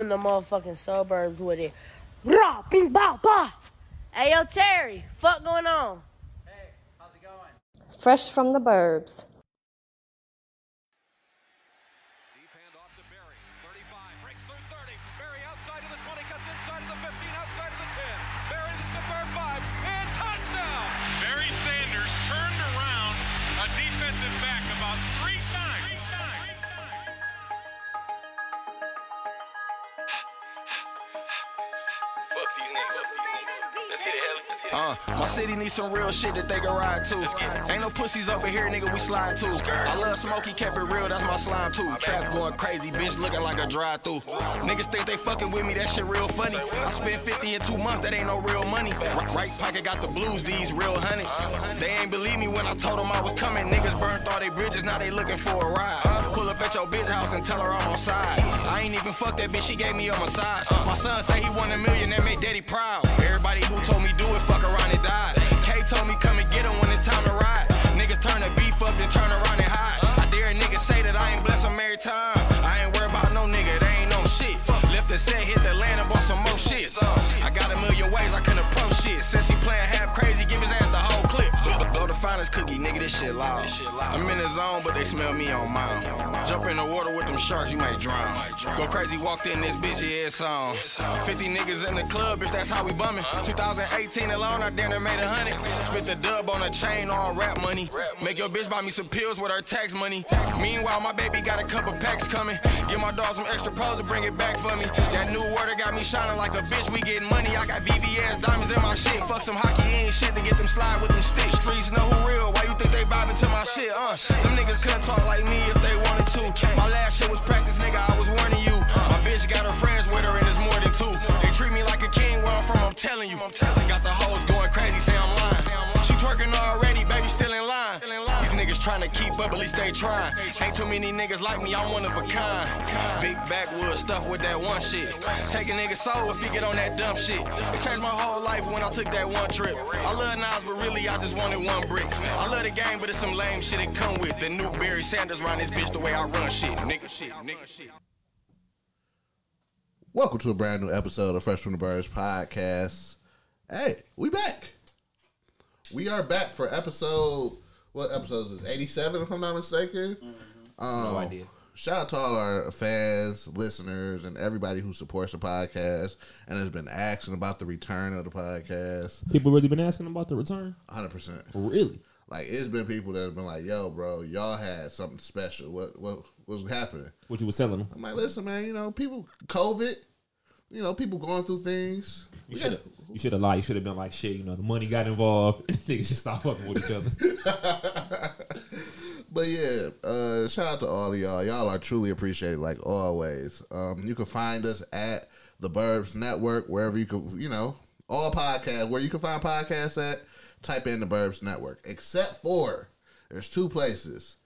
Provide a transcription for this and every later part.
in the motherfucking suburbs with it. Rah, bing, bow, bah. Hey, yo, Terry, fuck going on? Fresh from the burbs. Deep hand off to Berry. 35, breaks through 30. Berry outside of the 20, cuts inside of the 15, outside of the 10. Berry the suburb 5, and touchdown! Barry Sanders turned around a defensive back about three times. Three times. Fuck these niggas. Fuck these niggas. Let's get it, hell. Let's get it. Uh, my city needs some real shit that they can ride to. Ain't no pussies up in here, nigga, we slide too. I love Smokey, kept it real, that's my slime too. Trap going crazy, bitch looking like a drive through. Niggas think they fucking with me, that shit real funny. I spent 50 in two months, that ain't no real money. Right right pocket got the blues, these real hunnids. They ain't believe me when I told them I was coming. Niggas burned all they bridges, now they looking for a ride. Pull up at your bitch house and tell her I'm on side. I ain't even fuck that bitch, she gave me a massage. My son say he won a million, that made daddy proud. Everybody who told me do it, fuck around and die. K told me come and get him when it's time to ride. Niggas turn the beef up, then turn around and hide. I dare a nigga say that I ain't blessed him every time. I ain't worried about no nigga, they ain't no shit. Left the set, hit the land and bought some more shit. I got a million ways I can approach shit. Since he playing half crazy, give his ass the whole clip. Blow the finest cookie, nigga, this shit loud. I'm in the zone, but they smell me on mine. Jump in the water with them sharks, you might drown. Go crazy, walked in this bitch, yeah, it's on. 50 niggas in the club, bitch, that's how we bumming. 2018 alone, I damn near made a hundred. Spit the dub on a chain on rap money. Make your bitch buy me some pills with her tax money. Meanwhile, my baby got a couple packs coming. Give my dog some extra pros and bring it back for me. That new water got me shining like a bitch, we getting money. I got VVS diamonds in my shit. Fuck some hockey, ain't shit to get them slide with them sticks. Streets know who real, why you think they vibing to my shit, uh? Them niggas couldn't talk like me if they wanted to. My last shit was practice, nigga, I was warning you. My bitch got her friends with her and it's more than two. They treat me like a king where I'm from, I'm telling you. Got the hoes going crazy, say I'm lying. She twerking already, baby, still in line. These niggas trying to keep up, at least they trying. Ain't too many niggas like me, I'm one of a kind. Big backwoods stuff with that one shit. Take a nigga's soul if he get on that dumb shit. It changed my whole life when I took that one trip. I love Nas, but really I just wanted one brick. I love the game, but it's some lame shit it come with. The new Barry Sanders round this bitch the way I run shit. Nigga shit, nigga shit. Welcome to a brand new episode of Fresh from the Birds podcast. Hey, we back. We are back for episode. What episode is this? Eighty-seven, if I'm not mistaken. Um, no idea. Shout out to all our fans, listeners, and everybody who supports the podcast and has been asking about the return of the podcast. People really been asking about the return? Hundred percent. Really? Like it's been people that have been like, "Yo, bro, y'all had something special. What what was happening?" What you was selling them? I'm like, "Listen, man, you know, people COVID, you know, people going through things. You We should got- have. You should have lied. You should have been like, shit. You know, the money got involved. Niggas should stop fucking with each other. But yeah, uh, shout out to all of y'all. Y'all are truly appreciated, like always. Um, you can find us at the Burbs Network, wherever you can, you know, all podcasts, where you can find podcasts at, type in the Burbs Network. Except for, there's two places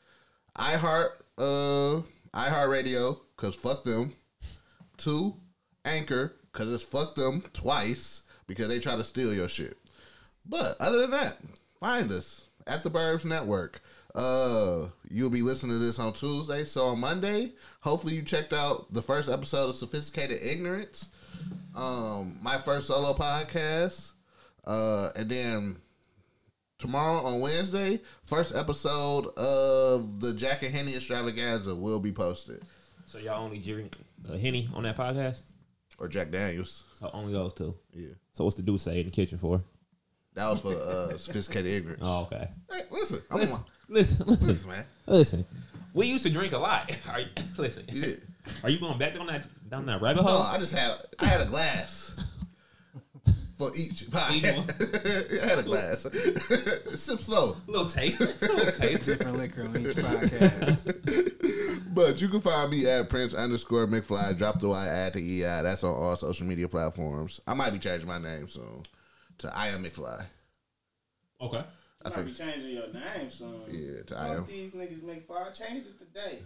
iHeart, uh, iHeartRadio, because fuck them. Two, Anchor, because it's fuck them twice, because they try to steal your shit. But other than that, find us at the Burbs Network. Uh, you'll be listening to this on Tuesday, so on Monday, hopefully you checked out the first episode of Sophisticated Ignorance, um, my first solo podcast, uh, and then tomorrow on Wednesday, first episode of the Jack and Henny Extravaganza will be posted, so y'all only drink uh, henny on that podcast. or Jack Daniels. So only those two. Yeah, So what's the dude say in the kitchen for? that was for uh, Sophisticated Ignorance. Oh, okay. Hey, listen, I'm Listen, on- listen, listen, listen, man. listen. We used to drink a lot. Are you, listen, Yeah. are you going back down that down that rabbit No, hole? Oh, I just had I had a glass for each podcast. I had a glass. Sip slow. little taste, little taste. Different liquor on each podcast. But you can find me at Prince underscore McFly. Drop the Y, add the EI. That's on all social media platforms. I might be changing my name soon to I am McFly. Okay. I You might be think changing your name soon. Yeah, to I am. Fuck these niggas make fire. Change it today.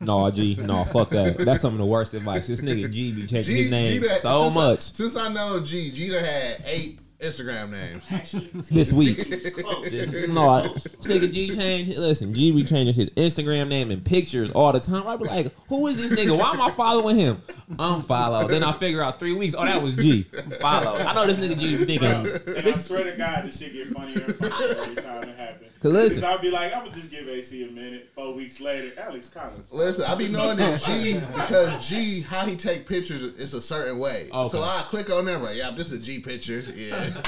No, G, no, fuck that. That's some of the worst advice. This nigga G be changing his name done- so since I- much. since I know G, G done had eight Instagram names. Actually, This week. it's close. No, I- this nigga G change. Listen, G be changing his Instagram name and pictures all the time. I be like, who is this nigga? Why am I following him? Unfollow. Then I figure out three weeks. Oh, that was G. Follow. I know this nigga G be thinking. And I swear to God, this shit get funnier and funnier every time it happens. Cause listen, I'll be like, I'm gonna just give AC a minute. Four weeks later, Alex Collins. Listen, I be knowing that G because G how he take pictures is a certain way. Okay. So I click on there like, yeah, this is a G picture. Yeah.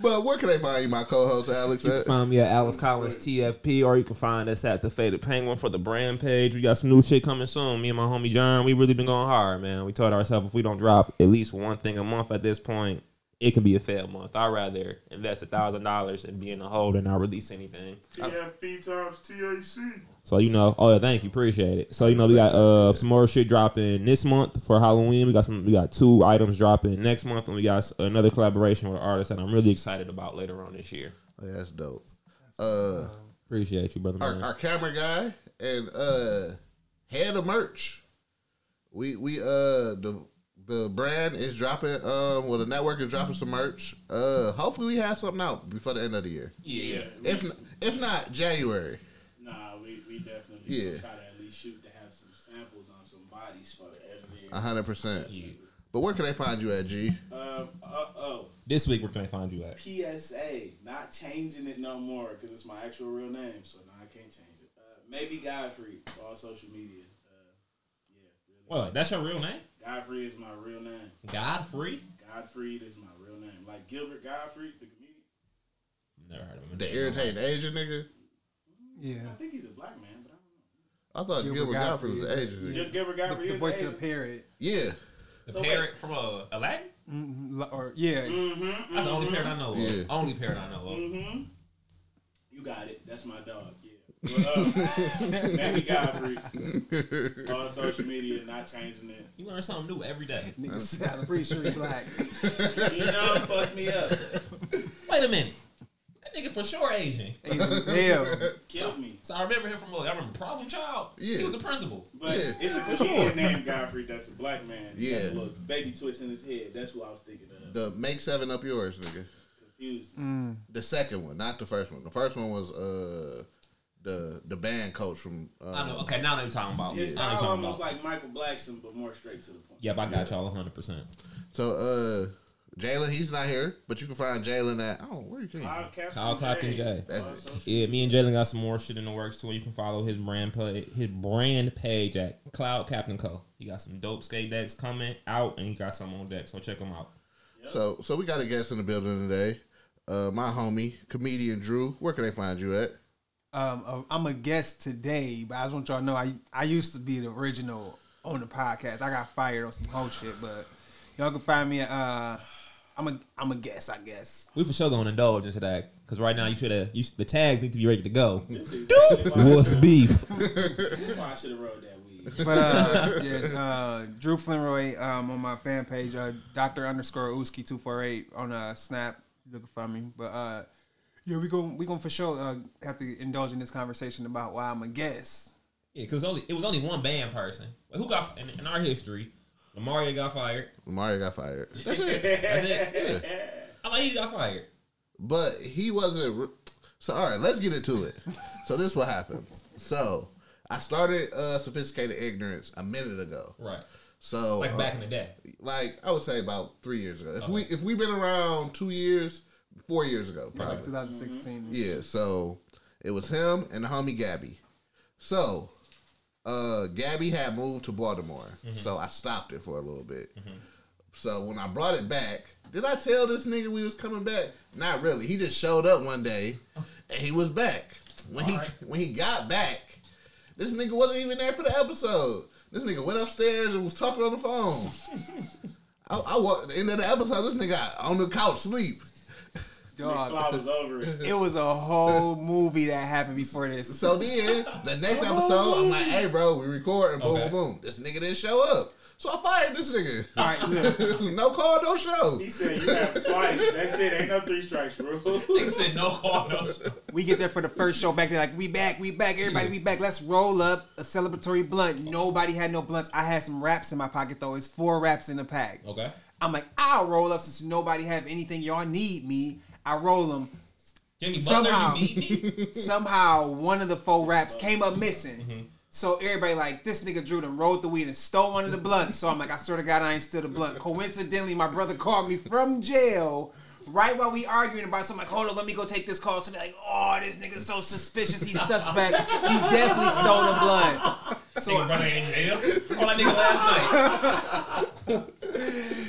but where can they find you, my co-host Alex? You can at? find me at Alex Collins TFP, or you can find us at the Faded Penguin for the brand page. We got some new shit coming soon. Me and my homie John, we really been going hard, man. We told ourselves if we don't drop at least one thing a month at this point, it could be a failed month. I'd rather invest a thousand dollars and be in the hole than not release anything. TFP times TAC. So you know, oh yeah, thank you, appreciate it. So you know, we got uh some more shit dropping this month for Halloween. We got some, we got two items dropping next month, and we got s- another collaboration with an artist that I'm really excited about later on this year. Oh, yeah, that's dope. Uh, Appreciate you, brother. our, Man. our camera guy and uh, head of merch. We we uh the the brand is dropping um well the network is dropping some merch. Uh, hopefully we have something out before the end of the year. Yeah. If n- if not January. Nah, we, we definitely Yeah. try to at least shoot to have some samples on some bodies for the end. A hundred percent. But where can they find you at G? Uh, Um, uh oh. This week, where can I find you at? PSA, not changing it no more because it's my actual real name, so now I can't change it. Uh, maybe Godfrey for all social media. Uh, yeah, really. Well, that's your real name, Godfrey is my real name. Godfrey. Godfrey is my real name. Like Gilbert Godfrey, the comedian. Never heard of him. The irritating Asian nigga. Yeah. I think he's a black man, but I I thought Gilbert Gilbert, Godfrey, Godfrey was is a- Asian. Yeah. nigga. don't know. Gilbert The, Godfrey the is voice Asian. of the parrot. Yeah, The So parrot from uh, Aladdin. Mm, l- Or, yeah. Mm-hmm, That's the only parrot I know. of. Yeah. Only parrot I know. of. Mm-hmm. You got it. That's my dog. Yeah. Well, uh, maybe Godfrey. On social media, not changing it. You learn something new every day. Nigga said, I'm pretty sure he's black. You know, fuck me up. Wait a minute, that nigga for sure Asian. Asian Damn. Kill me. So I remember him from. uh, I remember Problem Child. Yeah. He was the principal. But Yeah. it's a comedian named Godfrey that's a black man. He got Yeah. a little baby twist in his head. That's what I was thinking of. the make seven up yours, nigga. Confused. Mm. The second one, not the first one. The first one was uh the the band coach from. Uh, I know. Okay, now I know what you're talking about. It's Now I know what not you're talking almost about. like Michael Blackson, but more straight to the point. Yep, I got y'all 100. percent So uh, Jalen, he's not here, but you can find Jalen at. Oh, where you came from? Kyle Clapton, Kyle Clapton J. That's On it. social- Yeah, me and Jalen got some more shit in the works too. You can follow his brand play, his brand page at Cloud Captain Co. He got some dope skate decks coming out, and he got some on deck. So check him out. So so we got a guest in the building today. Uh, my homie, comedian Drew. Where can they find you at? Um, uh, I'm a guest today, but I just want y'all to know I I used to be the original on the podcast. I got fired on some whole shit, but y'all can find me. At, uh, I'm a I'm a guest, I guess. We for sure gonna indulge into that because right now you should have. You should, the tags need to be ready to go. This is exactly why- What's beef? That's why I should have rolled that weed. But uh, yes, uh, Drew Flinroy um, on my fan page, uh, Doctor underscore Uski two four eight on uh, Snap. You Looking for me, but uh, yeah, we going we gonna for sure uh, have to indulge in this conversation about why I'm a guest. Yeah, because only it was only one band person Like, who got in, in our history. Lamaria got fired. Mario got fired. That's it. That's it. I thought he got fired. but he wasn't. Re- so all right, let's get into it. so this what happened. So I started uh, sophisticated ignorance a minute ago. Right. So Like uh, back in the day. like I would say about three years ago. If we if we've been around two years, four years ago, probably. Like 2016. Yeah, so it was him and the homie Gabby. So uh Gabby had moved to Baltimore. So I stopped it for a little bit. So when I brought it back, did I tell this nigga we was coming back? Not really. He just showed up one day and he was back. When he when he got back, this nigga wasn't even there for the episode. This nigga went upstairs and was talking on the phone. I, I walked the end of the episode, this nigga on the couch sleep. Dog, Fly was over it. It was a whole movie that happened before this. So then the next Oh, episode, I'm like, hey, bro, we recording. Boom, Okay. boom, boom. This nigga didn't show up. So I fired this nigga. All right, look. no call, no show. He said you have twice. That's it. Ain't no three strikes rule. Nigga said no call, no show. We get there for the first show back there, like, we back, we back, everybody, we back. Let's roll up a celebratory blunt. Nobody had no blunts. I had some wraps in my pocket, though. It's four wraps in the pack. Okay. I'm like, I'll roll up since nobody have anything y'all need me. I roll them. Jimmy Butler, Somehow, you need me? somehow one of the four raps came up missing. So everybody like this nigga Drew done rolled the weed and stole one of the blunts. So I'm like, I swear to God, I ain't still the blunt. Coincidentally, my brother called me from jail right while we arguing about. Something like, hold on, let me go take this call. So they're like, oh, this nigga's so suspicious. He's suspect. he definitely stole the blunt. Nigga, So, brother in jail. Call that nigga last night.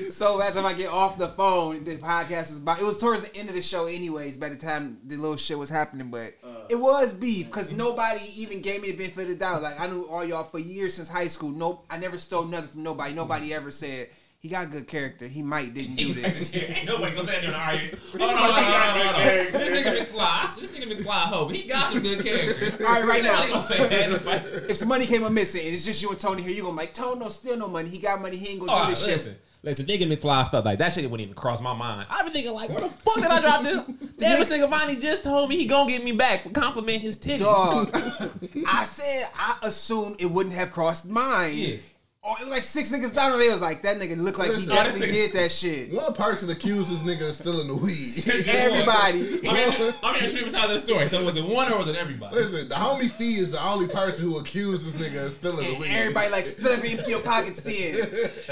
so as I get off the phone, the podcast was about. It was towards the end of the show, anyways. By the time the little shit was happening, but it was beef because nobody even gave me the benefit of the doubt. Like I knew all y'all for years since high school. Nope, I never stole nothing from nobody. Nobody ever said he got good character. He might didn't do this. Ain't nobody gonna sit there and argue. Hold on, hold on, hold on, hold on. This nigga McFly, I see this nigga McFly hope. He got some good character. All right, right now. Nobody gonna say that in a fight. if some money came up missing and it's just you and Tony here, you gonna be like Tony don't steal no money. He got money. He ain't gonna All do right, this Oh, listen. shit. Listen, nigga McFly stuff like that shit wouldn't even cross my mind. I've been thinking like, where the fuck did I drop this? Damn, this nigga finally just told me he gonna get me back. Compliment his titties. Dog, I said I assumed it wouldn't have crossed mine. Yeah. Oh, it was like six niggas down there. It was like that nigga looked like he Listen, definitely this did that shit. One person accuses nigga of stealing the weed. Everybody, I'm here, to- I'm here to two sides of the story. So was it one or was it everybody? Listen, the homie Fee is the only person who accused this nigga of stealing the and weed. everybody like slip into your pockets then.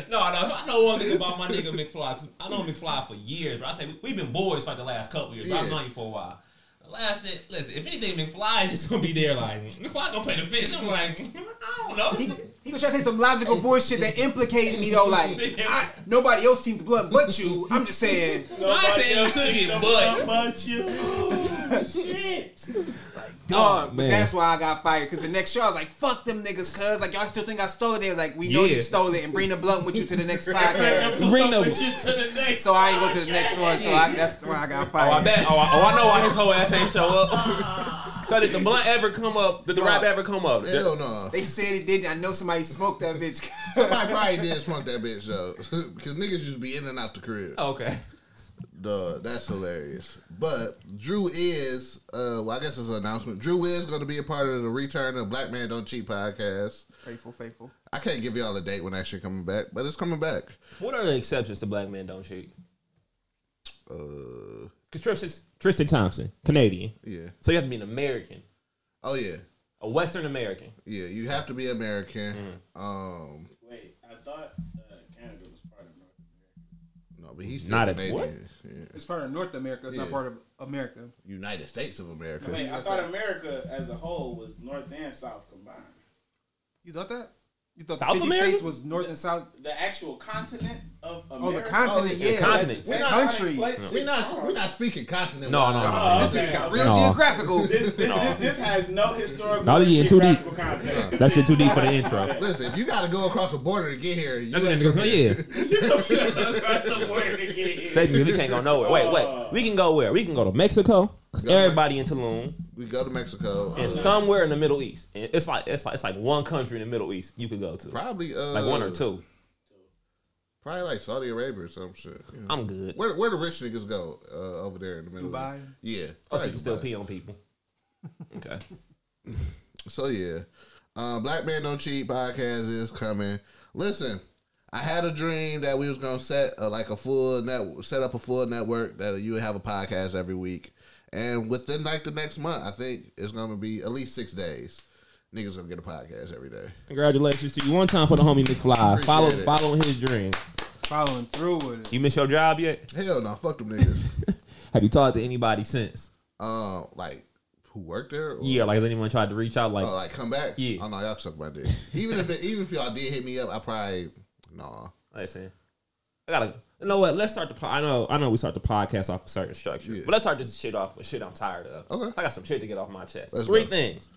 No, no. I know one thing about my nigga McFly. 'cause I know McFly for years, but I say we, we've been boys for like the last couple years. But I've Yeah. known you for a while. The last thing, listen, if anything, McFly is just gonna be there like McFly gonna play the fifth. I'm like, I don't know. He, he was trying to say some logical bullshit that implicates me though. Like I, nobody else seemed to blunt but you. I'm just saying. I said you took it, but But you, oh, shit. Dog, but Oh, man. that's why I got fired. Cause the next show I was like, "Fuck them niggas," cause like y'all still think I stole it. They was like, "We know Yeah. you stole it," and bring the blunt with you to the next I'm podcast. so Bring up the- with you to the next. So I ain't go to the next one. So I, that's why I got Oh, I fired. bet. Oh, I, oh, I know why his whole ass ain't show up. so did the blunt ever come up? Did the rap ever come up? Hell no. They said it didn't. I know somebody smoked that bitch. Somebody probably did smoke that bitch though, because niggas used to be in and out the crib. Oh. Oh, Okay. Duh, that's hilarious. But Drew is, uh, well, I guess it's an announcement. Drew is going to be a part of the return of Black Man Don't Cheat podcast. faithful, faithful. I can't give y'all a date when that shit coming back, but it's coming back. What are the exceptions to black men don't cheat? Uh, Because Tristan, Tristan Thompson, Canadian. yeah. So you have to be an American, Oh yeah, a Western American. yeah. You have to be American. Um, Wait, I thought uh, Canada was part of North America. no, but he's still Not a- Canadian. what? Yeah. It's part of North America. It's Yeah. not part of America. United States of America. Wait, I thought America as a whole was North and South combined. You thought that? You thought South the 50 America? states was North and South? The actual continent of America. Oh, Oh, the continent, yeah. yeah. Continent. We're not- Country. Like, We're not we're not speaking continent. No, no, no. Oh, This okay, nigga got okay. real No. geographical. This, this, this, this has no historical Now you in too deep. geographical context. That shit too deep for the intro. Listen, if you got to go across the border to get here, you That's have what niggas go, yeah. Across the border to get here. Technically, we can't go nowhere. Wait, Uh, wait. We can go where? We can go to Mexico. Cause Yeah. everybody in Tulum we go to Mexico. uh, and somewhere in the Middle East. And it's like it's like it's like one country in the Middle East you could go to. Probably uh, Like one or two. Probably like Saudi Arabia or some shit. you know. I'm good. Where where the rich niggas go uh, over there in the middle? Dubai? Yeah. Oh, so you probably can still Dubai. pee on people. Okay. So yeah, uh, Black Man Don't Cheat podcast is coming. Listen, I had a dream that we was gonna set uh, like a full net, set up a full network that you would have a podcast every week, and within like the next month, I think it's gonna be at least six days. Niggas gonna get a podcast every day. Congratulations to you. One time for the homie McFly. Appreciate Follow it. following his dream. Following through with it. You miss your job yet? Hell no, fuck them niggas. Have you talked to anybody since? uh, like who worked there? Or, Yeah, like has anyone tried to reach out? Like, Oh, like come back? Yeah. Oh no, y'all suck my dick. Even if it, even if y'all did hit me up, I probably nah. listen, I gotta. You know what? Let's start the. Po- I know. I know we start the podcast off a certain structure, Yeah. but let's start this shit off with shit I'm tired of. Okay. I got some shit to get off my chest. Let's Three go. things.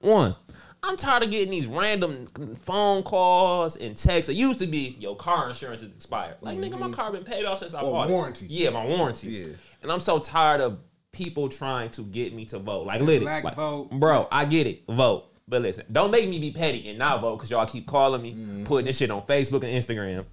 One, I'm tired of getting these random phone calls and texts. It used to be your car insurance is expired. Like nigga, my car been paid off since I Or bought Mm-hmm. Oh, warranty. it. Yeah, my warranty. Yeah. And I'm so tired of people trying to get me to vote. Like, lit it. Black Like, vote. Bro, I get it. Vote. But listen, don't make me be petty and not vote because y'all keep calling me, putting this shit on Facebook and Instagram.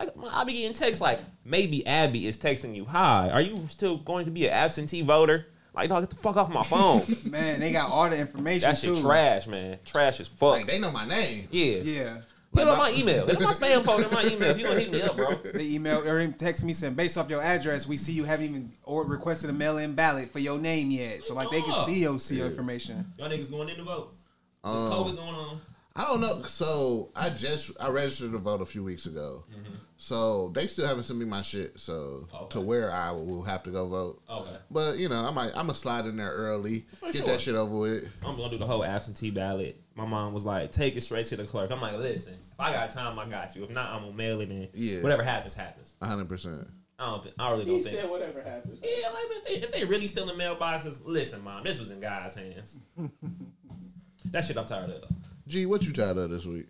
Like, I'll be getting texts like, maybe Abby is texting you, hi, are you still going to be an absentee voter? Like, dog, get the fuck off my phone. Man, they got all the information that shit too. trash, man. Trash as fuck. Like they know my name. yeah. Yeah. Look at my email. Look at my spam folder. in My email. If you gonna hit me up, bro. They email or they text me saying, based off your address, we see you haven't even or requested a mail in ballot for your name yet. So like they can see your see your information. Y'all niggas going in to vote. There's COVID going on. I don't know. So I just I registered to vote a few weeks ago. So they still haven't sent me my shit. So Mm-hmm. Okay. to where I will have to go vote. Okay. But you know, I might I'm gonna slide in there early, For get sure. that shit over with. I'm gonna do the whole absentee ballot. My mom was like, "Take it straight to the clerk." I'm like, "Listen, if I got time, I got you. If not, I'm gonna mail it in. Yeah. Whatever happens, happens. hundred percent. I don't. Think, I really don't He think." said whatever happens. Yeah, like if they, if they really still in mailboxes, listen, mom, this was in God's hands. that shit I'm tired of. Gee, what you tired of this week?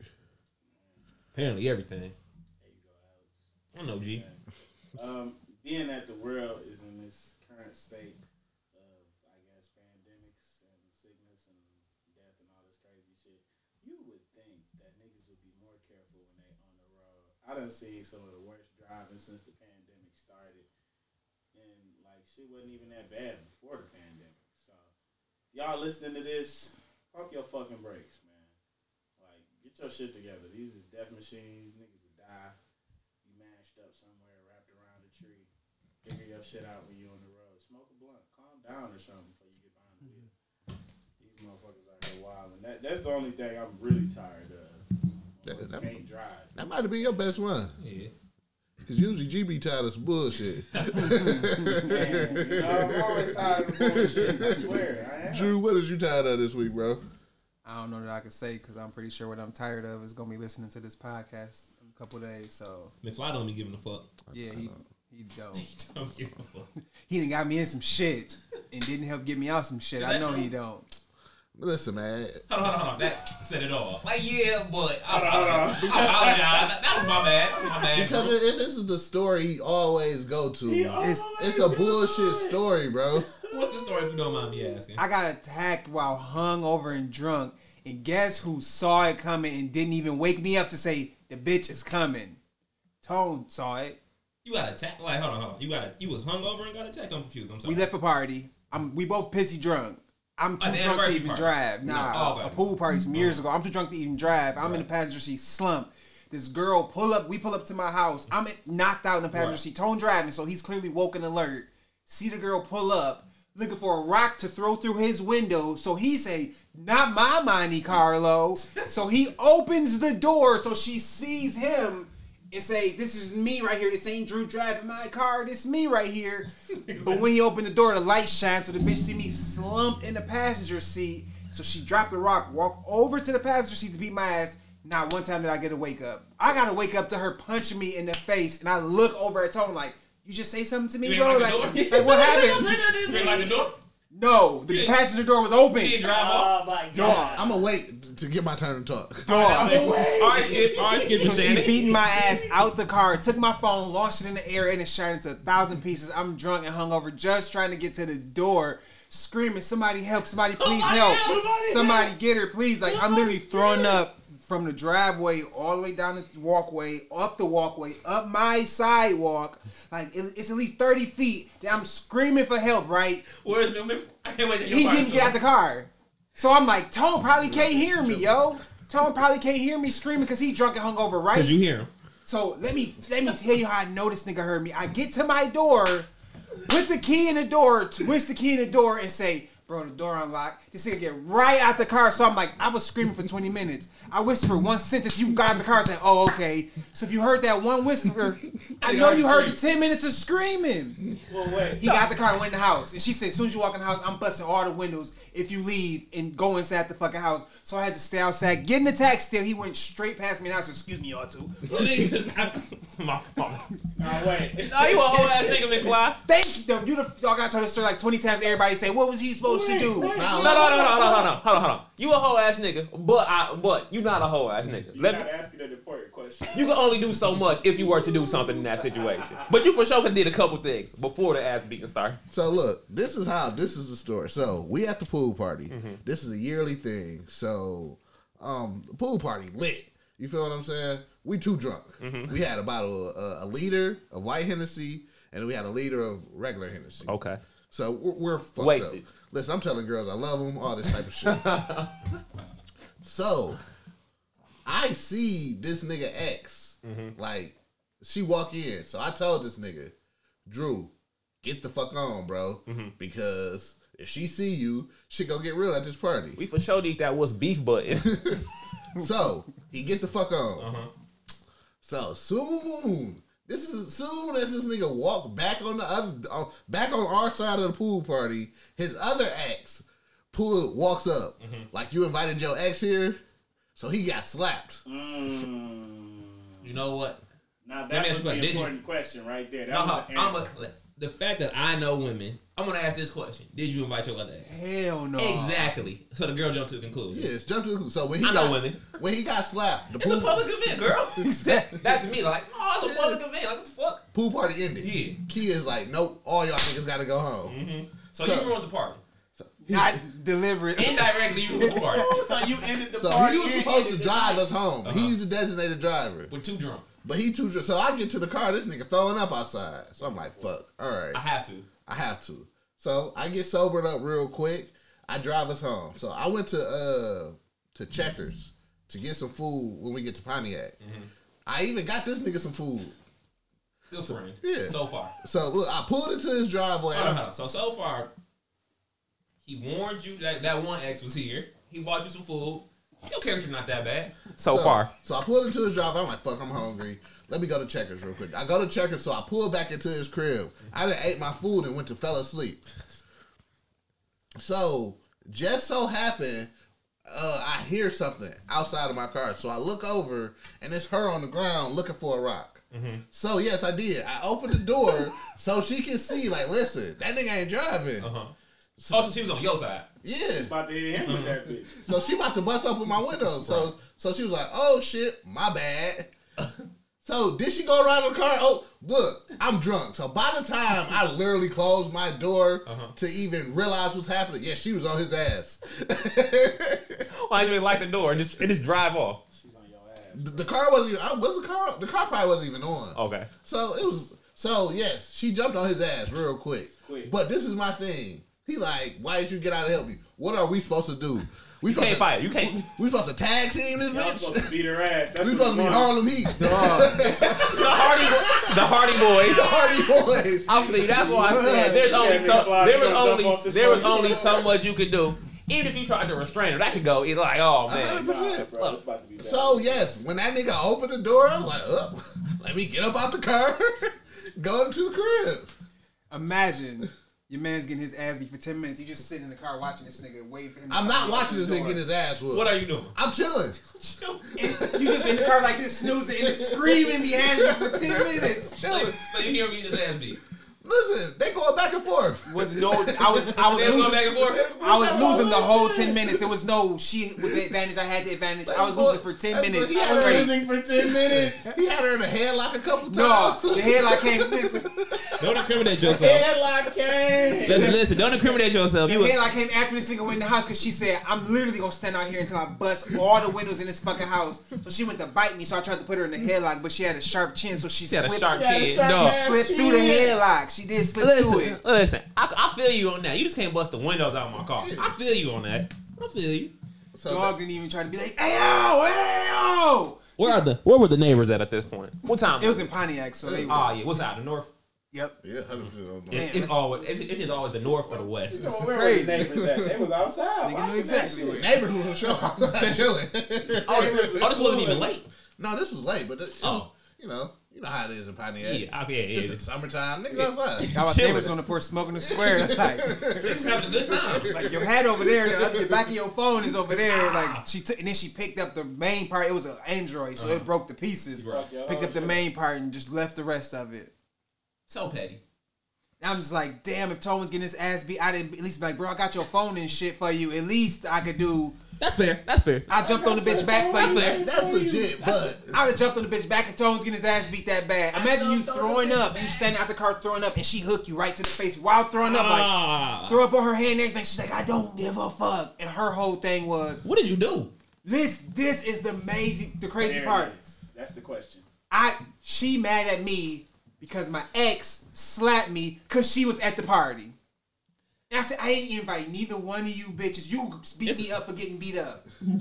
Apparently everything. I don't know, G. Um, being that the world is in this current state of, I guess, pandemics and sickness and death and all this crazy shit, you would think that niggas would be more careful when they on the road. I done seen some of the worst driving since the pandemic started, and like shit wasn't even that bad before the pandemic. So, y'all listening to this, pump your fucking brakes, man. Like, get your shit together. These is death machines. Niggas will die you mashed up somewhere, wrapped around a tree. Figure your shit out when you on the road. Smoke a blunt, calm down or something before you get behind the wheel. These motherfuckers out here wild, and that, that's the only thing I'm really tired of. That- Motherfuckers that- can't drive. That might have been your best one. Yeah. Cause usually G be tired of some bullshit. Man, you know, I'm always tired of bullshit. I swear, I am. Drew, what is you tired of this week, bro? I don't know that I could say because I'm pretty sure what I'm tired of is gonna be listening to this podcast in a couple days. So McFly don't be giving a fuck. yeah, he he dope. Don't give a fuck. He done got me in some shit and didn't help get me out some shit. Is I that know true? he don't. Listen, man. Hold on, hold on, hold on. That said it all. Like, yeah, but I, I, I apologize. That, that was my bad. That was my bad. Because if if this is the story he always go to, It's it's a bullshit story, bro. What's the story if you don't mind me asking? I got attacked while hung over and drunk, and guess who saw it coming and didn't even wake me up to say the bitch is coming. Tone saw it. You got attacked? Like, hold on, hold on. You got you was hungover and got attacked? I'm confused. I'm sorry. We left a party. I'm we both pissy drunk. I'm too the drunk to anniversary even party. drive. Nah, Oh, okay. a pool party some years ago. I'm too drunk to even drive. I'm in the passenger seat, slump. This girl pull up. We pull up to my house. I'm in- knocked out in the passenger Right. seat. Tone driving, so he's clearly woke and alert. See the girl pull up, looking for a rock to throw through his window. So he say, "Not my Monte Carlo." so he opens the door, so she sees him. And say, this is me right here. This ain't Drew driving my car. This me right here. But when he opened the door, the light shined, so the bitch see me slumped in the passenger seat. So she dropped the rock, walked over to the passenger seat to beat my ass. Not one time did I get a wake up. I got to wake up to her punching me in the face, and I look over at Tone like, "You just say something to me, You bro? ain't Like, lock the door?" like, what happened? You ain't like the door? No, the passenger door was open. You didn't drive off? Oh my Dog, I'm gonna wait t- to get my turn to talk. dog. All right, skip. All right, skip. You She said it. beating my ass out the car, took my phone, launched it in the air, and it shattered into a thousand pieces. I'm drunk and hungover, just trying to get to the door, screaming, "Somebody help! Somebody please help! Somebody, get her, please!" Like I'm literally throwing up from the driveway all the way down the walkway, up the walkway, up my sidewalk. Like it- it's at least thirty feet. That I'm screaming for help. Right? Where's Bill Miff? I can't wait to hear he your didn't story. get out the car. So I'm like, Tone probably can't hear me, yo. Tone probably can't hear me screaming because he's drunk and hungover, right? Cause you hear him. So let me let me tell you how I know this nigga heard me. I get to my door, put the key in the door, twist the key in the door, and say, "Bro, the door unlocked." This nigga get right out the car. So I'm like, I was screaming for 20 minutes. I whispered one sentence. You got in the car and said, "Oh, okay." So if you heard that one whisper, I know you heard the 10 minutes of screaming. Well, wait. He got out the car and went in the house, and she said, "As soon as you walk in the house, I'm busting all the windows. If you leave and go inside the fucking house." So I had to stay outside, get in the taxi. Still, he went straight past me and I said, "Excuse me, y'all two. my fault. Now wait. Oh, you a whole ass nigga, McFly. Thank you. You the dog. I told this story like twenty times. Everybody say, "What was he supposed to do?" No, no, no, no, no, no, no. Hold on, hold on. You a whole ass nigga, but I, but you not a whole ass nigga. You're Let not me. asking an important question. You can only do so much if you were to do something in that situation. But you for sure could did a couple things before the ass beating started. So look, this is how this is the story. So we at the pool party. This is a yearly thing. So um the pool party lit. You feel what I'm saying? We too drunk. We had a bottle of uh, a liter of white Hennessy and we had a liter of regular Hennessy. Okay. So we're, we're fucked Wasted. up. Listen, I'm telling girls I love them, all this type of shit. so I see this nigga X. Like, she walk in. So I told this nigga, Drew, get the fuck on, bro. Because if she see you, she gonna get real at this party. We for sure need that was beef button. So he get the fuck on. Uh-huh. So soon, this is soon as this nigga walk back on the other, on, back on our side of the pool party, his other ex pool walks up Mm-hmm. like you invited your ex here, so he got slapped. Mm-hmm. You know what? Now Let that me ask was you the a question. Did you- important question right there. That No, was the I'm a, answer. the fact that I know women, I'm gonna ask this question: Did you invite your other ex? Hell no. Exactly. So the girl jumped to the conclusion. Yeah, it's jumped to the conclusion. So when he I know got, women. when he got slapped, the It's a pool, public event, girl. That- That's me. Like, oh, it's a public event. Like, what the fuck? pool party ended. Yeah. Mm-hmm. Key is like, nope, all y'all niggas gotta go home. So, So- you ruined the party. Not deliberate. Indirectly, you ruined the party. So you ended the So party. he was and supposed ended to the drive night. us home. Uh-huh. He's the designated driver. We're too drunk. But he too drunk. So I get to the car, this nigga throwing up outside. So I'm like, fuck, all right, I have to. I have to. So I get sobered up real quick. I drive us home. So I went to uh to Checkers to get some food when we get to Pontiac. I even got this nigga some food. Good friend. Yeah. So far. So look, I pulled into his driveway. Hold on, hold on. So so far, he warned you that that one ex was here. He bought you some food. Your character not that bad. so far. So I pulled into his driveway. I'm like, fuck, I'm hungry. Let me go to Checkers real quick. I go to Checkers, so I pull back into his crib. I done ate my food and went to fell asleep. So just so happened, uh, I hear something outside of my car. So I look over, and it's her on the ground looking for a rock. Mm-hmm. So yes, I did. I opened the door so she can see. Like, listen, that nigga ain't driving. Uh-huh. Also, she was on your side. Yeah. About to hit him with that bitch. So she about to bust open my window. So so she was like, "Oh shit, my bad." so did she go around the car? Oh, look, I'm drunk. So by the time I literally closed my door Uh-huh. to even realize what's happening, yeah, she was on his ass. the, Why you didn't lock the door and just, and just drive off? She's on your ass. the car wasn't even. I was the car. The car probably wasn't even on. Okay. So it was. So yes, she jumped on his ass real quick. Quick. But this is my thing. He like, why did you get out and help me? What are we supposed to do? We You can't supposed fight. You can't. to, we supposed to tag team this Y'all bitch. supposed to beat her ass. That's We what supposed to be you want. Harlem Heat, dog. The Hardy, Bo- the Hardy Boys. the Hardy Boys. I'm thinking, that's why I said there's Yeah, only nigga, so fly, there we was gonna jump off only this there was fucking only wall. so much you could do. Even if you tried to restrain her, that could go. It's like, oh man, 100%. Nah, bro, it's about to be bad. So yes, when that nigga opened the door, I was like, "Up, let me get up out the car, go into the crib." Imagine your man's getting his ass beat for ten minutes. You just sitting in the car watching this nigga wait for him. to I'm come not out watching the this nigga door. get his ass whooped. What are you doing? I'm chilling. You just in the car like this snoozing and it's screaming behind you for ten minutes. Like, so you hear me in his ass beat? Listen, they going back and forth. Was no, I was, I was They was going losing. back and forth. I was losing the whole ten minutes. It was no, she was the advantage. I had the advantage. I was losing for ten That's minutes. what he I was had. losing. for ten minutes. He had her in a headlock a couple No, times. the headlight came missing. Don't incriminate yourself. headlock came. Listen, listen. Don't incriminate yourself. The You a- headlight came after this nigga went in the house because she said, "I'm literally gonna stand out here until I bust all the windows in this fucking house." So she went to bite me. So I tried to put her in the headlock, but she had a sharp chin, so she, she had a slipped- sharp chin. sharp No. She slipped through the headlock. She did slip through it. Listen, listen. I, I feel you on that. You just can't bust the windows out of my car. I feel you on that. I feel you. So Dog didn't even try to be like, "Ayo, ayo." Where are the Where were the neighbors at at this point? What time? It was in Pontiac, so they. Oh yeah, what's out the north? Yep. yeah, hundred percent. Yeah. It's always it's, it's either always the north or the west. So where were the neighbors at? They was outside. Nigga knew watching exactly that where. shit. Neighbors was for sure. I'm not chilling. Oh, oh, this wasn't even late. No, this was late, but the, Oh. you know, you know how it is in Pontiac. Yeah, okay, yeah, It's yeah. in summertime. Niggas outside. Y'all Chilling. neighbors on the porch smoking the square. Like, They was having a good time. like your hat over there, the, other- the back of your phone is over there. Like she took, and then she picked up the main part. It was an Android, so it broke the pieces. Picked up the main part and just left the rest of it. So petty. And I'm just like, damn, if Tolman's getting his ass beat, I didn't at least be like, bro, I got your phone and shit for you. At least I could do. That's fair. That's fair. I jumped on the bitch back for you. That- that's legit, but I would have jumped on the bitch back if Tone's getting his ass beat that bad. Imagine you throwing up, you standing out the car throwing up, and she hook you right to the face while throwing up, like Ah, throw up on her hand and everything. She's like, I don't give a fuck. And her whole thing was, what did you do? this this is the amazing, the There crazy it part. is. That's the question. I she mad at me because my ex slapped me because she was at the party. And I said, I ain't invite neither one of you bitches. You beat me up for getting beat up. and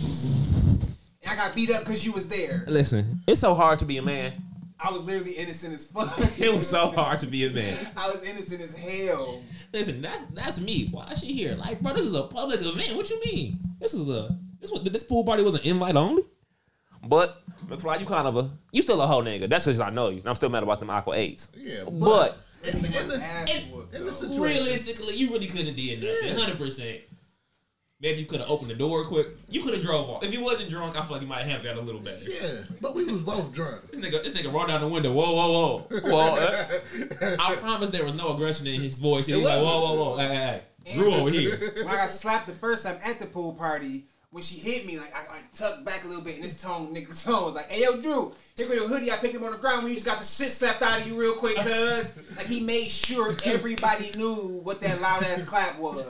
I got beat up because you was there. Listen, it's so hard to be a man. I was literally innocent as fuck. It was so hard to be a man. I was innocent as hell. Listen, that that's me. Why is she here? Like, bro, this is a public event. What you mean? This is a this what this pool party was an invite only. But McFly, you kind of a you still a whole nigga. That's because I know you. And I'm still mad about them aqua eights. Yeah, But in, the- in the, Ass It- whoop, in the though. situation, Realistically, you really couldn't have did nothing. Hundred percent. Maybe you could have opened the door quick. You could have drove off. If you wasn't drunk, I feel like you might have handled that a little better. yeah, but we was both drunk. This nigga, this nigga rolled down the window. Whoa, whoa, whoa. well, uh, I promise there was no aggression in his voice. He was like, wasn't. whoa, whoa, whoa. Hey, hey, hey. Drew over here. When I got slapped the first time at the pool party, when she hit me, like I, I tucked back a little bit, and this tone, nigga, tone was like, "Hey, yo, Drew, here go your hoodie. I picked him on the ground. We just got the shit slapped out of you real quick, cuz like he made sure everybody knew what that loud ass clap was.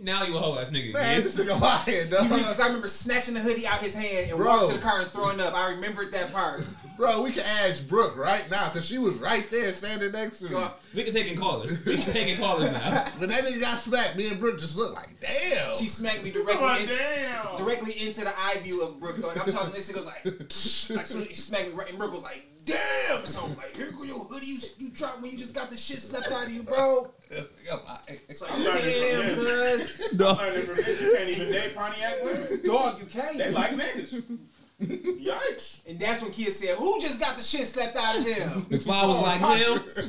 Now you a whole ass nigga. Man, Man. this nigga lying, dog. Because I remember snatching the hoodie out his hand and Bro. walked to the car and throwing up. I remembered that part. Bro, we can ask Brooke right now because she was right there standing next to me. Yo, We can take in callers. We can take in callers now. When that nigga got smacked, me and Brooke just looked like, damn. She smacked me Oh, directly, in, directly into the eye view of Brooke. Though. And I'm talking, this nigga was like, like so she smacked me right, and Brooke was like, "Damn!" So I'm like, "Here go your hoodie you, you dropped when you just got the shit slapped out of you, bro." eh, It's like, damn, cuz I'm learning from this. You can't even date Pontiac women. dog, you They can't. like niggas. Yikes. and that's when kids said, "Who just got the shit slapped out of them?" Oh, McFly was like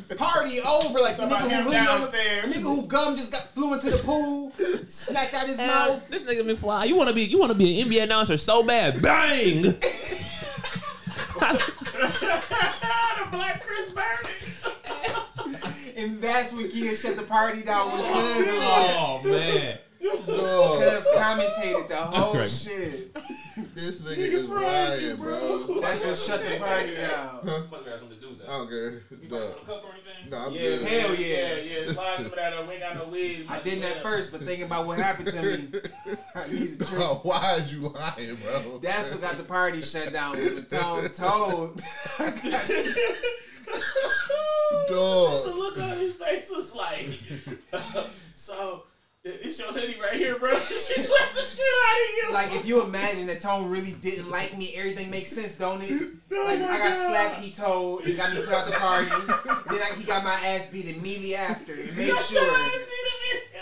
him. Party over, like the Somebody nigga who him hoodie on the- downstairs. the nigga who gum just got flew into the pool, smacked out his mouth. This nigga McFly, you wanna be you wanna be an NBA announcer so bad. Bang! Ah, the black Chris Burns. And that's when kids shut the party down when cuz was like, oh man. Dog, Cuz commentated the whole Okay. shit. this nigga is lying, bro. That's what shut the party down. Okay, dog. No, I'm Yeah, good. hell yeah. yeah, yeah. Slide some of that. up. We ain't got no weed. I didn't at first, but thinking about what happened to me, I needed a drink. Bro, why'd you lying, bro? That's what got the party shut down when the tone told. The dog. look on his face was like, so it's your hoodie right here, bro. she slapped the shit out of you. like if you imagine that tone really didn't like me, everything makes sense, don't it? Like my I got God. slapped, he told, he got me put out the party. then I, he got my ass beat immediately after and made sure.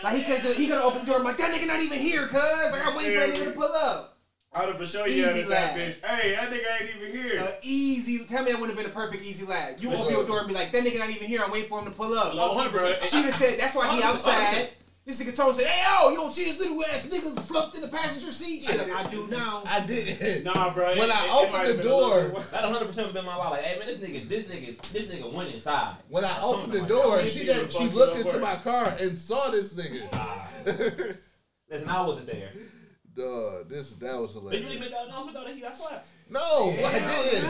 Like he could he could open the door. I'm like that nigga not even here, cuz like I'm waiting for that nigga to pull up. I would have for sure yelled Easy at that laugh. bitch. Hey, that nigga ain't even here. A easy. Tell me that would have been a perfect easy laugh. You open your door and be like that nigga not even here. I'm waiting for him to pull up. Oh, Low Oh, hundred, bro. She have said that's why he outside. This nigga told said, "Hey yo, you don't see this little ass nigga fluffed in the passenger seat?" She's like, "I do now." I didn't. Nah, bro. When I opened might the have been a little door- bit- That 100 percent been my lie. Like, hey man, this nigga, this nigga, is- this nigga went inside. When I opened the like door, that. she got, she looked into my car and saw this nigga. Listen, I wasn't there. Dog, this that was Did you really hilarious. make that announcement though that he got slapped? No, I didn't.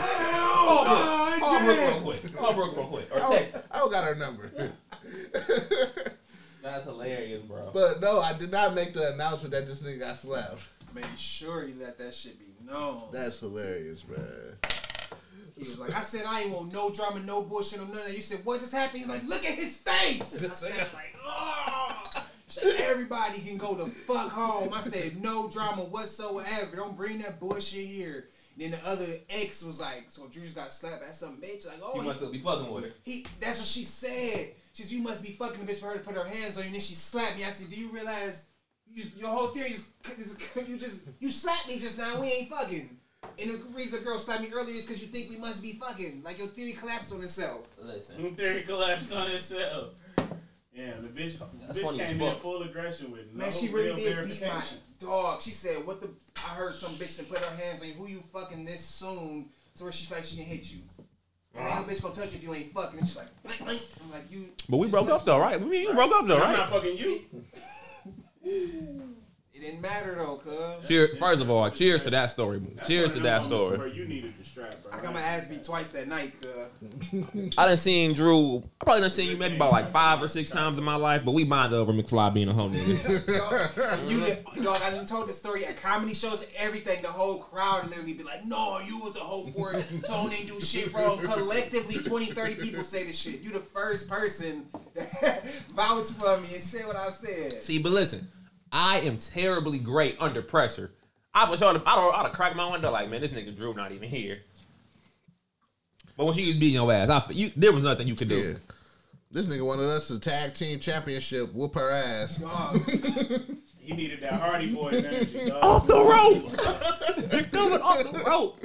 Call Hell, God, Brooke damn. real quick. Call Brooke real quick. Or I don't, text. I don't got her number. That's hilarious, bro. But no, I did not make the announcement that this nigga got slapped. Made sure he let that shit be known. That's hilarious, man. He was like, I said I ain't want no drama, no bullshit, or none of that. You said, what just happened? He's like, look at his face. I said, like, oh. She said, Everybody can go the fuck home. I said, no drama whatsoever. Don't bring that bullshit here. then the other ex was like, so Drew just got slapped at some bitch. Like, oh, You he- must still be fucking with her. he, that's what she said. She said, you must be fucking the bitch for her to put her hands on you. And then she slapped me. I said, do you realize you, your whole theory is, is you just, you slapped me just now. We ain't fucking. And the reason a girl slapped me earlier is because you think we must be fucking. Like your theory collapsed on itself. Listen, Them Theory collapsed on itself. Yeah, the bitch, That's bitch funny as came in fuck. full aggression with no Man, she really real did beat my verification. dog. She said, what the, I heard some bitch to put her hands on you. Who you fucking this soon to where she felt she can hit you. And Uh-huh. ain't no bitch gonna touch you if you ain't fucking. And she's like, blink, blink. I'm like, you. but we broke up though, right? We you broke up though, I'm not right? fucking you. It didn't matter though, cuz. Cheer, first of all, cheers to that story. Cheers to That's one that of them moments story. Where you needed the strap, bro. I got my ass beat twice that night, cuz. I done seen Drew. I probably done seen you maybe about like five or six times in my life, but we bonded over McFly being a whole nigga. You did, dog, I done told the story at comedy shows, everything, the whole crowd would literally be like, no, you was a hoe for it. Tone ain't do shit wrong. Collectively, 20, 30 people say this shit. You the first person that vouched for me and said what I said. See, but listen, I am terribly great under pressure. I would show I'd, I'd, I'd crack my window like, man, this nigga Drew not even here. But when she was beating your ass, I, f- you, there was nothing you could do. Yeah. This nigga wanted us to tag team championship. Whoop her ass. He needed that Hardy Boys energy. Dog. Off the rope! They're coming off the rope.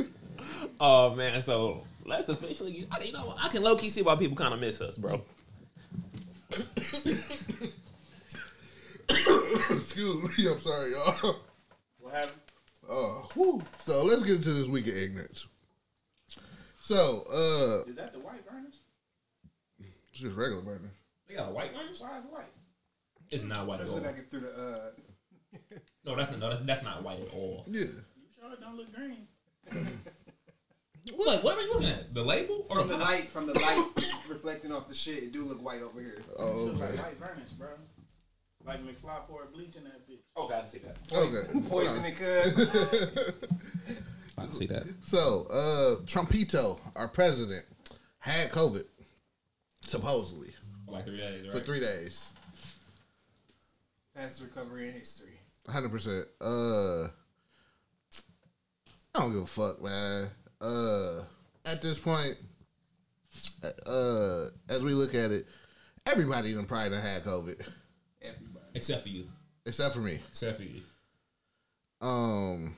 Oh man, so let's officially. I, you know, what? I can low key see why people kind of miss us, bro. Excuse me. I'm sorry, y'all. What happened? Uh, whew. So let's get into this week of ignorance. So, uh, Is that the white burners? it's just regular burner. They got a white one. Why is it white? It's not white at Let's look all. back through the. Uh, No, that's not. No, that's, that's not white at all. Yeah. You sure it don't look green? What? What are you looking at? The label or from uh, the light, from the light reflecting off the shit, it do look white over here. Oh, Look like okay. white burnish, bro. Like McFly poured bleach in that bitch. Oh, God, I see that. Okay. Poison it could. I see that. So, uh, Trumpito, our president, had COVID, supposedly, For like three days, for right? three days. Fast recovery in history. Hundred percent. Uh, I don't give a fuck, man. Uh, at this point, uh, as we look at it, everybody done probably done had COVID Everybody. Except for you. except for me. Except for you. Um,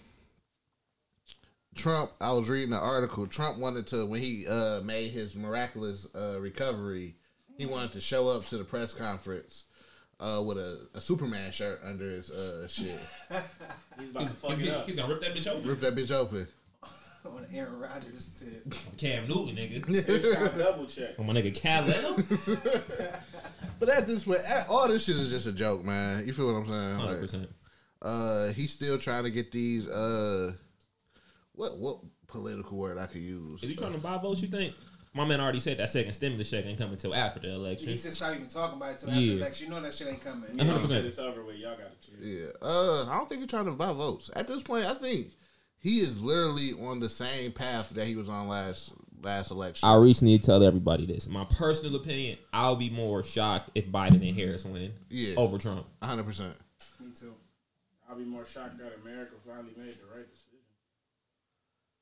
Trump. I was reading an article. Trump wanted to when he uh made his miraculous uh recovery. He Mm-hmm. wanted to show up to the press conference. Uh, with a, a Superman shirt under his uh shit, He's about to fuck He's, it up. he's gonna rip that bitch over. rip that bitch open. On Aaron Rodgers tip. Cam Newton, nigga. He's trying to double check. Oh, my nigga Khalil. But at this point, at- all this shit is just a joke, man. You feel what I'm saying? Hundred Like, percent. uh, he's still trying to get these. Uh, what what political word I could use? Is he trying to buy votes? You think? My man already said that second stimulus check ain't coming until after the election. He said stop even talking about it till after Yeah. the election. You know that shit ain't coming. Yeah. You 100%. said it's over with. Y'all got to choose. Yeah. Uh, I don't think he's trying to buy votes. At this point, I think he is literally on the same path that he was on last last election. I recently tell everybody this. My personal opinion, I'll be more shocked if Biden and Harris win Yeah. Oh. over Trump. hundred percent. Me too. I'll be more shocked that America finally made the right decision.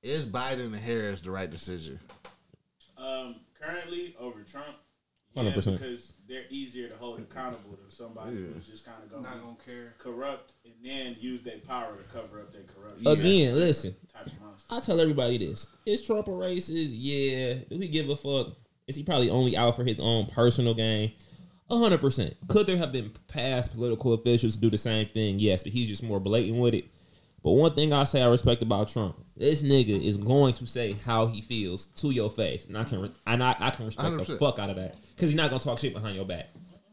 Is Biden and Harris the right decision? Um, currently over Trump. yeah, 100%. Because they're easier to hold accountable than somebody who's just kind of going Not gonna care. corrupt and then use their power to cover up their corruption. Yeah. Uh, Again, listen, Type of monster. I tell everybody this. Is Trump a racist? Yeah. Do he give a fuck? Is he probably only out for his own personal gain? 100%. Could there have been past political officials do the same thing? Yes, but he's just more blatant with it. But one thing I say I respect about Trump, this nigga is going to say how he feels to your face, and I can re- and I, I can respect the 100%. fuck out of that because he's not gonna talk shit behind your back.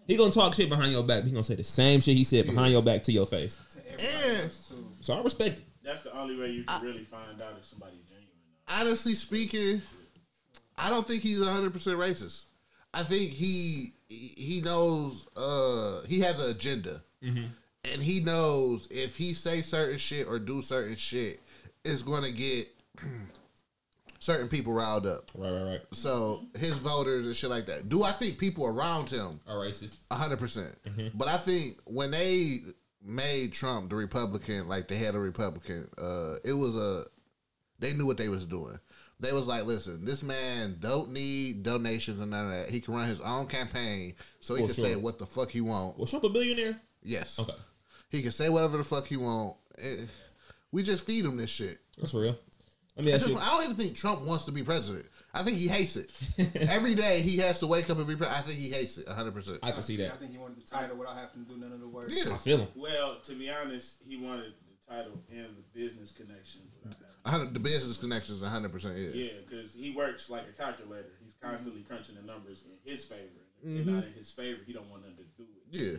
He gonna talk shit behind your back, but he's gonna say the same shit he said behind your back to your face. And So I respect it. That's the only way you can really find out if somebody's genuine. honestly speaking, I don't think he's 100 percent racist. I think he he knows uh he has an agenda, and he knows if he say certain shit or do certain shit, it's going to get certain people riled up. Right, right, right. So his voters and shit like that. Do I think people around him Are racist? hundred percent. But I think when they made Trump the Republican, like they had a Republican, uh, it was a they knew what they was doing. They was like, listen, this man don't need donations and none of that. He can run his own campaign, so he For can sure. say what the fuck he want. Was Trump a billionaire? Yes, Okay, he can say whatever the fuck he want. Eh, we just feed him this shit. that's real. Let me ask Just- you. I don't even think Trump wants to be president. I think he hates it. Every day he has to wake up and be president. I think he hates it 100%. I can see I that. think he wanted the title without having to do none of the work. yeah, I feel him. Well, to be honest, he wanted the title and the business connection. without having 100, the business connections 100%. Yeah, because he works like a calculator. He's Mm-hmm. constantly crunching the numbers in his favor. And if they're not in his favor, he don't want them to do it. Yeah.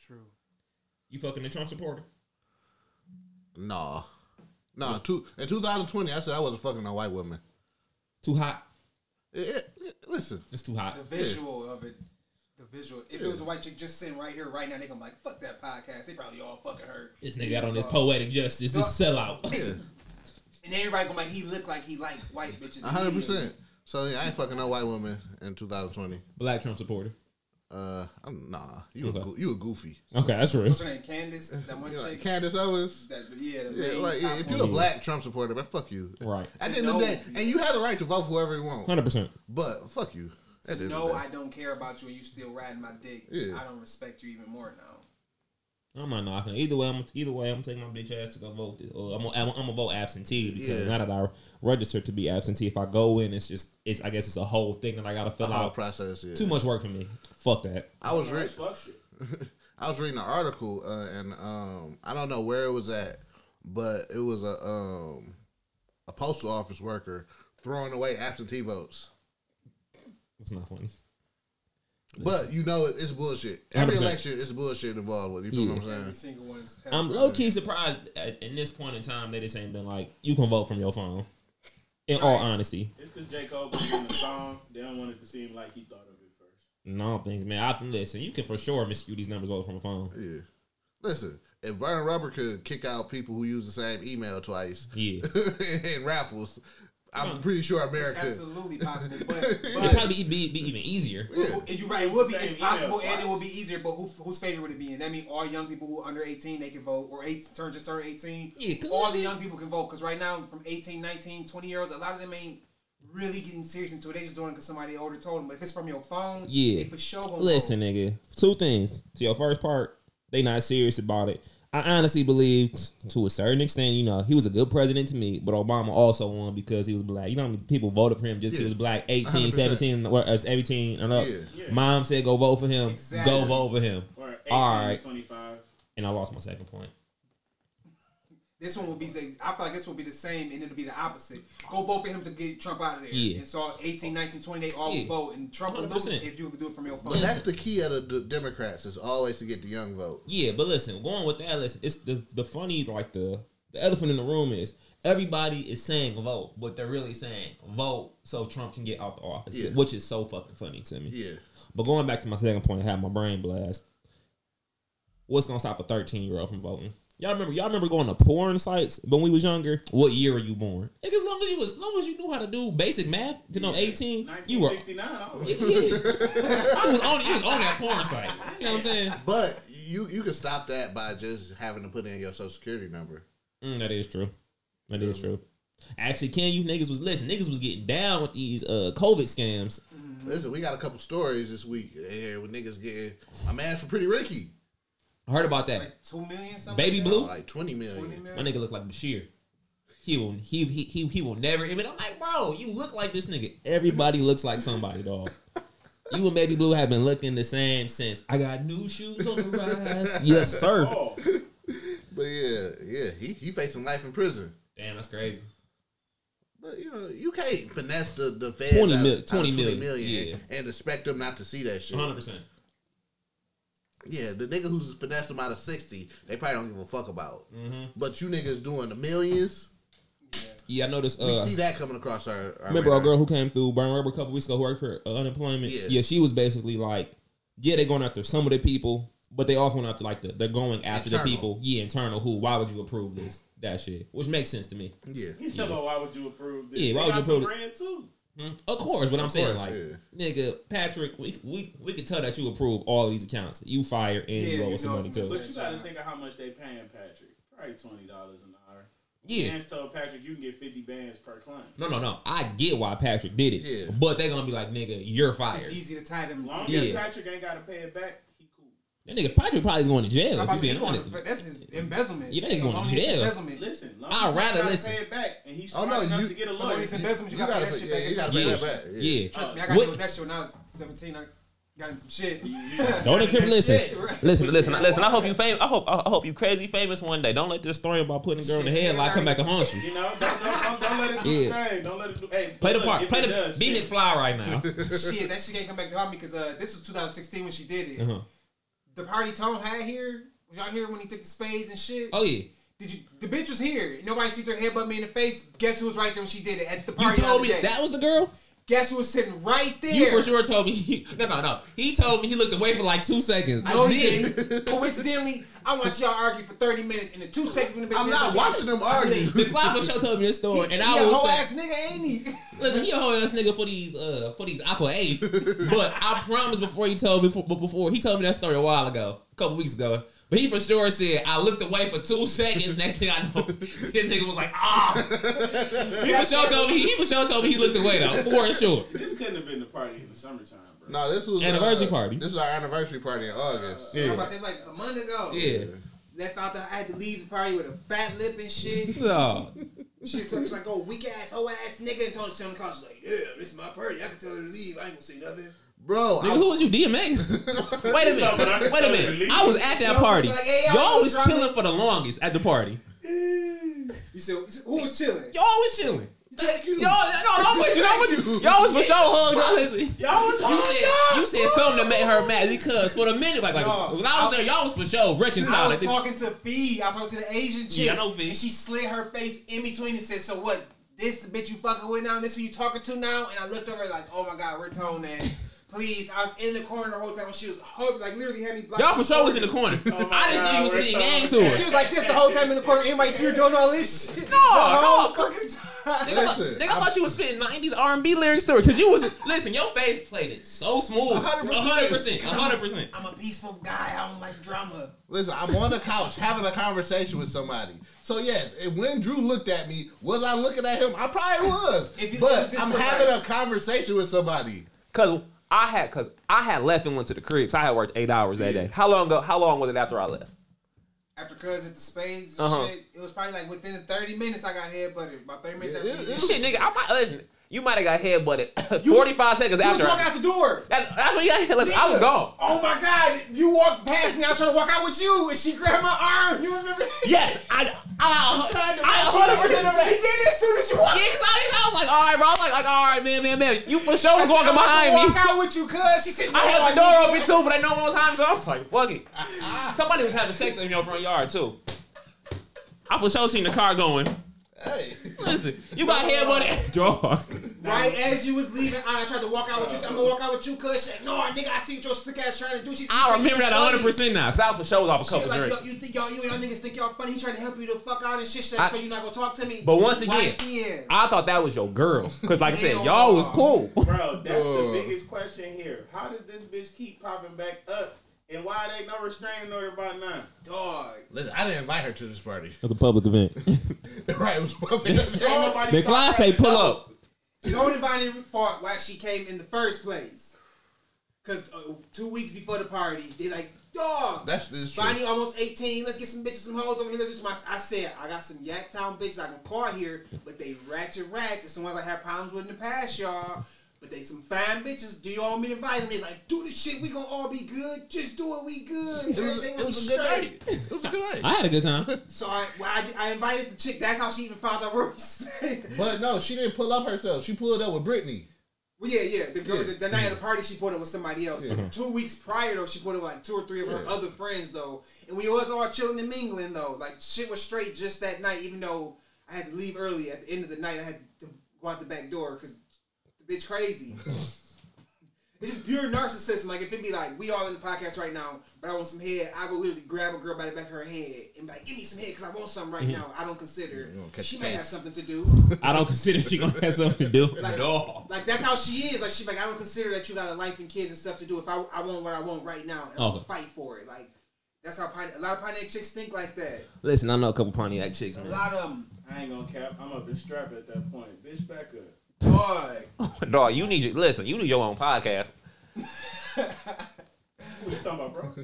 True. You fucking a Trump supporter? Nah. Nah. Two, in 2020, I said I wasn't fucking no white woman. Too hot. Yeah, yeah, listen. It's too hot. The visual of it. The visual. If it was a white chick just sitting right here, right now, they gonna be like, fuck that podcast. They probably all fucking her. This nigga got on this poetic justice, this sellout. Yeah. And everybody gonna be like, he look like he like white bitches. 100%. So yeah, I ain't fucking no white woman in 2020. Black Trump supporter. Uh, I'm, nah, you Okay. a goo- you a goofy. Okay, that's real. What's her name? Candace? That one You're like chick? Candace Owens. that, yeah, the Yeah, main like top if one. you're a black Trump supporter, but fuck you. Right. At the end of the day, and you have the right to vote for whoever you want, Hundred percent. but fuck you. At the end of No, the I day. don't care about you and you still riding my dick. Yeah. I don't respect you even more now. I'm not knocking. it. Either way, I'm either way, I'm taking my bitch ass to go vote, or I'm gonna, I'm gonna vote absentee because Yeah. now that I registered to be absentee, if I go in, it's just it's I guess it's a whole thing that I gotta fill The whole out. process. Yeah. Too much work for me. Fuck that. I was re- Fuck shit. I was reading an article, uh, and um, I don't know where it was at, but it was a um, a postal office worker throwing away absentee votes. It's not funny. But you know it, it's bullshit. Every 100%. election is bullshit involved with. it, You feel what I'm Every saying? single one is I'm low key surprised at, in this point in time that it's ain't been like you can vote from your phone. In all honesty, It's because J. Cole was in the song. They don't want it to seem like he thought of it first. no things, man. I can listen. You can for sure miscue these numbers vote from a phone. Yeah. Listen, if Burn Rubber could kick out people who use the same email twice Yeah. in raffles, I'm pretty sure It's America. absolutely possible, but, It'd but probably be, be even easier. Yeah. and you're right. It would be Same it's email possible, and it twice. would be easier. But who, whose favor would it be? And that means all young people who are under 18 they can vote, or eight turn just turn 18. Yeah, 'cause all the nigga- young people can vote because right now from 18, 19, 20 year olds, a lot of them ain't really getting serious until they just doing because somebody older told them. But if it's from your phone, Yeah. they for sure gonna Listen, vote. nigga. Two things. To your first part, they not serious about it. I honestly believe, to a certain extent, you know, he was a good president to me, but Obama also won because he was black. You know how many people voted for him just 'cause Yeah. he was black, 18, 100%. 17, or, uh, 18 and up. Yeah. Mom said go vote for him. Exactly. Go vote for him. Or 18 All right. 25. And I lost my second point. This one will be. the- I feel like this will be the same, and it'll be the opposite. Go vote for him to get Trump out of there. Yeah. And so 18, 19, 20, they all Yeah. vote, and Trump will lose 100%. if you could do it from your phone. But that's the key of the d- Democrats is always to get the young vote. Yeah, but listen, going with that, listen, it's the the funny like the the elephant in the room is everybody is saying vote, but they're really saying vote so Trump can get out the office, Yeah. which is so fucking funny to me. Yeah. But going back to my second point, I had my brain blast. What's gonna stop a thirteen year old from voting? Y'all remember? Y'all remember going to porn sites when we was younger? What year are you born? Like, as long as you, as long as you knew how to do basic math, you know, eighteen, you were. 1969. I don't know. It was, on, it was on that porn site. You know what I'm saying? But you you can stop that by just having to put in your social security number. Mm, that is true. That is true. Actually, can you niggas was listen? Niggas was getting down with these uh COVID scams. Listen, we got a couple stories this week here with niggas getting a man for Pretty Ricky, I heard about that. like two million something. Baby like that? Blue, like twenty million. Twenty million? my nigga look like Bashir. He will he he he, he will never. I mean, I'm like, bro, you look like this nigga. Everybody looks like somebody, dog. You and Baby Blue have been looking the same since. I got new shoes on the rise. yes, sir. Oh, But yeah, yeah, he he facing life in prison. Damn, that's crazy. But you know, you can't finesse the the feds 20 out- mil- out of 20 million, and, and expect them not to see that shit. 100. percent Yeah, the nigga who's finessed them out of sixty, they probably don't give a fuck about. But you niggas doing the millions, Yeah, I noticed. we Uh, see that coming across our. our Remember our radar. girl who came through Burn Rubber a couple weeks ago who worked for uh, unemployment? Yeah. Yeah. she was basically like, yeah, they're going after some of the people, but they also went after like the they're going after the Internal. people. Yeah, internal. Who? Why would you approve this? That shit, which makes sense to me. Yeah, you know why would you approve this? Yeah, why They would got you approve some bread too. Hmm? Of course, but I'm saying course, like, nigga, Patrick, we we we could tell that you approve all these accounts. You fire and Yeah, you you owe know us some money some too. But you got to think of how much they paying Patrick. Probably twenty dollars an hour. Yeah. Bands told Patrick you can get fifty bands per claim. No, no, no. I get why Patrick did it, Yeah. but they're gonna be like, nigga, you're fired. It's easy to tie them. Long together. as Yeah. Patrick ain't got to pay it back, he cool. That nigga Patrick probably is going to jail. I'm If about he's to say, being he going honest. to- that's his embezzlement. Yeah, that nigga going to Long as it's jail. Embezzlement. Listen, long I'd as he rather gotta listen. Pay it back, and he's Oh, smart no, enough you- to get a Long as lawyer. it's embezzlement, you, You got to gotta pay put- that shit yeah, back. you It's gotta not- pay yeah. that back, yeah. yeah. Trust me, I got What- deal with that shit when I was 17. I got in some shit. Don't encrypt. Listen, Shit, right. listen, listen, listen. I hope you fam- I hope I hope you crazy famous one day. Don't let this story about putting a girl in the Shit, headlock come back to haunt you. You know, don't, don't, don't, don't let it do Yeah. the thing. Don't let it do. Hey, Play the look, part. if Play it the does, be shit, McFly right now. shit, that shit can't come back to haunt me because uh, this was 2016 when she did it. Uh-huh. The party Tone had here, was y'all here when he took the spades and shit? Oh yeah. Did you? The bitch was here. Nobody sees her headbutt me in the face. Guess who was right there when she did it at the You party? told me the other day? that was the girl. Guess who was sitting right there? You for sure told me. No, no, no. He told me he looked away for like two seconds. No, he didn't. Coincidentally, I watched y'all argue for 30 minutes, and the two seconds when the bitch I'm not headbutt you- watching them argue. McFly for sure told me this story, and I he a was whole like, ass nigga, ain't he? Listen, he a whole ass nigga for these uh for these aqua eights. but I promise before he told me before, before he told me that story a while ago, a couple weeks ago. But he for sure said I looked away for two seconds. Next thing I know, this nigga was like, ah. he for sure told me he for sure told me he looked away though for sure. This couldn't have been the party in the summertime, bro. No, this was Anniversary uh, party. This is our anniversary party in August. I'm about to say, it's like a month ago. Yeah. Left out the, I had to leave the party with a fat lip and shit. No. She took she's like, oh, weak ass, hoe ass nigga, and told us to come She's like, yeah, this is my party. I can tell her to leave. I ain't gonna say nothing. Bro, Nigga, I- who was you, DMX? Wait a minute. Wait a minute. I was at that Y'all party. was like, hey, y'all Y'all was was drunk. chilling for the longest at the party. You said, you said, who was chilling? Y'all was chilling. Thank you. Y'all, no, no, I'm with you. I'm with you. Y'all was for sure hugged. Y'all, listen. Y'all was You said, you said something that made her mad because for the minute, like, like No. when I was there, y'all was for sure I reconciled. was at this- talking to Fee. I was talking to the Asian chick. Yeah, I know Fee. And she slid her face in between and said, "So what? This the bitch you fucking with now? This who you talking to now?" And I looked over like, "Oh my god, we're tone that." Please, I was in the corner the whole time. She was hovering, like literally had me blocked. y'all for sure was in the corner. I just knew you was we're being so- gang to She her. was like this the whole time in the corner. Anybody see her doing all this shit? No, the no. whole fucking time. Nigga, I thought- Listen, nigga, I I'm- thought you was spitting '90s R&B lyrics to her because you was listen. Your face played it so smooth, 100%. 100 percent, 100 percent. I'm a peaceful guy. I don't like drama. listen, I'm on the couch having a conversation with somebody. So yes, and when Drew looked at me, was I looking at him? I probably was. If you- it was but this I'm way, having right? a conversation with somebody. Cause I had cause I had left and went to the cribs. I had worked eight hours that day. How long ago? How long was it after I left? After cuz at the spades and Uh-huh. shit, it was probably like within 30 minutes I got head buttered. About 30 minutes after It- you- it- Shit, nigga, I might listen. You might have got headbutted 45 seconds You was after. walking out the door. That's, that's what you got. Listen, I was Nigga, gone. Oh my god, you walked past me. I was trying to walk out with you, and she grabbed my arm. You remember? that? Yes, I, I, Trying to- I 100 percent remember She that. did it as soon as you walked. Yeah, 'cause I, I was like, all right, bro. I was like, like, all right, man, man, man. You for sure was walking behind me. walk out with you, cuz she said, I no, had the need door you. open too, but I know one time, so I was like, fuck it. Somebody was having sex in your front yard too. I for sure seen the car going. Hey, Listen, you got hair by the dog. Right as you was leaving, I tried to walk out with you. said, I'm gonna walk out with you, cuz she said, no, nigga, I see what your slick ass trying to do. She said, I "You remember think that you funny." 100 percent now, cause I was for sure was off a She couple like, drinks. yo, you think y'all, you and y'all niggas think y'all funny? He trying to help you the fuck out and shit. She like, I- so you not gonna talk to me? But once again, Right then. I thought that was your girl. Cause like I said, Hell y'all was no. cool. Bro, that's Bro. the biggest question here. How does this bitch keep popping back up? And why they no restraining order by nine? dog. listen, I didn't invite her to this party. It was a public event. right, it was one thing. Ain't nobody Big stop Fly Oh, say rapping. pull up. Don't invite her for why she came in the first place. Cause uh, two weeks before the party, they like, dog. That's this true. Bonnie almost 18. Let's get some bitches, some hoes over here. Let's do some. I said, I got some Yaktown bitches I can call here, but they ratchet rats. It's the ones I had problems with in the past, y'all. But they some fine bitches. Do y'all want me to invite them? They like, do this shit. We gonna all be good. Just do it. We good. It was, it was a good night. It was a good I night. had a good time. So I, well, I, I invited the chick. That's how she even found out where we stayed. But no, she didn't pull up herself. She pulled up with Brittany. Well, yeah, yeah. The girl, Yeah. Mm-hmm. The, the night of the party, she pulled up with somebody else. Yeah. Mm-hmm. Two weeks prior, though, she pulled up with like two or three of her Yeah. other friends, though. And we was all chilling and mingling, though. Like shit was straight just that night, even though I had to leave early. At the end of the night, I had to go out the back door because the bitch crazy. it's just pure narcissism. Like if it be like we all in the podcast right now, but I want some head, I go literally grab a girl by the back of her head and be like, "Give me some head because I want some Mm-hmm. right now." I don't consider. gonna catch She the might case. have something to do. I don't consider she gonna have something to do. Like, like that's how she is. Like she's like, I don't consider that you got a life and kids and stuff to do. If I, I want what I want right now, and I'm gonna Okay. fight for it. Like that's how Pine, a lot of Pontiac chicks think like that. Listen, I know a couple Pontiac chicks, A man. lot of them, I ain't gonna cap. I'm up in strap at that point. Bitch, back up. boy. Dog, you need your listen, you need your own podcast. What you talking about, bro?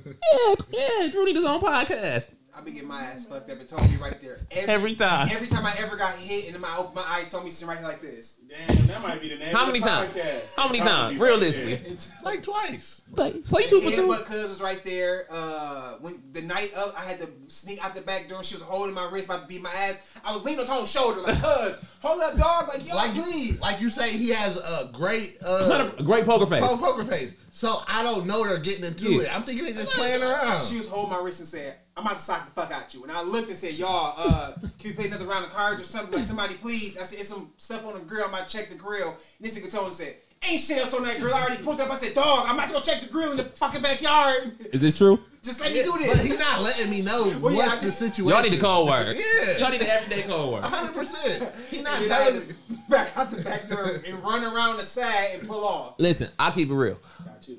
Yeah, yeah, Drew need his own podcast I be getting my ass fucked up and told me right there every, every time. every time I ever got hit, and then my open my eyes told me something right here like this. Damn, that might be the name How of many the times? podcast. How many Comedy times? right Realistically. there. It's Like twice. Like, so you two for And two. but cuz was right there. Uh, when the night of, I had to sneak out the back door. and She was holding my wrist, about to beat my ass. I was leaning on Tony's shoulder, like, "Cuz, hold up, dog, like, yo, Like please." Like you say, he has a great uh, Got a Great poker face. po- poker face. So I don't know they're getting into Yeah. it. I'm thinking they just playing around. She was holding my wrist and said, I'm about to sock the fuck out you. And I looked and said, Y'all, uh, can we play another round of cards or something? Like, somebody, please. I said, It's some stuff on the grill. I'm about to check the grill. And this nigga told me, said, Ain't shit else on that grill. I already pulled up. I said, dog, I'm about to go check the grill in the fucking backyard. Is this true? Just let me do But this. he's not letting me know Well, yeah, what's I the did- situation. Y'all need a code word. Yeah. Y'all need an everyday code word. Hundred percent. He's not And I had telling me. to back out the back door and run around the side and pull off. Listen, I keep it real.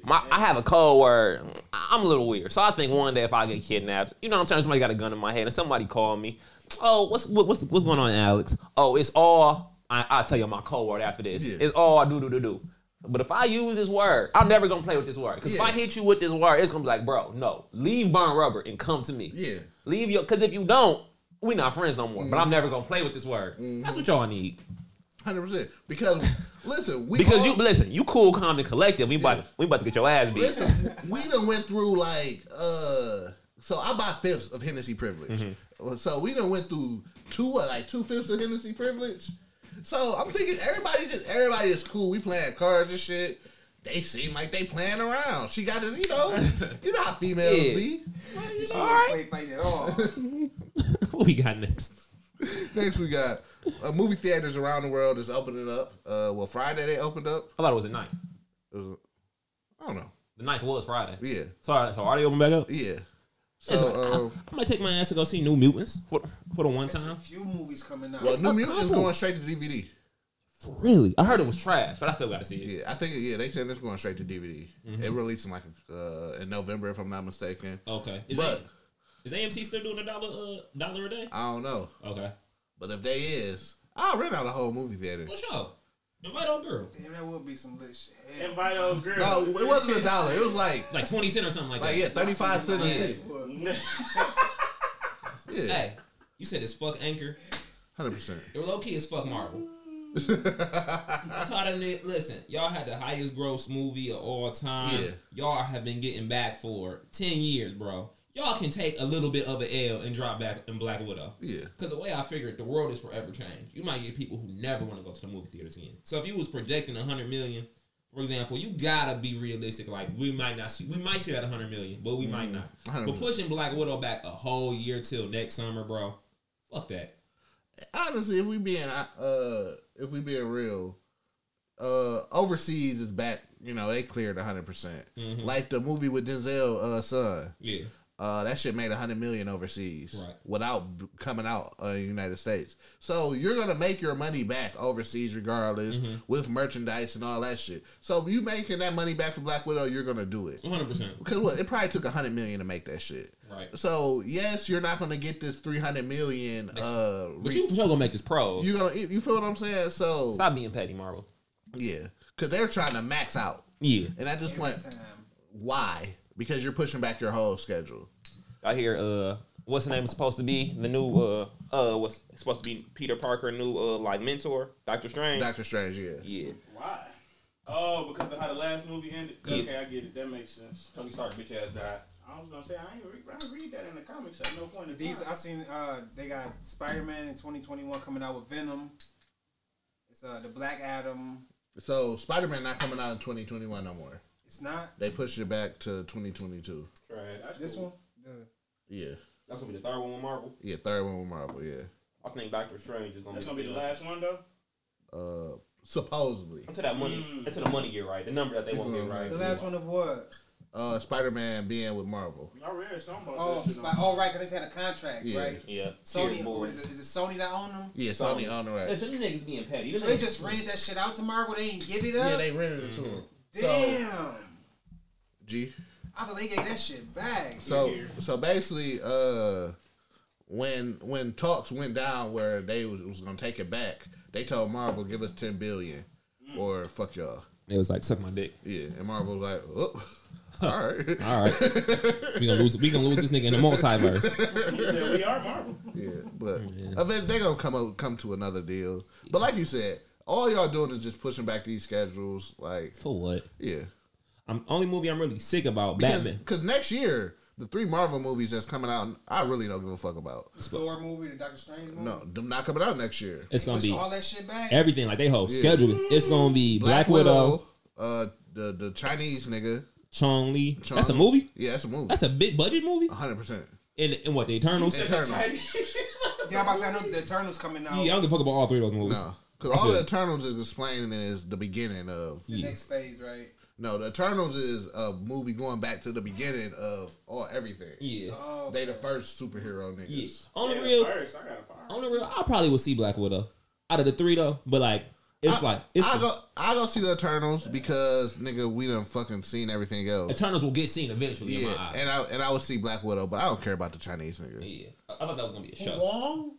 My, I have a code word. I- I'm a little weird, so I think one day if I get kidnapped, you know, what I'm telling you, somebody got a gun in my head and somebody called me. Oh, what's what, what's what's going on, Alex? Oh, it's all. I, I'll tell you my code word after this. Yeah. It's all do do do do. But if I use this word, I'm never gonna play with this word. Cause if I Yeah. hit you with this word, it's gonna be like, bro, no, leave burn rubber and come to me. Yeah. Mm-hmm. Leave your, cause if you don't, we not friends no more. But I'm never gonna play with this word. That's what y'all need. Hundred percent. Because listen, we Because all- you listen, you cool, calm, and collected. We about we about to get your ass beat. Listen, we done went through like uh so I bought fifths of Hennessy privilege. Mm-hmm. So we done went through two what, like two fifths of Hennessy privilege. So I'm thinking everybody just everybody is cool. We playing cards and shit. They seem like they playing around. She got it, you know. You know how females Yeah. be. She didn't play fight at all. what we got next? Next we got uh, movie theaters around the world is opening up. Uh, well, Friday they opened up. I thought it was the ninth. It was, I don't know. The ninth was Friday. Yeah, Sorry, so are they open back up? yeah. Listen, So, um, I, I might take my ass to go see New Mutants for for the one There's a time. few movies coming out. well, New a Mutants is couple. going straight to DVD. Really? I heard it was trash, but I still gotta see it. Yeah, I think yeah they said it's going straight to DVD. Mm-hmm. It released in like uh, in November if I'm not mistaken. Okay. Is, but A- is AMC still doing a dollar uh, dollar a day? I don't know. Okay. But if they is, I'll rent out a whole movie theater. What's up? Invite old girl. Damn, that would be some lit shit. Invite old girl. No, it wasn't a dollar. It was like It's like twenty cent or something like, like that. yeah, thirty five cents. a seat. Yeah, Hey, you said it's fuck anchor. hundred percent. It was low key as fuck Marvel. I taught them that. Listen, y'all had the highest gross movie of all time. Yeah. Y'all have been getting back for ten years, bro. Y'all can take a little bit of an L and drop back in Black Widow. Yeah. Because the way I figured, the world is forever changed. You might get people who never want to go to the movie theaters again. So if you was projecting hundred million, for example, you gotta be realistic. Like we might not see, we might see that hundred million, but we might not. 100 But pushing Black Widow back a whole year till next summer, bro. Fuck that. Honestly, if we being uh if we being real, uh overseas is back. You know they cleared hundred percent. Mm-hmm. Like the movie with Denzel uh son. Yeah. Uh, that shit made a hundred million overseas Right. without b- coming out of the United States. So you're gonna make your money back overseas regardless Mm-hmm. with merchandise and all that shit. So if you making that money back for Black Widow, you're gonna do it. One hundred percent. Cause what it probably took a hundred million to make that shit. Right. So yes, you're not gonna get this three hundred million. Uh, But re- you for sure gonna make this pro. you gonna you feel what I'm saying? So Stop being petty, Marvel. yeah, cause they're trying to max out, Yeah. and at this point, Damn. why? Because you're pushing back your whole schedule. I hear uh what's the name is supposed to be? The new uh uh what's supposed to be Peter Parker new uh like mentor, Doctor Strange. Doctor Strange, yeah. yeah. Why? Oh, because of how the last movie ended. Yeah. Okay, I get it. That makes sense. Tony Stark bitch ass died. I was gonna say I ain't read, I ain't read that in the comics at no point. In These time. I seen. Uh, they got Spider Man in 2021 coming out with Venom. It's uh the Black Adam. So Spider Man not coming out in 2021 no more. It's not They pushed it back to 2022. That's this cool. one. The- Yeah, That's gonna be the third one with Marvel. yeah. Third one with Marvel. Yeah. I think Doctor Strange is gonna That's be gonna be the last one though. Uh, supposedly, until that money until the money get right, the number that they won't get right. The last one of what? uh, Spider Man being with Marvel. I read something about Oh, that shit. Spi- oh right, because they had a contract, Yeah. right? Yeah. Sony, Tears, what boys. is, it, is it Sony that own them? Yeah, Sony on the rights. Listen, them niggas being petty. Them So they niggas- just rented that shit out to Marvel. They ain't give it Yeah, up. they rented it to him. So Damn. G. I thought they gave that shit back. So so basically, uh, when when talks went down where they was, was gonna take it back, they told Marvel give us 10 billion or fuck y'all. It was like suck my dick. Yeah, and Marvel was like, oh, all right. All right, we gonna lose. We gonna lose this nigga in the multiverse. You said we are Marvel. Yeah, but eventually they're gonna come up, come to another deal. But like you said, all y'all doing is just pushing back these schedules. Like, For what? yeah, I'm only movie I'm really sick about Batman. because next year the three Marvel movies that's coming out, I really don't give a fuck about. the Thor movie, the Doctor Strange movie. No, them not coming out next year. It's gonna Push be all that shit back. everything like they whole schedule. It's gonna be Black, Widow, uh, the the Chinese nigga. Chong Li. Chong- That's a movie. Yeah, that's a movie. That's a big budget movie. hundred percent. And and what the Eternals? Eternal. yeah, I'm about to say I know the Eternals coming out. Yeah, I don't give a fuck about all three of those movies. No. Because Uh, all the Eternals is explaining is the beginning of The next phase, right? no, the Eternals is a movie going back to the beginning of all everything. Yeah. Oh, They the first superhero niggas. Yeah. Only Yeah, real, First, I got a fire. only real. I probably would see Black Widow out of the three though, but like it's like it's I go, I go see the Eternals because nigga, we done fucking seen everything else. Eternals will get seen eventually. in my Yeah, eyes. and I and I would see Black Widow, but I don't care about the Chinese nigga. yeah. I I thought that was gonna be a show. Wong,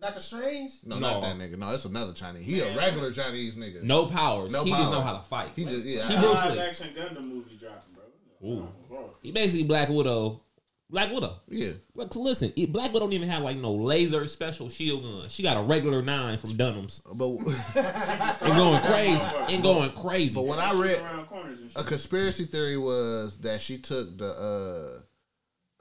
Doctor Strange. No, No. not that nigga. No, that's another Chinese. He a regular Chinese nigga. No powers. No he just power. know how to fight. he just yeah. He I- Bruce Live Lee. action Gundam movie dropping, bro. Oh, Ooh. He basically Black Widow. Black Widow. yeah. Look, Listen, it- Black Widow don't even have like no laser special shield gun. She got a regular nine from Dunham's But and going crazy and going crazy. but what I read, around corners and shit. a conspiracy theory was that she took the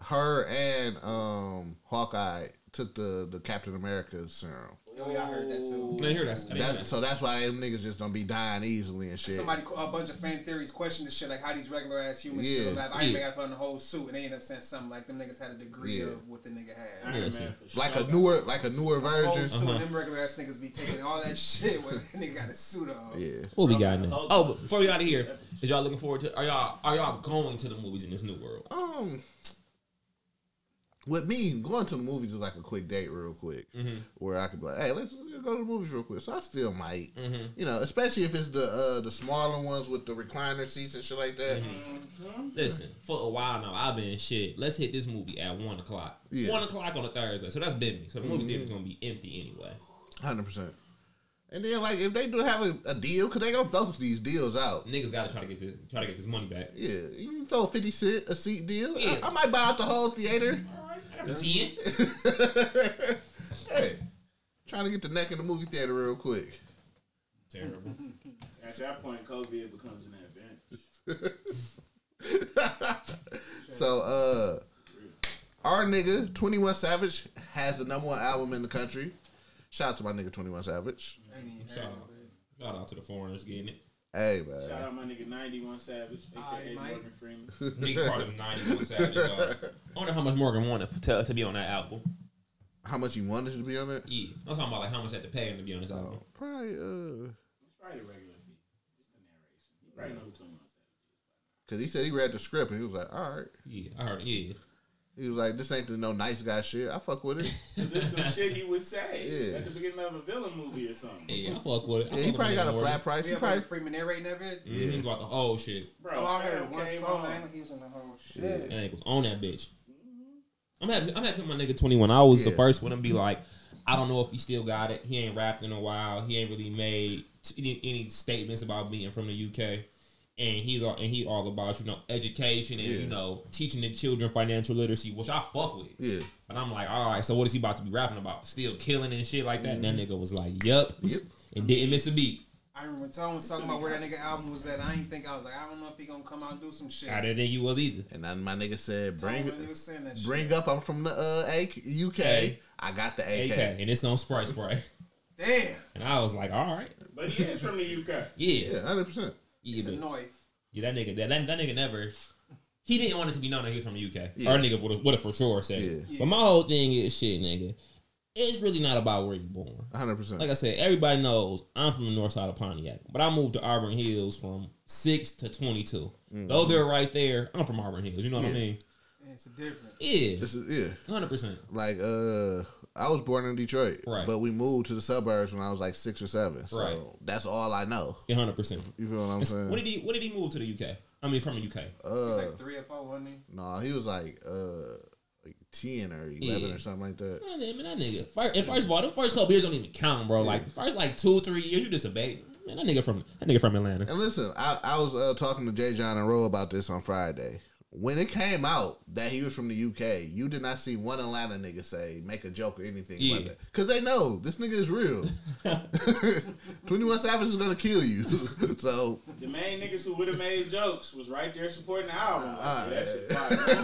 uh, her and um Hawkeye took the the Captain America serum. Oh, yeah, I heard that too. I hear that. I mean, That, so that's why them niggas just don't be dying easily and shit. Somebody, a bunch of fan theories questioned this shit, like how these regular ass humans Yeah. still alive. Iron Yeah. Man got to put on the whole suit, and they end up saying something like them niggas had a degree Yeah. of what the nigga had. Iron Man see. for Like sure. a newer, like a newer Whole version. suit, Uh-huh. them regular ass niggas be taking all that shit when that nigga got a suit on. Yeah. what we got now? Oh, but before we out of here, is y'all looking forward to? Are y'all are y'all going to the movies in this new world? Um, with me going to the movies is like a quick date, real quick, where I could be like, "Hey, let's, let's go to the movies real quick." So I still might, you know, especially if it's the uh, the smaller ones with the recliner seats and shit like that. Listen, for a while now, I've been shit. Let's hit this movie at one o'clock. Yeah. One o'clock on a Thursday, so that's been me. So the movie theater's gonna be empty anyway. Hundred percent. And then like if they do have a, a deal, cause they gonna throw these deals out. Niggas gotta try to get this try to get this money back. Yeah, you can throw a fifty cent a seat deal. I- Yeah. I, might buy out the whole theater. Ten. Hey, trying to get the neck in the movie theater real quick. Terrible. At that point, COVID becomes an advantage. So uh our nigga 21 Savage has the number one album in the country. Shout out to my nigga 21 Savage. Shout out. Shout out to the foreigners getting it. Hey Shout man. out my nigga 91 Savage, aka Aight, mate. Morgan Freeman. Niggas started in 91 Savage. dog. I wonder how much Morgan wanted to, to be on that album. How much you wanted to be on it? Yeah. I'm talking about like how much I had to pay him to be on this Oh. album. Probably uh Probably the regular fee. Just the narration. You probably know who 21 Savage cause he said he read the script and he was like, all right. Yeah, I heard it. Yeah. He was like, this ain't the no nice guy shit. I fuck with it. is. 'Cause There's some shit he would say Yeah. at the beginning of a villain movie or something. Yeah, I fuck with it. I Yeah, he fuck with probably that got a Morgan. flat price. We He have probably Morgan Freeman narrating of it. Mhm, he Got the whole shit. Bro, Oh, I Fab heard one came on. song. I ain't- he was in the whole shit. That nigga was on that bitch. I'm happy. I'm happy for my nigga 21. I was the Yeah. first one to be like, I don't know if he still got it. He ain't rapped in a while. He ain't really made t- any, any statements about being from the UK. And he's all and he all about you know education and you Yeah. know teaching the children financial literacy, which I fuck with. Yeah. And I'm like, all right, so what is he about to be rapping about? Still killing and shit like that. And that nigga was like, yup, Yep. and didn't miss a beat. I remember Tone was talking about where that nigga album was at. I ain't think I was like, I don't know if he gonna come out and do some shit. I didn't think he was either. And then my nigga said, Tone bring really was saying that shit. bring up I'm from the uh A- UK. Hey. I got the AK, AK. and it's gonna spray spray. Damn, And I was like, all right, But he is from the UK. yeah, Yeah, yeah, hundred percent. it's but- annoying. yeah, that nigga, that, that, that nigga never. He didn't want it to be known that he was from the UK. Our nigga would have would have for sure said. it. Yeah. But my whole thing is shit, nigga. It's really not about where you born. hundred percent. Like I said, everybody knows I'm from the north side of Pontiac, but I moved to Auburn Hills from six to twenty two. Though they're right there, I'm from Auburn Hills. You know what I Yeah. mean? Yeah, it's a different. Yeah, This is yeah. hundred percent. like uh I was born in Detroit, Right. But we moved to the suburbs when I was like six or seven, so Right. that's all I know. hundred percent. You feel what I'm saying? What did he? What did he move to the UK? I mean, from the UK. He's Uh. like three or four, wasn't he? no, he was like uh like ten or eleven Yeah. or something like that. Man, that- man, that nigga. First, and first of all, the first couple years don't even count, bro. Like first like two, three years, you just a baby. Man, that nigga from that nigga from Atlanta. And listen, I, I was uh, talking to Jay John and Roe about this on Friday. When it came out that he was from the UK, you did not see one Atlanta nigga say make a joke or anything Yeah. like that because they know this nigga is real. Twenty One Savage is gonna kill you, so The main niggas who would have made jokes was right there supporting the album. Like, Ah, Uh, that shit fire.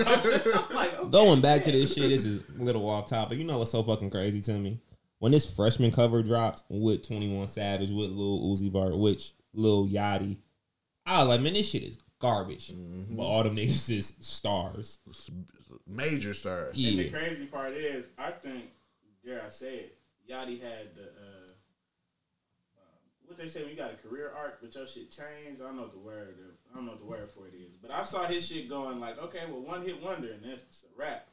I'm like, okay. Going back to this shit, this is a little off topic. You know what's so fucking crazy to me? When this freshman cover dropped with Twenty One Savage, with Lil Uzi Vert, which Lil Yachty, I was like, man, this shit is garbage. Mm-hmm. But all them niggas is stars. major stars. And Yeah, the crazy part is, I think, dare I say it, Yachty had the uh, what they say when you got a career arc, but your shit changed. I don't know what the word. I don't know what the word for it is, but I saw his shit going like, okay, well, one hit wonder, and that's a rap.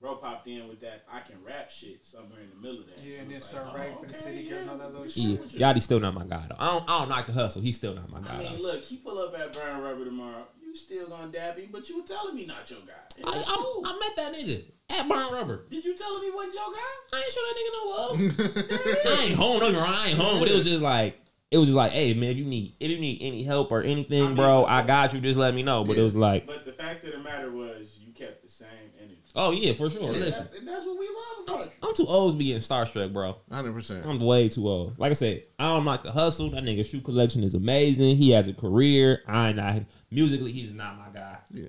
Bro popped in with that I can rap shit somewhere in the middle of that. Yeah, It and then was start like, writing oh, for the okay, city yeah. girls and all that little Yeah, shit. Yachty's still not my guy. Though. I don't, I don't knock the hustle. He's still not my I guy. mean, Though. look, he pull up at Brian Rubber tomorrow. You still gonna dab him, but you were telling me not your guy. And I, that's cool. I, I met that nigga at Burn Rubber. Did you tell him he wasn't your guy? I ain't sure that nigga no love. I ain't home. Don't get me wrong. I ain't home. But it was just like it was just like, hey man, if you need if you need any help or anything, bro, I got you. Just let me know. But it was like, But the fact of the matter was, you kept the same energy. oh yeah, for sure. And Listen, that's, and that's what we love I'm, about you. I'm too old to be getting starstruck, bro. Hundred percent. I'm way too old. Like I said, I don't like the hustle. That nigga shoe collection is amazing. He has a career. I ain't not musically. He's not my guy. Yeah.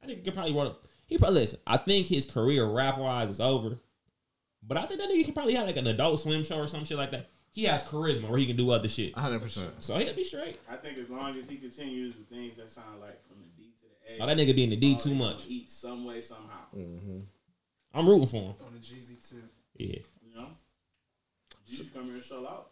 I think he could probably run up. He probably listen. I think his career rap wise is over, but I think that nigga can probably have like an Adult Swim show or some shit like that. He has charisma where he can do other shit, hundred percent. so he'll be straight. I think as long as he continues with things that sound like from the D to the Oh, A, that nigga be in the D always too gonna much. Mm. Eat some way somehow. I'm rooting for him. On the Jeezy too. Yeah. You know, you should come here and sell out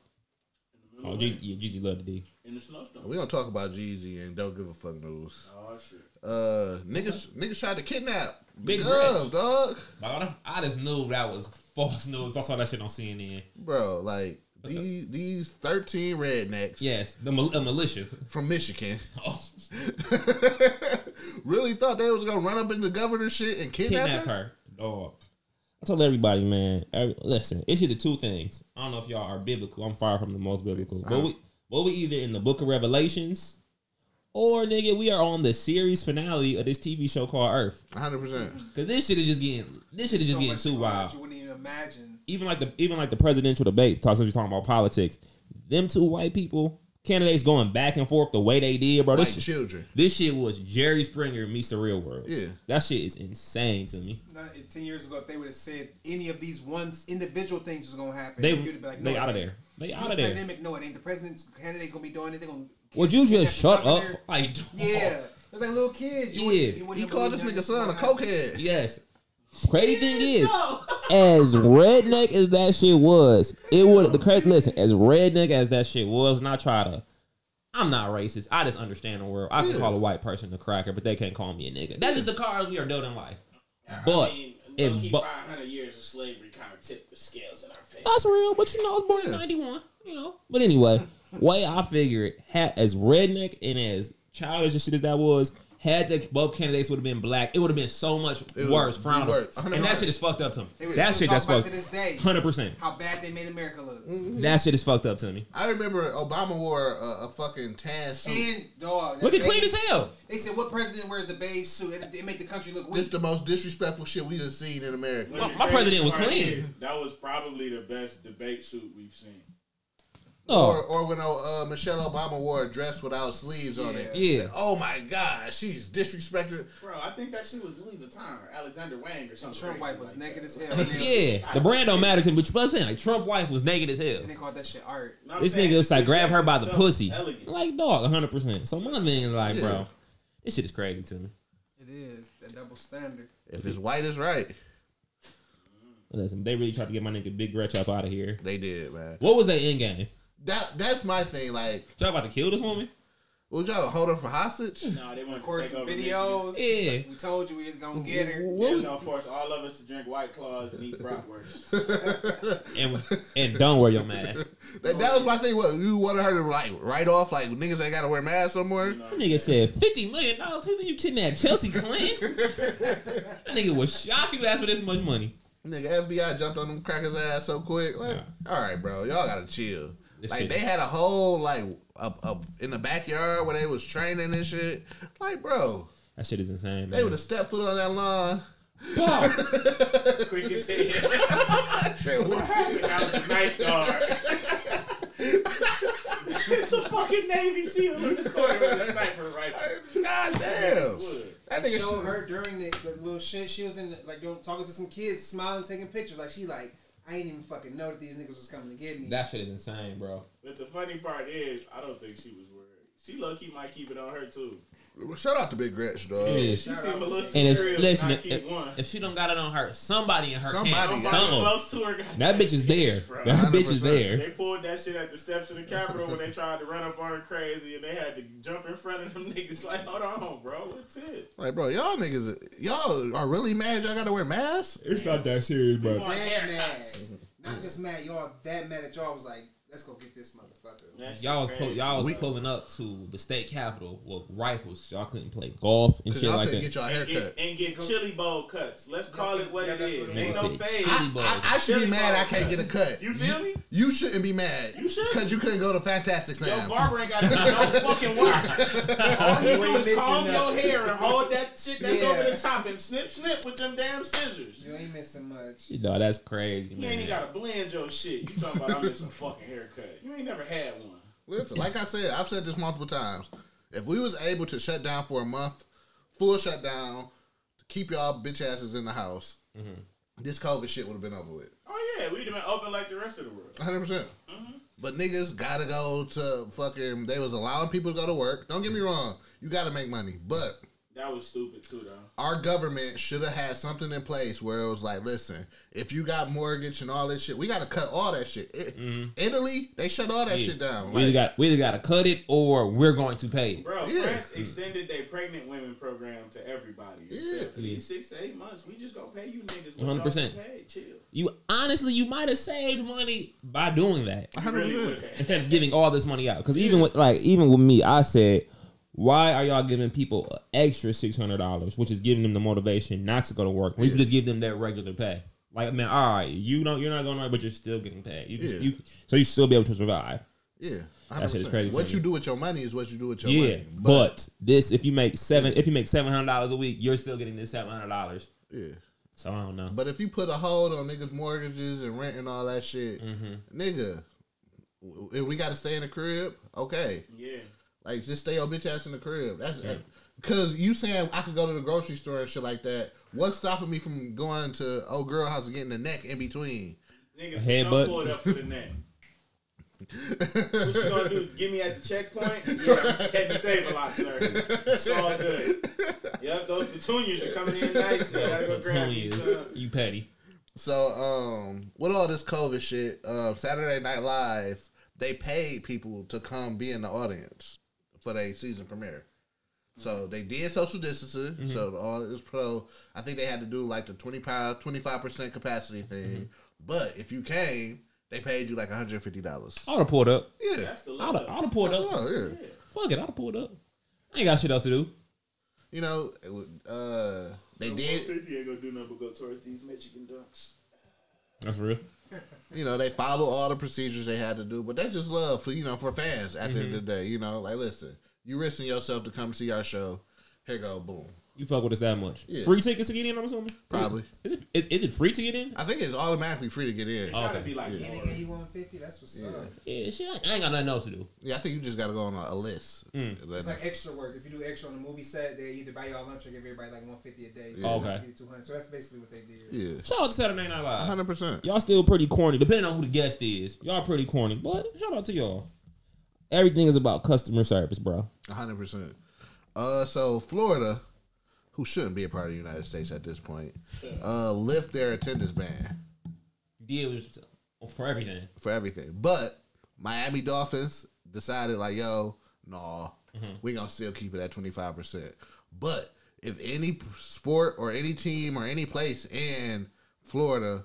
in the middle Oh, of the Jeezy, yeah, Jeezy love the D. in the snowstorm. We gonna talk about Jeezy and don't give a fuck news. Oh shit! Uh, niggas, niggas tried to kidnap Big Big Gov, dog. Dog, I- I just knew that was false news. I saw that shit on CNN. Bro, like these these thirteen rednecks, Yes, the mal- a militia. from Michigan, Oh, really thought they was gonna run up in the governor's shit and kidnap, kidnap her. her. Dog. I told everybody, man. every- listen, it's either two things. I don't know if y'all are biblical. I'm far from the most biblical, but we, but we either in the Book of Revelations, or nigga, we are on the series finale of this TV show called Earth. Hundred percent. Cause this shit is just getting, this shit is just So getting much too going on that wild. You wouldn't even imagine. even like the even like the presidential debate talks. You're talking about politics. Them two white people candidates going back and forth the way they did, bro. Like This shit, children. this shit was Jerry Springer meets the real world. Yeah. that shit is insane to me. not- Ten years ago, if they would have said any of these ones individual things was gonna happen, They you'd have been like, no, they it out of ain't. there. They This out of there. Pandemic, no, it ain't. The president's candidate's gonna be doing it. They gonna. Would you just Yeah, shut up? here. Like, dog. Yeah, it's like little kids. You Yeah. wouldn't- you wouldn't He have called this believed nigga that son a was gonna happen. cokehead. Yes. Crazy thing is, as redneck as that shit was, it would the crazy. Listen, as redneck as that shit was, and I try to. I'm not racist. I just understand the world. I can Yeah. call a white person a cracker, but they can't call me a nigga. That's just the cards we are dealt in life. But I mean, if low-key, bu- 500 years of slavery kind of tipped the scales in our favor. that's real. But you know, I was born in '91. You know. But anyway, way I figure it, had, as redneck and as childish as shit as that was, had the both candidates would have been black, it would have been so much would worse. be Frowned worse. upon. and that shit is fucked up to me. They would That still shit that's talk about fucked. to this day. Hundred percent. How bad they made America look. Mm-hmm. That shit is fucked up to me. I remember Obama wore a, a fucking tan suit. And dog, Look at they- clean as hell. They said what president wears the beige suit? It, it make the country look This weak. the most disrespectful shit we done seen in America. When the my crazy president was part clean. is, that was probably the best debate suit we've seen. Or, Oh or when uh, Michelle Obama wore a dress without sleeves on it. yeah. Oh my God, she's disrespected. Bro, I think that shit was Louis Vuitton or Alexander Wang or something. Trump crazy white was like naked that. as hell. man. Yeah, the brand don't matter to me, but you know what I'm saying like Trump wife was naked as hell. And they called that shit art. You know what This I'm saying? nigga was like The grab dress her by the itself pussy, Elegant. like dog, hundred percent. So my thing is like, Yeah. bro, this shit is crazy to me. It is the double standard. If it's white, it's right. Listen, they really tried to get my nigga Big Gretch up out of here. They did, man. What was their end game? That that's my thing. Like, Y'all about to kill this woman? would y'all hold her for hostage? Nah, they Of want to course, take over Michigan. videos. Yeah. We told you we was gonna get her. They What was would- gonna force all of us to drink White Claws and eat bratwurst. And and don't wear your mask. that, that was my thing. What you wanted her to like right off? Like niggas ain't got to wear masks somewhere. That nigga said fifty million dollars. Who think you kidnapped Chelsea Clinton? that nigga was shocked you asked for this much money. Nigga, FBI jumped on them crackers ass so quick. Like, all right, bro, y'all gotta chill. This like shit- they had a whole like up up in the backyard where they was training and shit. Like, bro, That shit is insane, they would man. have stepped foot on that lawn. Pow! Quick as hell. What happened? I was the night guard. it's a fucking Navy SEAL in the corner with a sniper rifle. God damn. That They nigga showed her during the, the little shit. She was in like doing, talking to some kids, smiling, taking pictures. Like she like I ain't even fucking know that these niggas was coming to get me. that shit is insane, bro. But the funny part is, I don't think she was worried. She low key might keep it on her too. Well, Shout out to Big Gretch, dog. Yeah. She seemed a little too And if, curious listen, not if, keep one. if she don't got it on her, somebody in her Somebody. Somebody camp, something. close to her. got That bitch is there. bro. That bitch is 100%. there. They pulled that shit at the steps of the Capitol when they tried to run up on her crazy, and they had to jump in front of them niggas. Like, hold on, bro, what's it? Like, bro, y'all niggas, y'all are really mad y'all gotta wear masks? It's not that serious, Come on, That mad. haircuts. Not just mad, y'all that mad at y'all was like, let's go get this motherfucker. That shit Y'all was pull, crazy. y'all was We- pulling up to the state capitol with rifles. 'cause Y'all couldn't play golf and Because shit y'all like couldn't that. get y'all and, haircut. get, and get chili bowl cuts. Let's call it what Yeah, it that's is. what it Ain't is. no Said fade. chili I, I, I should be Chili mad I bowl can't cut. get a cut. You feel me? You shouldn't be mad. You should. Because you couldn't go to Fantastic Your Sam's. barber ain't got no fucking work. All he do You ain't is comb missing your nothing. hair and hold that shit that's Yeah. over the top and snip, snip with them damn scissors. You ain't missing much. You know that's crazy, You ain't man. even gotta blend your shit. You talking about I miss a fucking haircut. You ain't never had one. Listen, like I said, I've said this multiple times. If we was able to shut down for a month, full shutdown, to keep y'all bitch asses in the house, Mm-hmm. this COVID shit would have been over with. Oh yeah, we'd have been open like the rest of the world. 100%. percent Mm-hmm. But niggas gotta go to fucking, they was allowing people to go to work. Don't Mm-hmm. get me wrong, you gotta make money. But That was stupid too though. our government should have had something in place where it was like, listen, if you got mortgage and all that shit, we gotta cut all that shit. It, Italy, they shut all that shit down. Mm-hmm. We either Like, got we either got to cut it or we're going to pay it. Bro, Yeah. Mm. France extended their pregnant women program to everybody. Yeah. Except for these six to eight months, we just gonna pay you niggas what 100%. 100%. y'all pay. Chill. You honestly, you might have saved money by doing that You really would have. instead of giving all this money out. Because even with like even with me, I said, why are y'all giving people an extra six hundred dollars, which is giving them the motivation not to go to work? We could Yeah. just give them their regular pay. Like man, all right, you don't you're not going to work, but you're still getting paid. You just Yeah. you so you still be able to survive. yeah. That shit is 100%. crazy to What me. you do with your money is what you do with your yeah, money. but, this if you make seven if you make seven hundred dollars a week, you're still getting this seven hundred dollars. Yeah. So I don't know. But if you put a hold on niggas' mortgages and rent and all that shit, Mm-hmm. nigga, w- if we gotta stay in the crib, okay. Yeah. Like just stay your bitch ass in the crib. That's because you saying I could go to the grocery store and shit like that. What's stopping me from going to old girl house and getting the neck in between? Niggas headbutt. headbutt. pulled up to the neck. what you gonna do? Give me at the checkpoint? Yeah, I'm just heading to save a lot, sir. It's all good. Yep, those petunias are coming in nice. You gotta go grab these. Petunias, uh, you petty. So um, with all this COVID shit, uh, Saturday Night Live they paid people to come be in the audience for their season premiere. So they did social distancing. So all is pro. I think they had to do like the 25 percent capacity thing. But if you came, they paid you like one hundred fifty dollars. I would have pulled up. Yeah. That's the I would love. have, I would have pulled up. Oh yeah. Fuck it, I'd have pulled up. I ain't got shit else to do. You know, it would- uh, they did. 150 ain't gonna do nothing but go towards these Michigan dunks. That's real. You know, they follow all the procedures they had to do, but that's just love for you know for fans. At the end of the day, you know, like listen, you risking yourself to come see our show. Here go, boom. You fuck with us that much. Yeah. Free tickets to get in, I'm assuming? Probably. Is it, is, is it free to get in? I think it's automatically free to get in. Oh. Gotta Okay. be like Any Lauren. nigga you 150, that's what's up. Yeah, shit, I ain't got nothing else to do. Yeah, I think you just got to go on a, a list. It's like extra work. If you do extra on the movie set, they either buy y'all lunch or give everybody like 150 a day. Yeah. Okay. 150, 200. So that's basically what they did. yeah, Uh-huh. Shout out to Saturday Night Live. hundred percent. Y'all still pretty corny, depending on who the guest is. Y'all pretty corny, but shout out to y'all. Everything is about customer service, bro. hundred percent. Uh, so Florida, who shouldn't be a part of the United States at this point, uh, lift their attendance ban. Deals for everything. for everything. But Miami Dolphins decided like, yo, nah, we gonna still keep it at twenty five percent. But if any p- sport or any team or any place in Florida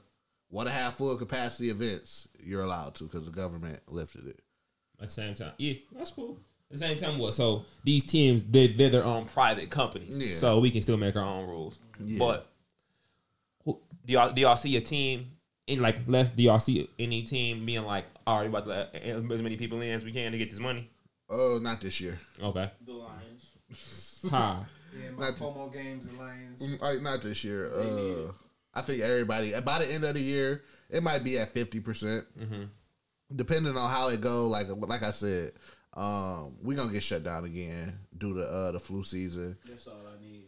want to have full capacity events, you're allowed to because the government lifted it. At the same time, yeah, that's cool. At the same time, what? So these teams, they're, they're their own private companies, Yeah. so we can still make our own rules. Yeah. But who, do y'all do y'all see a team in like left? Do y'all see any team being like, all right, we about to let as many people in as we can to get this money? Oh, not this year. Okay, the Lions. hi. Yeah, my Not- FOMO games, the Lions. Mm, Like not this year. Uh, I think everybody by the end of the year it might be at fifty percent, depending on how it go. Like like I said, um, we gonna get shut down again due to uh, the flu season. That's all I need.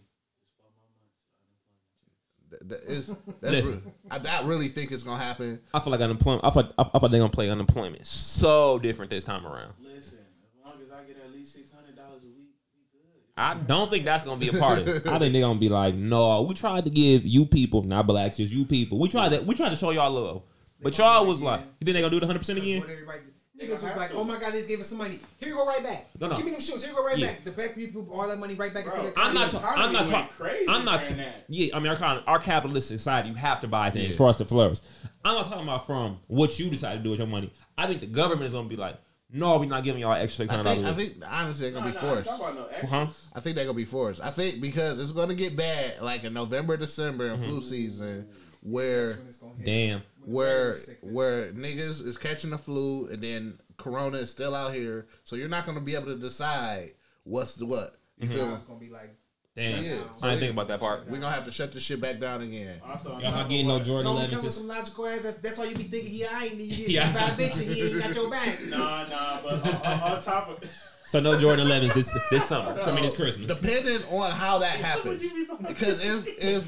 Th- th- it's- that's Listen. re- I, I really think it's gonna happen. I feel like unemployment. I feel like, I feel like they're gonna play unemployment so different this time around. Listen, as long as I get at least six hundred dollars a week, we good. If I don't think that's gonna be a part of it. I think they're gonna be like, no, we tried to give you people, not blacks, just you people. We tried to we tried to show y'all love. But y'all was like, you think they gonna do it 100 percent again? What everybody did. Niggas was like, oh my god, they just gave us some money. Here you go right back. No, no. Give me them shoes. Here you go right Yeah. back. The black people, all that money right back into Bro, the I'm not. economy. Ta- I'm not Economy went talking. crazy I'm not. during ta- that. yeah, I mean, our, kind our capitalist society, you have to buy things for us to flourish. I'm not talking about from what you decide to do with your money. I think the government is gonna be like, no, we're not giving y'all extra I kind think, I of. think honestly, they're No, gonna no, be I'm forced. talking about no extras. Huh? I think they're gonna be forced. I think because it's gonna get bad, like in November, December, and flu season, where When it's gonna hit. Damn. where sickness. where niggas is catching the flu, and then Corona is still out here. So you're not gonna be able to decide what's the what. You feel me? It's gonna be like Mm-hmm. Damn. Yeah. I didn't think about that part. We're gonna have to shut this shit back down again. Also, on Y'all top not of getting no what- Jordan Tony come Levins. with this- some logical ass. That's, that's why you be thinking he I ain't need Yeah. yeah. by a bitch and he ain't got your back. Nah, nah, but on, on- on top of So no Jordan Levins this this summer. I mean, it's Christmas. Depending on how that happens, because if if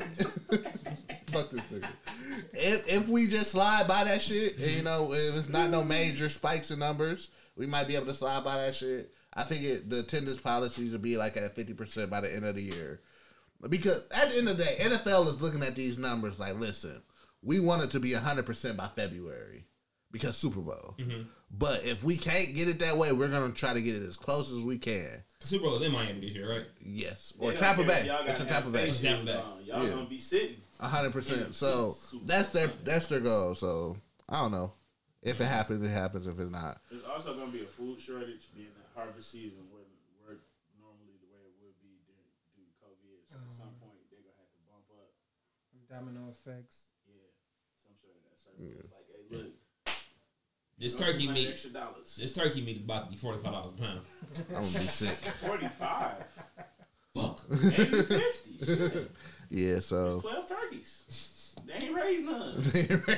fuck this nigga, if if we just slide by that shit, and, you know, if it's not no major spikes in numbers, we might be able to slide by that shit. I think it, the attendance policies will be like at fifty percent by the end of the year, because at the end of the day, NFL is looking at these numbers like, listen, we want it to be hundred percent by February because Super Bowl. But if we can't get it that way, we're gonna try to get it as close as we can. Super Bowl is in Miami this year, right? Yes, or They don't Tampa care if Bay. y'all got It's a Tampa Bay. half-face Tampa shoes Bay. on. Y'all Yeah. gonna be sitting. A hundred percent. So that's their that's their goal. So I don't know if it happens, it happens. If it's not, There's also gonna be a food shortage being that harvest season wouldn't work normally the way it would be during, during COVID. So at some point they're gonna have to bump up. Domino effects. Yeah, some sort of that. So it's like, hey, look, This don't turkey spend meat. extra dollars. This turkey meat is about to be forty five dollars a pound. I'm gonna be sick. Forty-five, Fuck. maybe fifty. Shit. Yeah. So Twelve turkeys. They ain't raised none.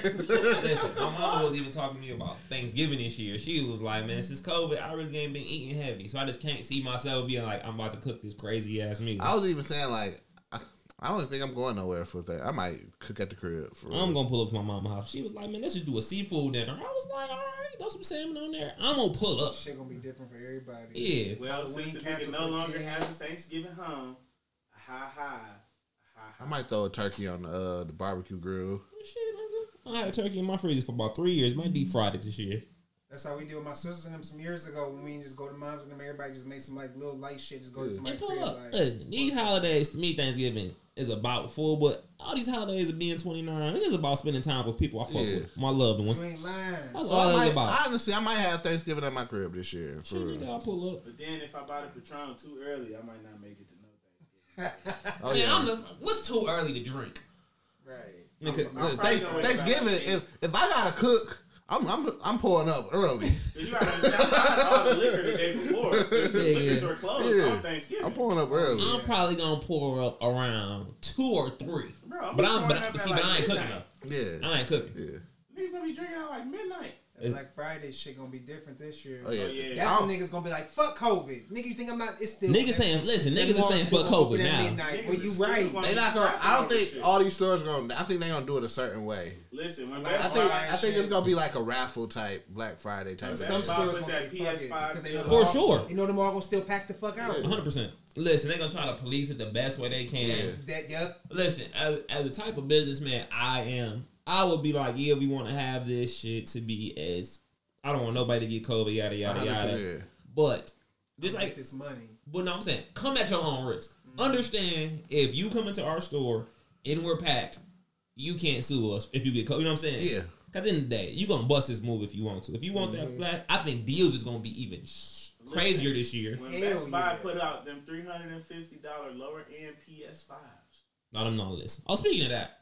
Listen, my mama was even talking to me about Thanksgiving this year. She was like, "Man, since COVID, I really ain't been eating heavy, so I just can't see myself being like, I'm about to cook this crazy ass meal. I was even saying like I, I don't think I'm going nowhere for that. I might cook at the crib for. I'm Um, real. gonna pull up to my mama's house. She was like, "Man, let's just do a seafood dinner." I was like, "All right, throw some salmon on there. I'm gonna pull up." Shit gonna be different for everybody. Yeah, Well, since Halloween the canceled nigga no for longer kids. has a Thanksgiving home, ha ha, ha I ha. might throw a turkey on uh, the barbecue grill. shit. nigga. I had a turkey in my freezer for about three years. My deep fried it this year. That's how we did with my sisters and them some years ago when we just go to moms and them everybody just made some like little light shit, just go to And somebody's pull crib, up. like, Listen, these holidays to me, Thanksgiving is about full, but all these holidays of being 29, it's just about spending time with people I fuck Yeah. with, my loved ones. you ain't lying. That's I all might- it's about. honestly, I might have Thanksgiving at my crib this year. For Shit, real. nigga, I pull up. But then if I buy the Patron too early, I might not make it to no Thanksgiving. Oh Man, I'm yeah. the, what's too early to drink? Right. Nigga, I'm thank- probably gonna wait Thanksgiving. about If if I gotta cook, I'm I'm I'm pulling up early. Cause you gotta understand, I bought all the liquor the day before. The Yeah. liquor store closed Yeah. on Thanksgiving. I'm pulling up early. I'm probably gonna pour up around two or three. Bro, I'm but pouring I'm up but at see, like but I ain't cooking midnight. though. Yeah. I ain't cooking. Yeah. Niggas gonna be drinking out like midnight. That It's- Black Friday shit gonna be different this year. Oh yeah. Oh, yeah. That's I when niggas gonna be like, fuck COVID. Nigga, you think I'm not? It's still Niggas saying, listen, niggas are saying fuck COVID now. Niggas Midnight. Well, is you still right. gonna They be not gonna. scrapping I all don't this think shit. all these stores gonna. I think they gonna do it a certain way. Listen, when I I Best think. Buy, I think it's gonna be like a raffle type, Black Friday type. Best Some Buy stores put gonna that say fuck it, PS5 because they know down. For tomorrow- sure. You know them all gonna still pack the fuck out. 100%. Listen, they gonna try to police it the best way they can. That yep. Listen, as, as the type of businessman I am, I would be like, yeah, we want to have this shit to be as. I don't want nobody to get COVID, yada, yada, yada. Yeah. But just Like like this money. But no, I'm saying come at your own risk. Understand if you come into our store and we're packed, you can't sue us if you get caught. You know what I'm saying? Yeah. Cause at the end of the day, you gonna bust this move if you want to. If you want that flat, I think deals is gonna be even sh- crazier this year. when Hell Best Buy yeah. put out them three hundred and fifty dollar lower end PS fives. Not I'm not list. Oh, speaking of that,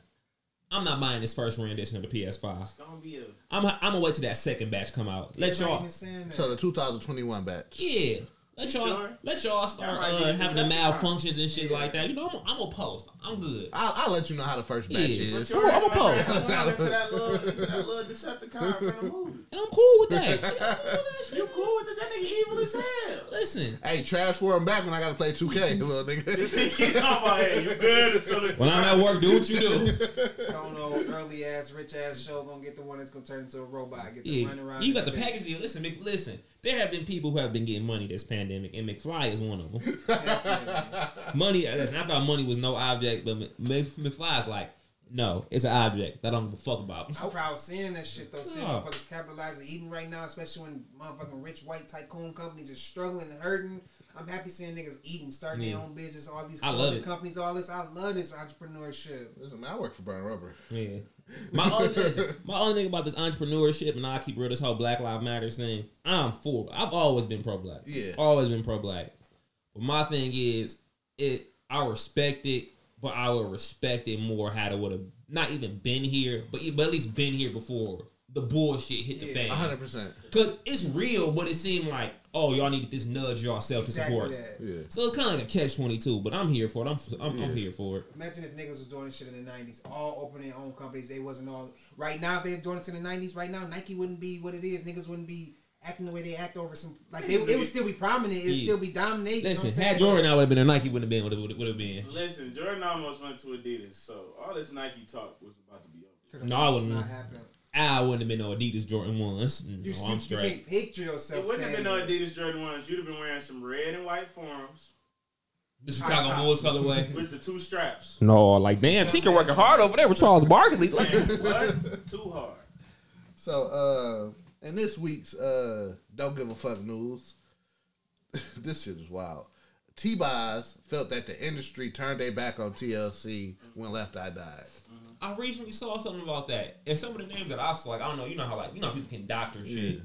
I'm not buying this first rendition of the PS5. It's gonna be a I'm I'm gonna wait till that second batch come out. Let Not y'all, even saying that. So the 2021 batch. yeah. Let You y'all, sure? let y'all start That might be uh, having the exactly right. malfunctions and shit like that. You know, I'm, I'm gonna post. I'm good. I'll, I'll let you know how the first batch Yeah. is. Come on, I'm a Y'all pose. ain't going into that little, into that little Decepticon from the movie. And I'm cool with that. Yeah, I'm cool with that shit. You cool with it? That nigga evil as hell. Listen, Hey, trash for him back when I gotta play 2K, little nigga. He's talking about, hey, you good until it's When I'm at work, do what you do. Tono, early ass, rich ass show gonna get the one that's gonna turn into a robot. Get the Yeah, running around. you got in the bed. package deal. Listen, Mick, listen. There have been people who have been getting money this pandemic, and McFly is one of them. money, listen, I thought money was no object, but Mc- Mc- McFly's like, no, it's an object that I don't give a fuck about. I'm proud of seeing that shit though. Seeing Yeah. motherfuckers capitalizing even right now, especially when motherfucking rich white tycoon companies are struggling and hurting. I'm happy seeing niggas eating, starting Yeah. their own business, all these I love clothing it. companies, all this. I love this entrepreneurship. Listen, man, I work for Burn Rubber. Yeah. My only listen, my only thing about this entrepreneurship and I keep real this whole Black Lives Matters thing. I'm for. it. I've always been pro black. Yeah. Always been pro black. But my thing is, it I respect it, but I would respect it more had it would have not even been here, but but at least been here before the bullshit hit the fan. Uh-huh. hundred percent. Cause it's real, but it seemed like oh y'all needed this nudge yourself Exactly to support. us. that. Yeah. So it's kind of like a catch twenty two, but I'm here for it. I'm I'm, I'm here for it. Imagine if niggas was doing this shit in the '90s, all opening their own companies. They wasn't all right now. If they was doing this in the '90s, right now Nike wouldn't be what it is. Niggas wouldn't be acting the way they act over some. Like they, it would still be prominent. It'd Yeah. still be dominated. Listen, had Jordan, I would have been there. Nike wouldn't have been. Would have been. Listen, Jordan almost went to Adidas, so all this Nike talk was about to be over. No, I wouldn't. Not happening. I wouldn't have been no Adidas Jordan ones. You, No, you- I'm you straight. can't picture yourself. It wouldn't have been no saying that. Adidas Jordan ones. You'd have been wearing some red and white forms The Chicago Bulls colorway. with the two straps. No, like damn, Tinker working hard over there with Charles Barkley. Like, Man, what? Too hard. So, uh, in this week's uh, don't give a fuck news, this shit is wild. T Boz felt that the industry turned their back on TLC when Left Eye died. I recently saw something about that, and some of the names that I saw, like I don't know, you know how like you know how people can doctor shit. Yeah.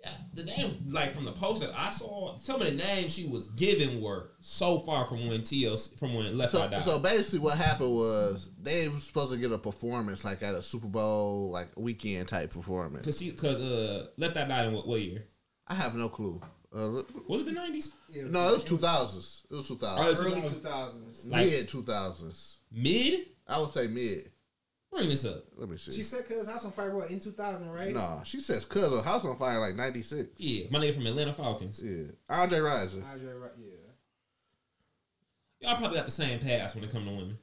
Yeah, the name like from the post that I saw, some of the names she was given were so far from when TLC from when Left Eye So, died. so basically, what happened was they were supposed to get a performance like at a Super Bowl like weekend type performance. Cause, he- cause uh, Left Eye died in what, what year? I have no clue. Uh, Was it the nineties? Yeah. no, it was two thousands. It was two Early thousands. two early thousand 2000s. like- Mid two thousands. mid. I would say mid. Bring this up. Let me She see. said "Cause House on Fire what, in 2000, right? No, she says "Cause of House on Fire" like ninety six. Yeah, my nigga from Atlanta Falcons. Yeah, Andre Riser. Andre, right, yeah. Y'all probably got the same pass when it comes to women.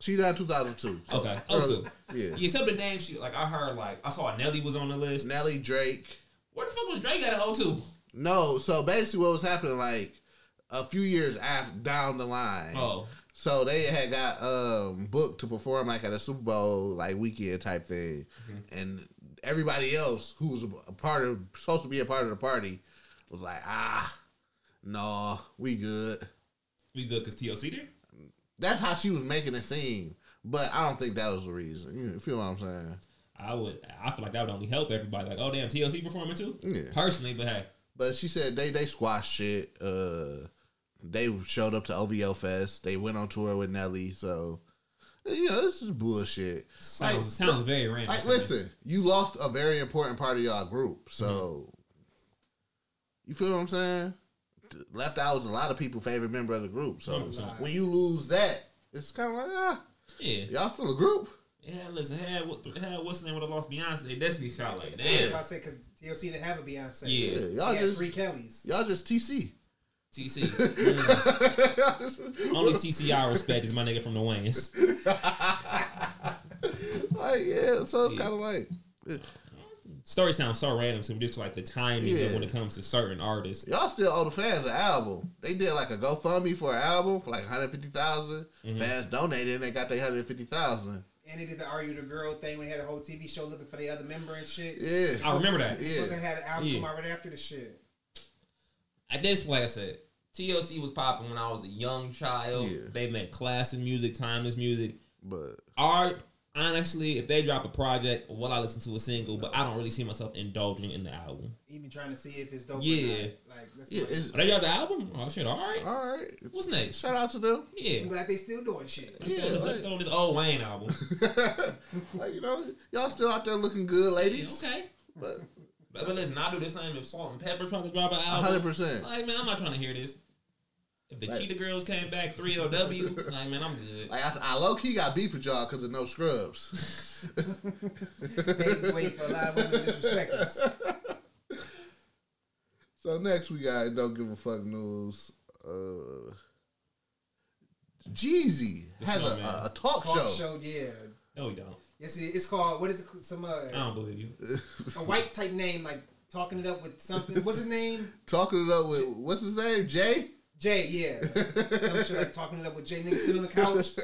She died in 2002. So uh, Okay, oh two. Yeah. Yeah, some of the names she like I heard like I saw Nelly was on the list. Nelly Drake. Where the fuck was Drake at in 02? No, so basically what was happening, like, a few years after, down the line. Oh. So they had got um, booked to perform, like, at a Super Bowl, like, weekend type thing. And everybody else who was a part of, supposed to be a part of the party, was like, ah, no, we good. We good cause TLC there? That's how she was making it seem. But I don't think that was the reason. You feel what I'm saying? I would I feel like that would only help everybody. Like, oh damn, TLC performing too? Yeah. Personally, but hey. But she said they they squashed shit. Uh, they showed up to OVO Fest. They went on tour with Nelly. So you know this is bullshit. Sounds sounds very random. Like, to me. listen, you lost a very important part of y'all group. So you feel what I'm saying? T- Left out was a lot of people' favorite member of the group. So 100%. when you lose that, it's kind of like ah, Yeah. y'all still a group. Yeah, listen, had what had what's the name would have lost Beyonce they Destiny shot like I was damn. about to say because TLC didn't have a Beyonce. Yeah. Yeah, She y'all She had just three Kellys. y'all just TC. TC. Mm. Only TC I respect is my nigga from the Wayans. Like yeah, so it's kind of like Story sounds so random to me, just like the timing of Yeah. when it comes to certain artists. Y'all still owe the fans an album. They did like a GoFundMe for an album for like 150000 Fans donated and they got their 150000 And they did the Are You the Girl thing when they had a whole TV show looking for the other member and shit. Yeah. I remember that. Yeah. Plus, they had an album come Yeah. out right after the shit. at this point, I said TLC was popping when I was a young child. Yeah. They made classic music, timeless music. But Art, honestly, if they drop a project, will I listen to a single? But I don't really see myself indulging in the album. Even trying to see if it's dope. Yeah. Or not. Like, let's yeah, yeah, it's But they dropped the album. Oh shit! All right, all right. what's next? Shout out to them. Yeah. I'm glad they still doing shit. Yeah, Let me like- throw this old Wayne album. Like, you know, y'all still out there looking good, Yeah, ladies. okay. But But, but listen, I do the same if Salt and Pepper trying to drop an album. 100%. Like, man, I'm not trying to hear this. If the Like- Cheetah Girls came back 3LW, like, man, I'm good. Like, I, I low key got beef with y'all because of no scrubs. They wait for a lot of women to disrespect us. So next we got don't give a fuck news. Uh, Jeezy The has a, Snowman. a, a talk, Talk show. show, yeah. No, we don't. Yes, it- it's called, what is it? Some, uh, I don't believe you. a white type name, like talking it up with something. What's his name? Talking it up with what's his name? Jay. Jay. Yeah, some shit like talking it up with Jay. Nigga sitting on the couch,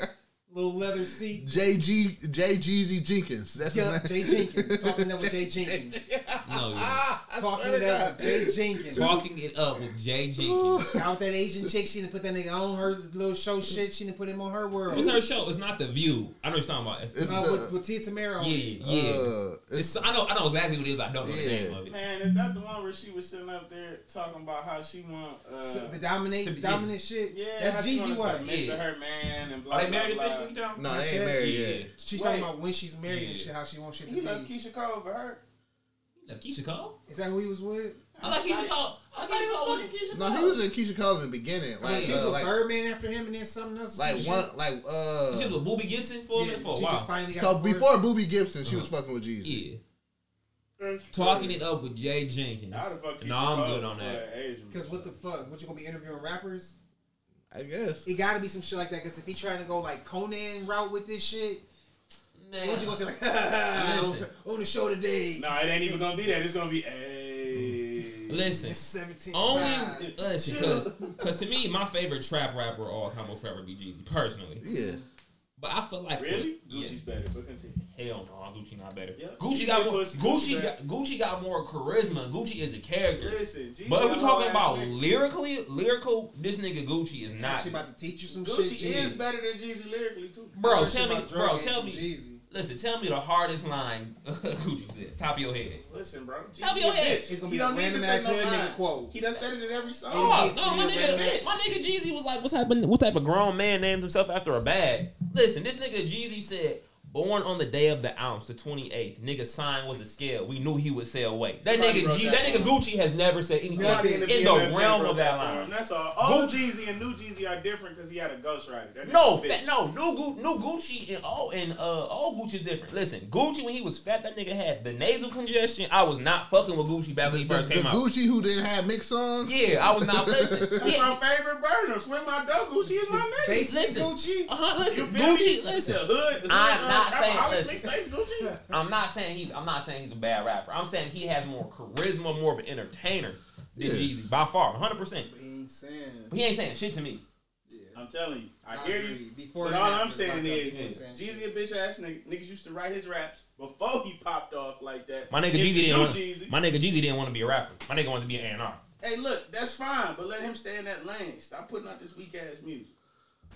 little leather seat. JG JGZ Jenkins. That's Yeah, his Jay name. Jenkins talking it up with Jay Jenkins. No, yeah. Talking it up with Jay Jenkins. Talking it up with Jay Jenkins. Out that Asian chick, she didn't put that nigga on her little show shit. She didn't put him on her world. What's her show? It's not The View. I know what you're talking about. It's Uh, the- with, with Tia Tamara. on yeah, it. yeah. Uh, it's, it's, I know I know exactly what it is, but I don't know the Yeah. name of it. Man, is that the one where she was sitting up there talking about how she want? Uh, S- the dominate, dominant shit. yeah, how that's she Jeezy wanna one. submit Yeah. to her man and blah. Are they married blah, officially? Blah. John? no, they ain't married Yeah. yet. She's Wait. talking about when she's married and Yeah. shit, how she wants shit to He left be. Keisha Cole for her. Like Keisha Cole? Is that who he was with? I like Keisha Cole. I I like thought he Keisha Cole. was fucking Keisha No, Cole. he was in Keisha Cole in the beginning. Like, Like, she was uh, with like, Birdman after him, and then something else. or like some one, shit. like uh. She was with Booby Gibson for a Yeah, minute for a she while. just finally got So divorced. before Booby Gibson, she was fucking with Jesus. Uh-huh. yeah. Talking it up with Jay Jenkins. I would've fucked No, Keisha I'm Cole good on for that. an Asian Because what bitch. the fuck? What you gonna be interviewing rappers? I guess. It gotta be some shit like that. Because if he trying to go like Conan route with this shit, Nah. then what you gonna say like on, Listen. on the show today? No, it ain't even gonna be that. It's gonna be a. Listen, It's 17. only listen, cause, 'cause to me, my favorite trap rapper of all time was rapper be Jeezy, personally. Yeah. But I feel like for- Really? yeah. Gucci's better. But continue. Hell no, Gucci not better. Yeah. Gucci Gucci got more. pussy, Gucci Gucci got, back. Gucci got more charisma. Gucci is a character. Listen, G but if we're got talking all about that shit. lyrically, lyrical, this nigga Gucci is not. She about to teach you some Gucci shit. is Jeezy. better than Jeezy lyrically too. Bro, She tell me, about bro, drugging tell me. Jeezy. Listen, tell me the hardest line Gucci said. Top of your head. Listen, bro. Top of Jeezy your a head. bitch. It's gonna He be a don't need to random say ass no hood lines. nigga quote. He done said it in every song. Oh, get- no, my you get nigga, mad. my nigga Jeezy was like, what's happening? What's type of grown man named himself after a bag? Listen, this nigga Jeezy said, born on the day of the ounce, the 28th. Nigga sign was a scale. We knew he would sail away. That Somebody nigga wrote G, that that nigga down. Gucci has never said anything Nobody in BMF the realm wrote of that for him. line. That's all. Old Gucci- Jeezy and New Jeezy are different because he had a ghostwriter. That No, nigga's a fat, bitch. no, new, Gu- new Gucci and all and uh all Gucci's different. Listen, Gucci when he was fat, that nigga had the nasal congestion. I was not fucking with Gucci back when he The, first came the out. Gucci who didn't have mix songs. Yeah, I was not listening. That's Yeah, my favorite burner. Swim my dog. Gucci is my nigga. Basic Listen. Gucci. uh-huh, You listen, feel me? Gucci, listen. The hood, the I'm hood, not uh, Trapaholics saying- mixtapes, Gucci. I'm not saying he's I'm not saying he's a bad rapper. I'm saying he has more charisma, more of an entertainer than Yeah. Jeezy by far, 100. percent He ain't saying. But he ain't saying shit to me. I'm telling you, I hear you. Before But and all after I'm is saying fucked up. is, That's what I'm saying. Jeezy a bitch ass nigga. Niggas used to write his raps before he popped off like that. My nigga It's Jeezy didn't new want Jeezy. my nigga Jeezy didn't want to be a rapper. My nigga wanted to be an A&R. Hey, look, that's fine, but let him stay in that lane. Stop putting out this weak ass music.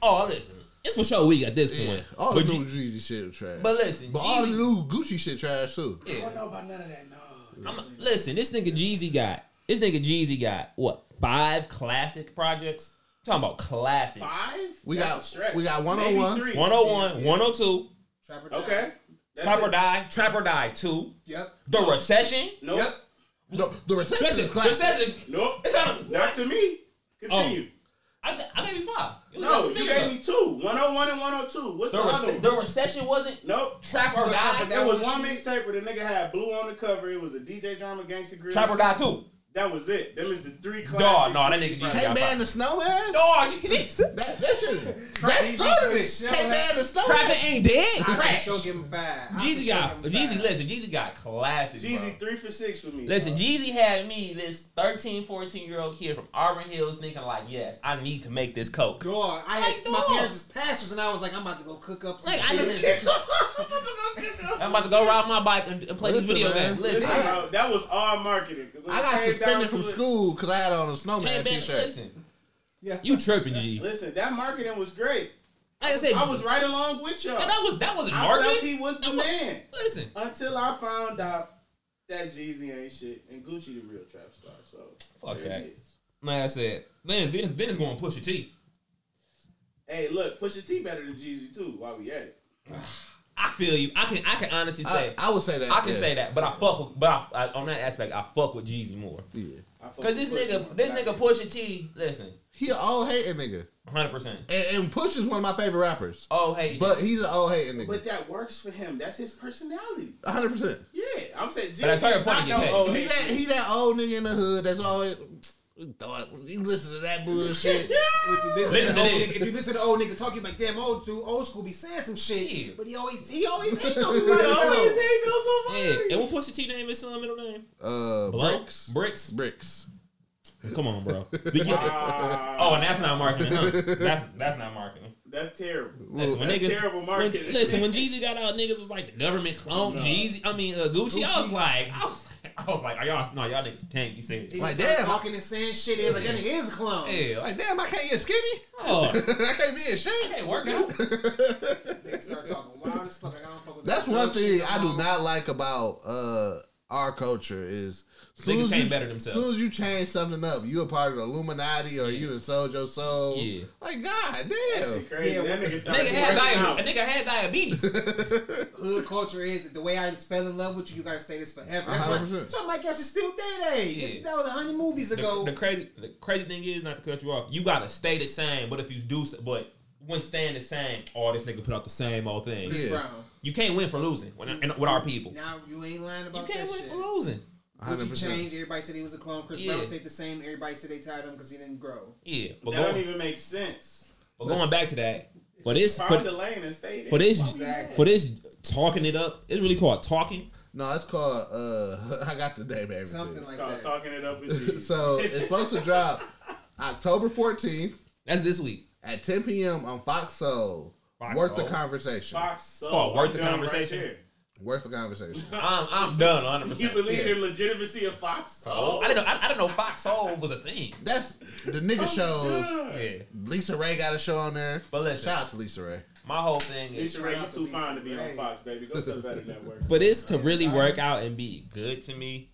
Oh, listen, it's for sure weak at this Yeah. point. All but, the new G- Jeezy shit was trash. but listen, But all the Jeezy- new Gucci shit trash too. Yeah. I don't know about none of that. No. I'm, listen, this nigga Jeezy got this nigga Jeezy got what five classic projects? talking about classic. Five? We That's got- a stretch. we got Maybe 101. three. 101, 102, Trapper Doc. Okay. That's Trap or it. Die, Trap or Die 2, Yep. The Recession. Nope. Yep. No, the recession is Recession, classic. Recession. Nope. It's not Oh. a- Not to me. Continue. I, th- I gave you five. It was No, just a you figure, gave me two. 101 and 102. What's though. the, the, other rece- one? the recession wasn't Nope. trap or No, Trap die. or Die. There was one one shit. mixtape where the nigga had blue on the cover. It was a DJ drama gangster grill. Trap or die too. That was it. Them is the three classics. Dog, no, that nigga Right. just Hey got man, five. the snowman. Dog, Jesus. That that shit. That started it. Hey man, the snowman. Trapper ain't dead. I can Trash. show give him five. I can Jeezy show got give him Jeezy. five. Listen, Jeezy got classics. bro. Jeezy three for six for me. Listen, dog. Jeezy had me, this 13, 14 year old kid from Auburn Hills, thinking like, yes, I need to make this coke. Dog, I had Like, my dog. parents as pastors, and I was like, I'm about to go cook up. Some Like, I shit. I'm about to go ride my bike and, and play Listen, this video man. game. Listen, Listen, bro, that was all marketing. 'cause when I it got came down suspended from to it- school because I had on a Hey, snowman man, t-shirt. listen. Yeah. You tripping, G. Like Listen, that marketing was great. I said, I was right along with y'all. and that was that wasn't I felt marketing. he was the That was- man Listen, until I found out that Jeezy ain't shit and Gucci the real trap star. So Fuck there that. it is. like I said, then then, then it's going to push your teeth. Hey, look, Pusha T better than Jeezy too. While we at it, I feel you. I can I can honestly I, say I, I would say that. can yeah. say that, but I fuck with, but I, I, on that aspect, I fuck with Jeezy more. Yeah. I fuck Cause this with Pusha nigga, more, this but I- nigga Pusha T, listen, He an old hating nigga, 100. percent and, and Push is one of my favorite rappers. Oh hey, But he's an old hating nigga. But that works for him. That's his personality. 100. percent Yeah, I'm saying. But I Jeezy saw your is point not again, no hey. old He head. that he that old nigga in the hood that's always. Thought, you listen to that bullshit. If you Listen to listen, to, old this. nigga, if you listen to old nigga talking like damn old dude, old school be saying some shit, Yeah. but he always he always hate on somebody. always though. hang on Yeah, somebody. and what Pusha T name his son middle name? uh, Blank? bricks. Bricks. Bricks. Come on, bro. We get- Ah, oh, and that's not marketing, huh? That's that's not marketing. That's terrible. Listen, when That's niggas, terrible when- marketing. listen, when Jeezy got out, niggas was like the government cloned Jeezy. I mean uh, Gucci. I was like, I was like, I was like, are y'all no, y'all niggas tank. You serious? He Like, just started damn. talking and saying shit. They like that nigga is a clown. Yeah, like, Like, damn, I can't get skinny. oh, I can't be in I shape. can't work out. They start talking wild as fuck. Like, I don't fuck with That's that one dumb thing shit, I do um, not like about uh our culture is soon Niggas as can't you- better themselves. Soon as you change something up, you a part of the Illuminati or you done sold your soul. Yeah. Like God That damn. shit crazy. Yeah, that when- nigga started Nigga had working diabetes. out. A nigga had diabetes. Hood culture is the way I fell in love with you. You gotta stay this forever. That's why 100%. John Mike Epps is still day day. This- Yeah. That was a hundred movies ago. The, the crazy, the crazy thing is not to cut you off. You gotta stay the same. But if you do, s- but when staying the same, all this nigga put out the same old thing. Chris Yeah. Brown. You can't win for losing when, and with our people. Now you ain't lying You about can't that win shit. for losing. Gucci changed. Everybody said he was a clone. Chris Yeah. Brown said the same. Everybody said they tied him because he didn't grow. Yeah, but That don't going, even make sense. but going back to that, for this, Find for, the lane and stay there. for this, Why we mad? for this talking it up, it's really called talking. No, it's called uh I got the name everything. Something like Start that. talking it up with you. so it's supposed to drop October 14th That's this week. at 10 p.m. on Fox Soul. Fox Worth Soul. the conversation. Fox, it's called Worth the Conversation. Worth the conversation. I'm, I'm done, hundred You percent. believe in legitimacy of Fox? Oh, I didn't know. I, I didn't know Fox Soul was a thing. That's the nigga shows. Oh, Yeah, Lisa Ray got a show on there. but listen, Shout out to Lisa Ray. my whole thing is Lisa Ray, you out to too Lisa fine to be on Ray. Fox, baby. Go to the better network. for this to really work out and be good to me,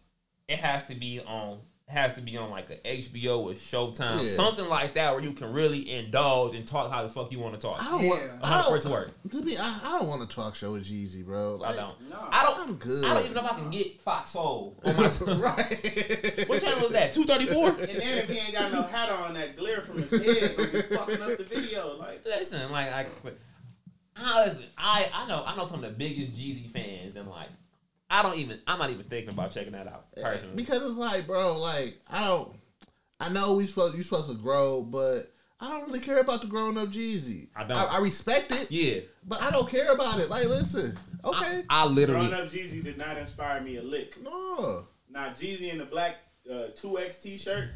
it has to be on it has to be on like a HBO or Showtime, Yeah. something like that, where you can really indulge and talk how the fuck you want to talk. I I Oh, don't want. Yeah. I don't, for it to don't. work. To be, I, I don't want to talk show with Jeezy, bro. I Like, don't. No. I don't. I'm good. I don't even know if I can get Fox Soul on my. right. what channel was that? Two thirty four. And then if he ain't got no hat on, that glare from his head gonna be fucking up the video. Like, Listen, like I, I listen. I I know I know some of the biggest Jeezy fans, and like I don't even I'm not even thinking about checking that out personally. Eh, Because it's like, bro, like I don't. I know we supposed you supposed to grow, but I don't really care about the grown up Jeezy. I don't. I, respect it, yeah, but I don't care about it. Like, listen, okay, I, I growing literally up Jeezy did not inspire me a lick. no, Now Jeezy in the black uh, two X T shirt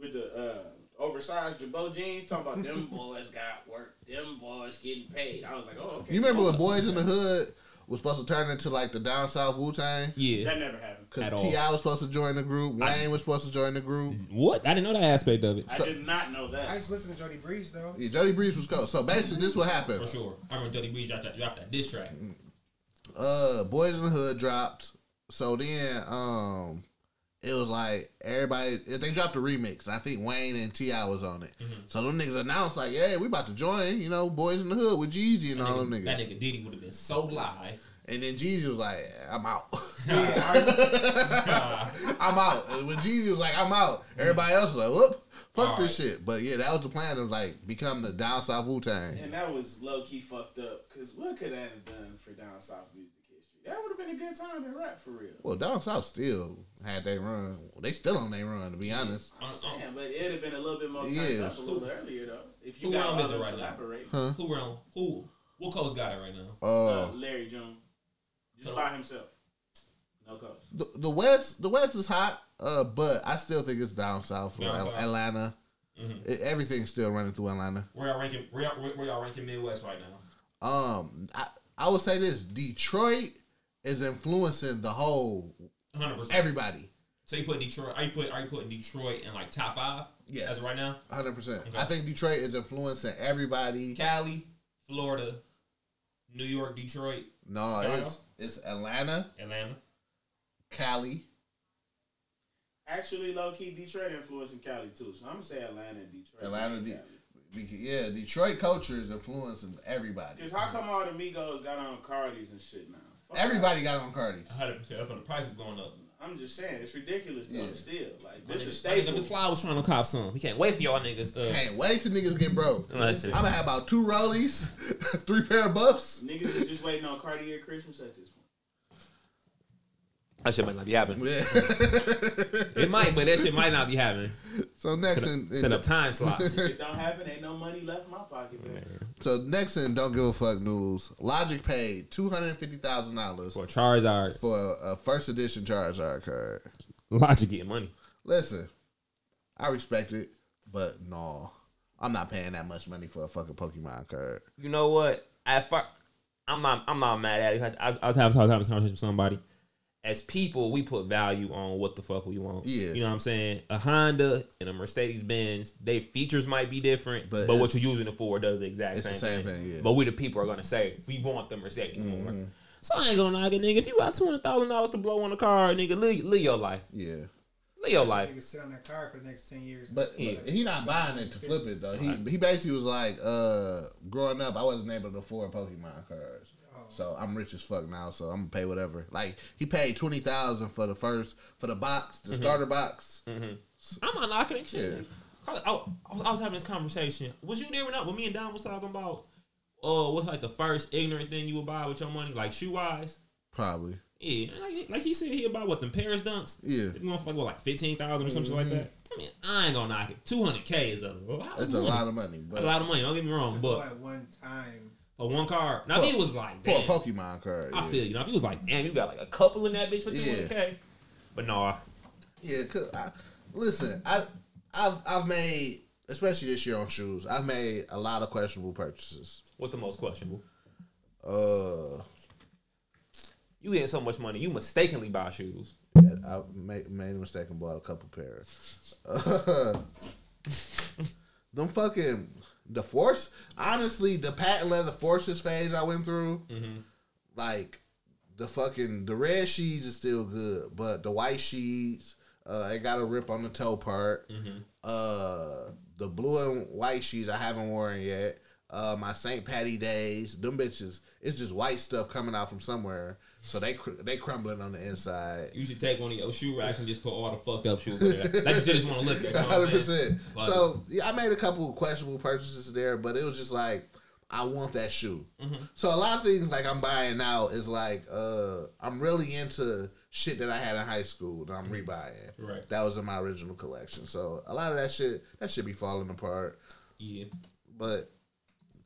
with the uh, oversized Jabot jeans, talking about them boys got work, them boys getting paid. I was like, oh, okay. you remember when Oh, Boys in the Hood was supposed to turn into like the down south Wu Tang? yeah. That never happened. At Because all. Mm-hmm. Ti was supposed to join the group, Wayne was supposed to join the group. What I didn't know that aspect of it I did not know that. I used to listen to Jody Breeze though. Yeah, Jody Breeze was coach. So basically, this is what happened. for sure. I remember Jody Breeze dropped that, dropped that diss track. uh Boys in the Hood dropped. So then um it was like everybody they dropped a remix. And I think Wayne and T.I. was on it. Mm-hmm. So them niggas announced like, hey, we about to join, you know, Boys in the Hood with Jeezy and all them niggas. That nigga Diddy would have been so live. And then Jeezy was like, I'm out. Uh, I'm out. And when Jeezy was like, I'm out, everybody else was like, whoop, fuck All this shit. But yeah, that was the plan of like become the down south Wu Tang. And that was low key fucked up because what could that have done for down south music history? That would have been a good time in rap for real. Well, down south still had they run. Well, they still on their run, to be honest. uh, Damn, uh, but it'd have been a little bit more timed Yeah. up a little earlier though. If you Who got realm is all it of right now? collaborate, who around? Who? What coach got it right now? uh, Uh, Larry Jones, just So- by himself, no coach. the, the West, the West is hot, uh, but I still think it's down south, Down Al- south. Atlanta. Mhm. It- everything's still running through Atlanta. Where y'all ranking? Where y'all, where y'all ranking Midwest right now? Um, I, I would say this: Detroit is influencing the whole One hundred percent. everybody. So you put Detroit? Are you put? Are you putting Detroit in like top five? Yes. As of right now, Hundred percent. Okay. I think Detroit is influencing everybody. Cali, Florida, New York, Detroit, No, it's it's Atlanta, Atlanta. Cali. Actually, low key Detroit influencing Cali too, so I'm gonna say Atlanta and Detroit. Atlanta, De- be- yeah. Detroit culture is influencing everybody. Because how come all the Migos got on Cardis and shit now? Fuck Everybody got on Cardi's. Hundred percent up, and the price is going up. that. I'm just saying it's ridiculous though. Yeah. Still, like My this nigga- is my nigga staple. Fly was trying to cop some. He can't wait for y'all niggas. Uh, Can't wait till niggas get broke. listen. I'm gonna have about two rollies, three pair of buffs. Niggas are just waiting on Cartier Christmas at this point. That shit might not be happening. Yeah. It might, but that shit might not be happening. so next Set in, up, set up time slots. If it don't happen, ain't no money left in my pocket, baby. so next in don't give a fuck news. Logic paid two hundred fifty thousand dollars For Charizard, for a first edition Charizard card. Logic getting money. Listen, I respect it, but no, I'm not paying that much money for a fucking Pokemon card. You know what? At fir- I'm not. I'm not mad at it. I, I, was- I was having, I was having this conversation with somebody. As people, we put value on what the fuck we want. Yeah. You know what I'm saying? A Honda and a Mercedes Benz, they features might be different, But but, it- what you're using it for does the exact It's the same, same thing. thing, yeah. Mm-hmm. But we the people are gonna say we want the Mercedes more. So I ain't gonna knock it, nigga. If you got two hundred thousand dollars to blow on a car, nigga, live, live your life. Yeah, Live your That life. nigga sit on that car for the next ten years. but, Yeah. but he not buying it to flip it though. He he basically was like, uh, growing up, I wasn't able to afford Pokemon cards. So I'm rich as fuck now, so I'm gonna pay whatever. Like he paid twenty thousand for the first for the box, Mm-hmm. the starter box. I'm not knocking it. Shit. Yeah. I, I, I was, I was having this conversation. Was you there or not? When me and Don was talking about, uh, what's like the first ignorant thing you would buy with your money, like shoe wise? Probably. Yeah, and like, like he said, he'll buy what them Paris dunks. Yeah. Mm-hmm. you know, for like what, like fifteen thousand or something like that. I mean, I ain't gonna knock it. Two hundred k is a lot. That's of a money. lot of money, but That's a lot of money. Don't get me wrong, but at one time, for one card, now For- if he was like, for a damn, Pokemon card, I yeah. feel you. Now if he was like, damn, you got like a couple in that bitch for two Yeah. hundred k. But no, Yeah, cause I, listen, I, I've I've made especially this year on shoes. I've made a lot of questionable purchases. what's the most questionable? Uh, You getting so much money, you mistakenly buy shoes. I made, made a mistake and bought a couple pairs. them fucking the force. Honestly, the patent leather forces phase I went through, like the fucking the red sheets is still good, but the white sheets, uh, it got a rip on the toe part. Uh, the blue and white sheets I haven't worn yet. Uh, my St. Patty days, them bitches, it's just white stuff coming out from somewhere, so they cr- they crumbling on the inside. You should take one of your shoe racks and just put all the fucked up shoes in there. Like you just want to look at. You know what hundred I'm saying? percent. Like- So yeah, I made a couple of questionable purchases there, but it was just like I want that shoe. So a lot of things like I'm buying now is like uh I'm really into shit that I had in high school that I'm rebuying. Right. That was in my original collection. So a lot of that shit that should be falling apart. Yeah. But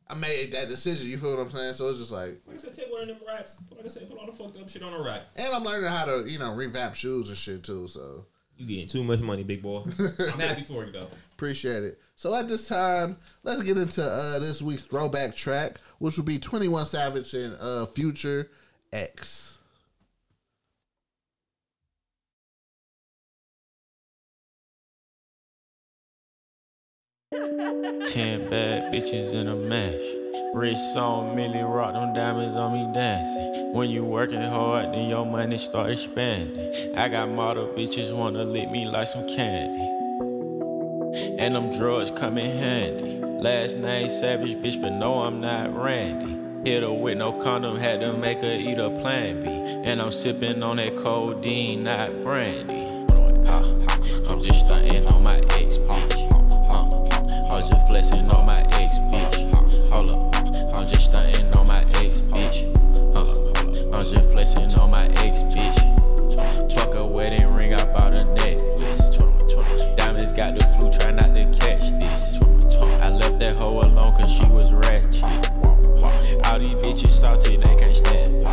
I made that decision. You feel what I'm saying? So it's just like, Like I said, take one of them racks. Like I said, put all the fucked up shit on a rack. and I'm learning how to you know revamp shoes and shit too. So You getting too much money, big boy. I'm happy for you though. Appreciate it. So at this time, let's get into uh, this week's throwback track, which will be 21 Savage and uh, Future X. Ten bad bitches in a mash. Rich song, Millie rock them diamonds on me dancing. When you working hard, then your money start expanding. I got model bitches wanna lick me like some candy. And them drugs come in handy. Last name Savage, bitch, but no, I'm not Randy. Hit her with no condom, had to make her eat a plan B. And I'm sipping on that codeine, not brandy. I'm just stunting on my ex, bitch. I'm just flexing on my ex, bitch. Hold up. I'm just stunting on my ex, bitch. Uh, I'm just flexing on my ex, bitch. Fuck a wedding ring, I bought a necklace. Diamonds got the flu, try not to catch this. I left that hoe alone cause she was ratchet. All these bitches salty, they can't stand.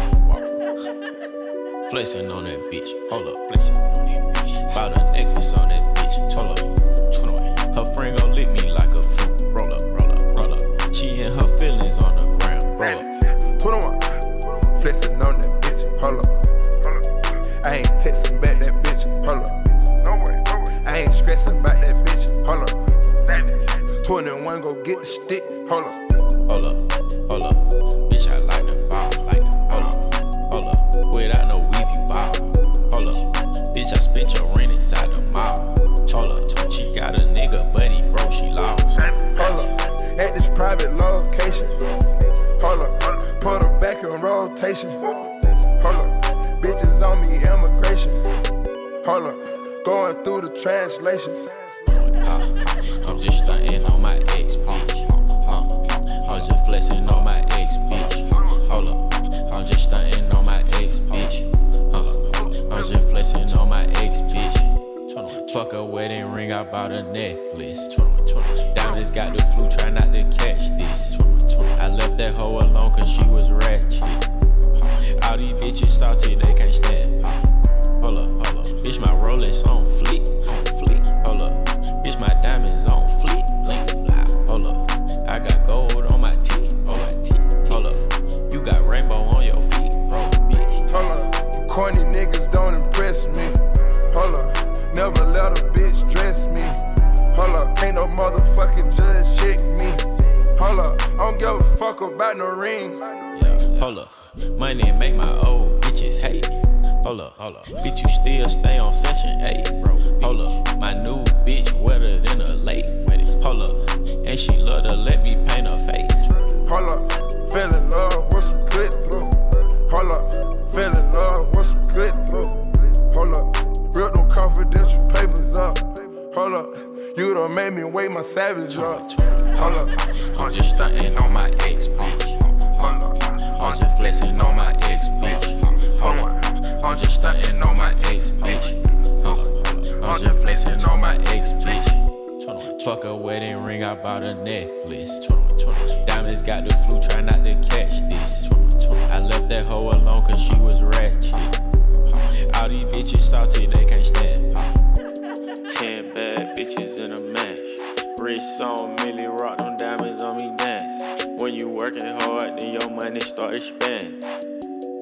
Flexing on that bitch. Hold up, flexing on that bitch. Bought a necklace on that bitch. Hold up, hold up. Her friend gon' lick me like a fool. Roll up, roll up, roll up. She and her feelings on the ground. Roll up. 21. Flexing on that bitch. Hold up. I ain't texting back that bitch. Hold up. No way, no way. I ain't stressing about that bitch. Hold up. 21 go get the stick. Hold up. Hold up, hold up. Bitch, I like the ball. Like the hold up, hold up. Without no weave, you ball. Hold up. Bitch, I spit your rent inside the mall. Hold up. She got a nigga, but he broke, she lost. Hold up. At this private location. Hold up. Put her back in rotation. Hold up. Bitches on me, immigration. Hold up. Going through the translations. I'm just stunting on my ex, bitch. Huh. I'm just flexing on my ex, bitch. Hold up. I'm just stunting on my ex, bitch. Huh. I'm just Got the flu, try not to catch this. I left that hoe alone cause she was ratchet. All these bitches salty, they can't stand. me. Hold up, hold up. Bitch, my Rolex on fleek. On fleek. Hold up. Bitch, my diamonds on fleek. Blink, blah. Hold up. I got gold on my teeth. Hold up. Hold up. You got rainbow on your feet. Bro, bitch. Hold up. Corny niggas don't impress me. Hold up. Never let a bitch dress me. Hold up. Ain't no motherfucking judge check me. Hold up. I don't give a fuck about no ring. Hold up. Money make my old bitches hate. Hold up, hold up. Bitch, you still stay on session eight, bro. Hold up. My new bitch wetter than a lake. Hold up. And she love to let me paint her face. Hold up. Fell in love with some good through. Hold up. Fell in love with some good through. Hold up. Real them confidential papers up. Hold up. You done made me wait my savage up. Hold up. I'm just stunting on my ex, bitch. Hold up. I'm just flexing on my ex, bitch. Hold up. I'm just stunting on my ex, bitch. Hold up. I'm just flexing on my ex, bitch. Fuck a wedding ring, I bought a necklace. Diamonds got the flu, try not to catch this. I left that hoe alone cause she was ratchet. All these bitches salty, they can't stand. me. Ten bad bitches in a match. Wrist on Millie Rock, them diamonds on me dance. When you working hard, then your money start expanding.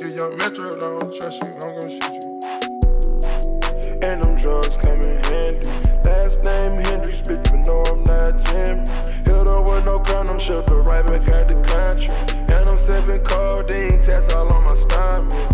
You young metro, don't trust you. I'm gonna shoot you. And them drugs come in handy. Last name Hendrix, bitch, but no, I'm not Jim. Hit up with no crown, I'm shoved her right back at the country. And I'm sipping codeine, tats all on my stomach.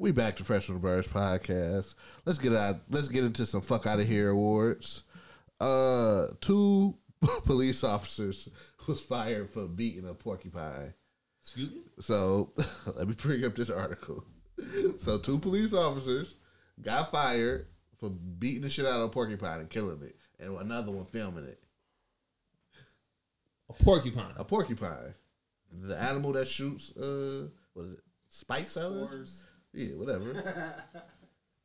We back to Fresh with the Birds podcast. Let's get out. Let's get into some fuck out of here awards. Uh, two police officers was fired for beating a porcupine. Excuse me. So let me bring up this article. So two police officers got fired for beating the shit out of a porcupine and killing it, and another one filming it. A porcupine. A porcupine. The animal that shoots uh what is it? Spikes out of us? Yeah, whatever.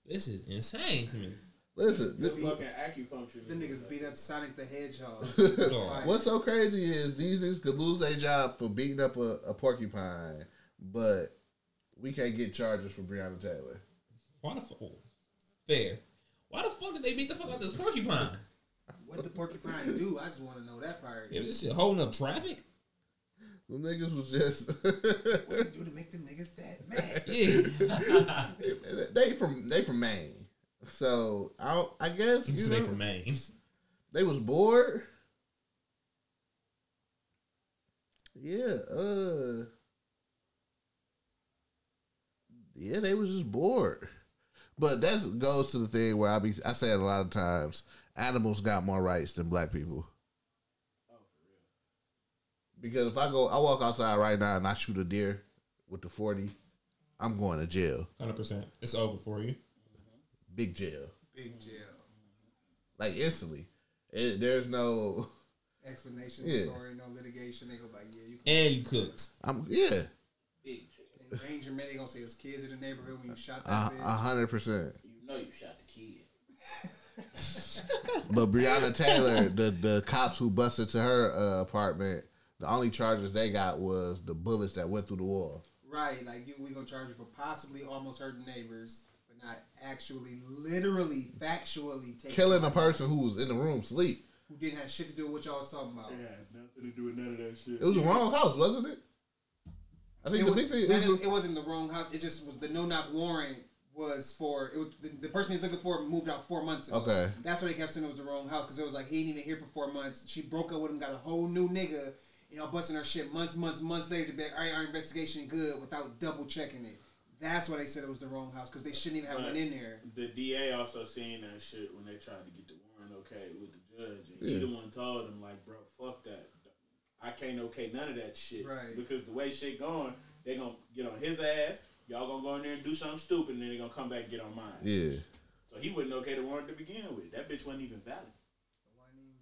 This is insane to me. Listen, The th- fucking acupuncture. The niggas beat up Sonic the Hedgehog. Like, What's so crazy is these niggas could lose their job for beating up a, a porcupine, but we can't get charges for Breonna Taylor. Why the fuck? Fair. Why the fuck did they beat the fuck out this porcupine? What the porcupine do? I just want to know that part. If this shit holding up traffic, Them niggas was just What do you do to make them niggas that mad? they from they from Maine, so I don't- I guess you they know, from Maine. they was bored. Yeah, uh, yeah, they was just bored. But that goes to the thing where I be I say it a lot of times. Animals got more rights than black people. Because if I go, I walk outside right now and I shoot a deer with the forty, I'm going to jail. Hundred percent. It's over for you. Big jail, Big jail. like instantly. It, there's no, Explanation Yeah. story, no litigation. They go like, yeah, you And you cooked. I'm yeah, big jail. Endangerment. They gonna say it was kids in the neighborhood when you shot a that a hundred percent. You know you shot the kid. But Breonna Taylor, the the cops who busted to her uh, apartment, the only charges they got was the bullets that went through the wall. Right, like you, we gonna charge you for possibly almost hurting neighbors, but not actually, literally, factually taking Killing a someone person who was in the room sleep. who didn't have shit to do with what y'all was talking about. Yeah, nothing to do with none of that shit. It was the wrong house, wasn't it? I think it, the was, big thing- not it as- was, it wasn't the wrong house. It just was the no knock warrant was for it was the, the person he's looking for moved out four months ago. Okay. that's why they kept saying it was the wrong house because it was like he ain't even here for four months. She broke up with him, got a whole new nigga, you know, busting her shit months, months, months later to be like, all right, our investigation good without double checking it. That's why they said it was the wrong house because they shouldn't even have went in there. The DA also seen that shit when they tried to get the warrant okay with the judge, and he Yeah. the one told him like, bro, fuck that. I can't okay none of that shit. Right. Because the way shit going, they gonna get on his ass. Y'all gonna go in there and do something stupid, and then they gonna come back and get on mine. Yeah. So he wasn't okay to warrant to begin with. That bitch wasn't even valid.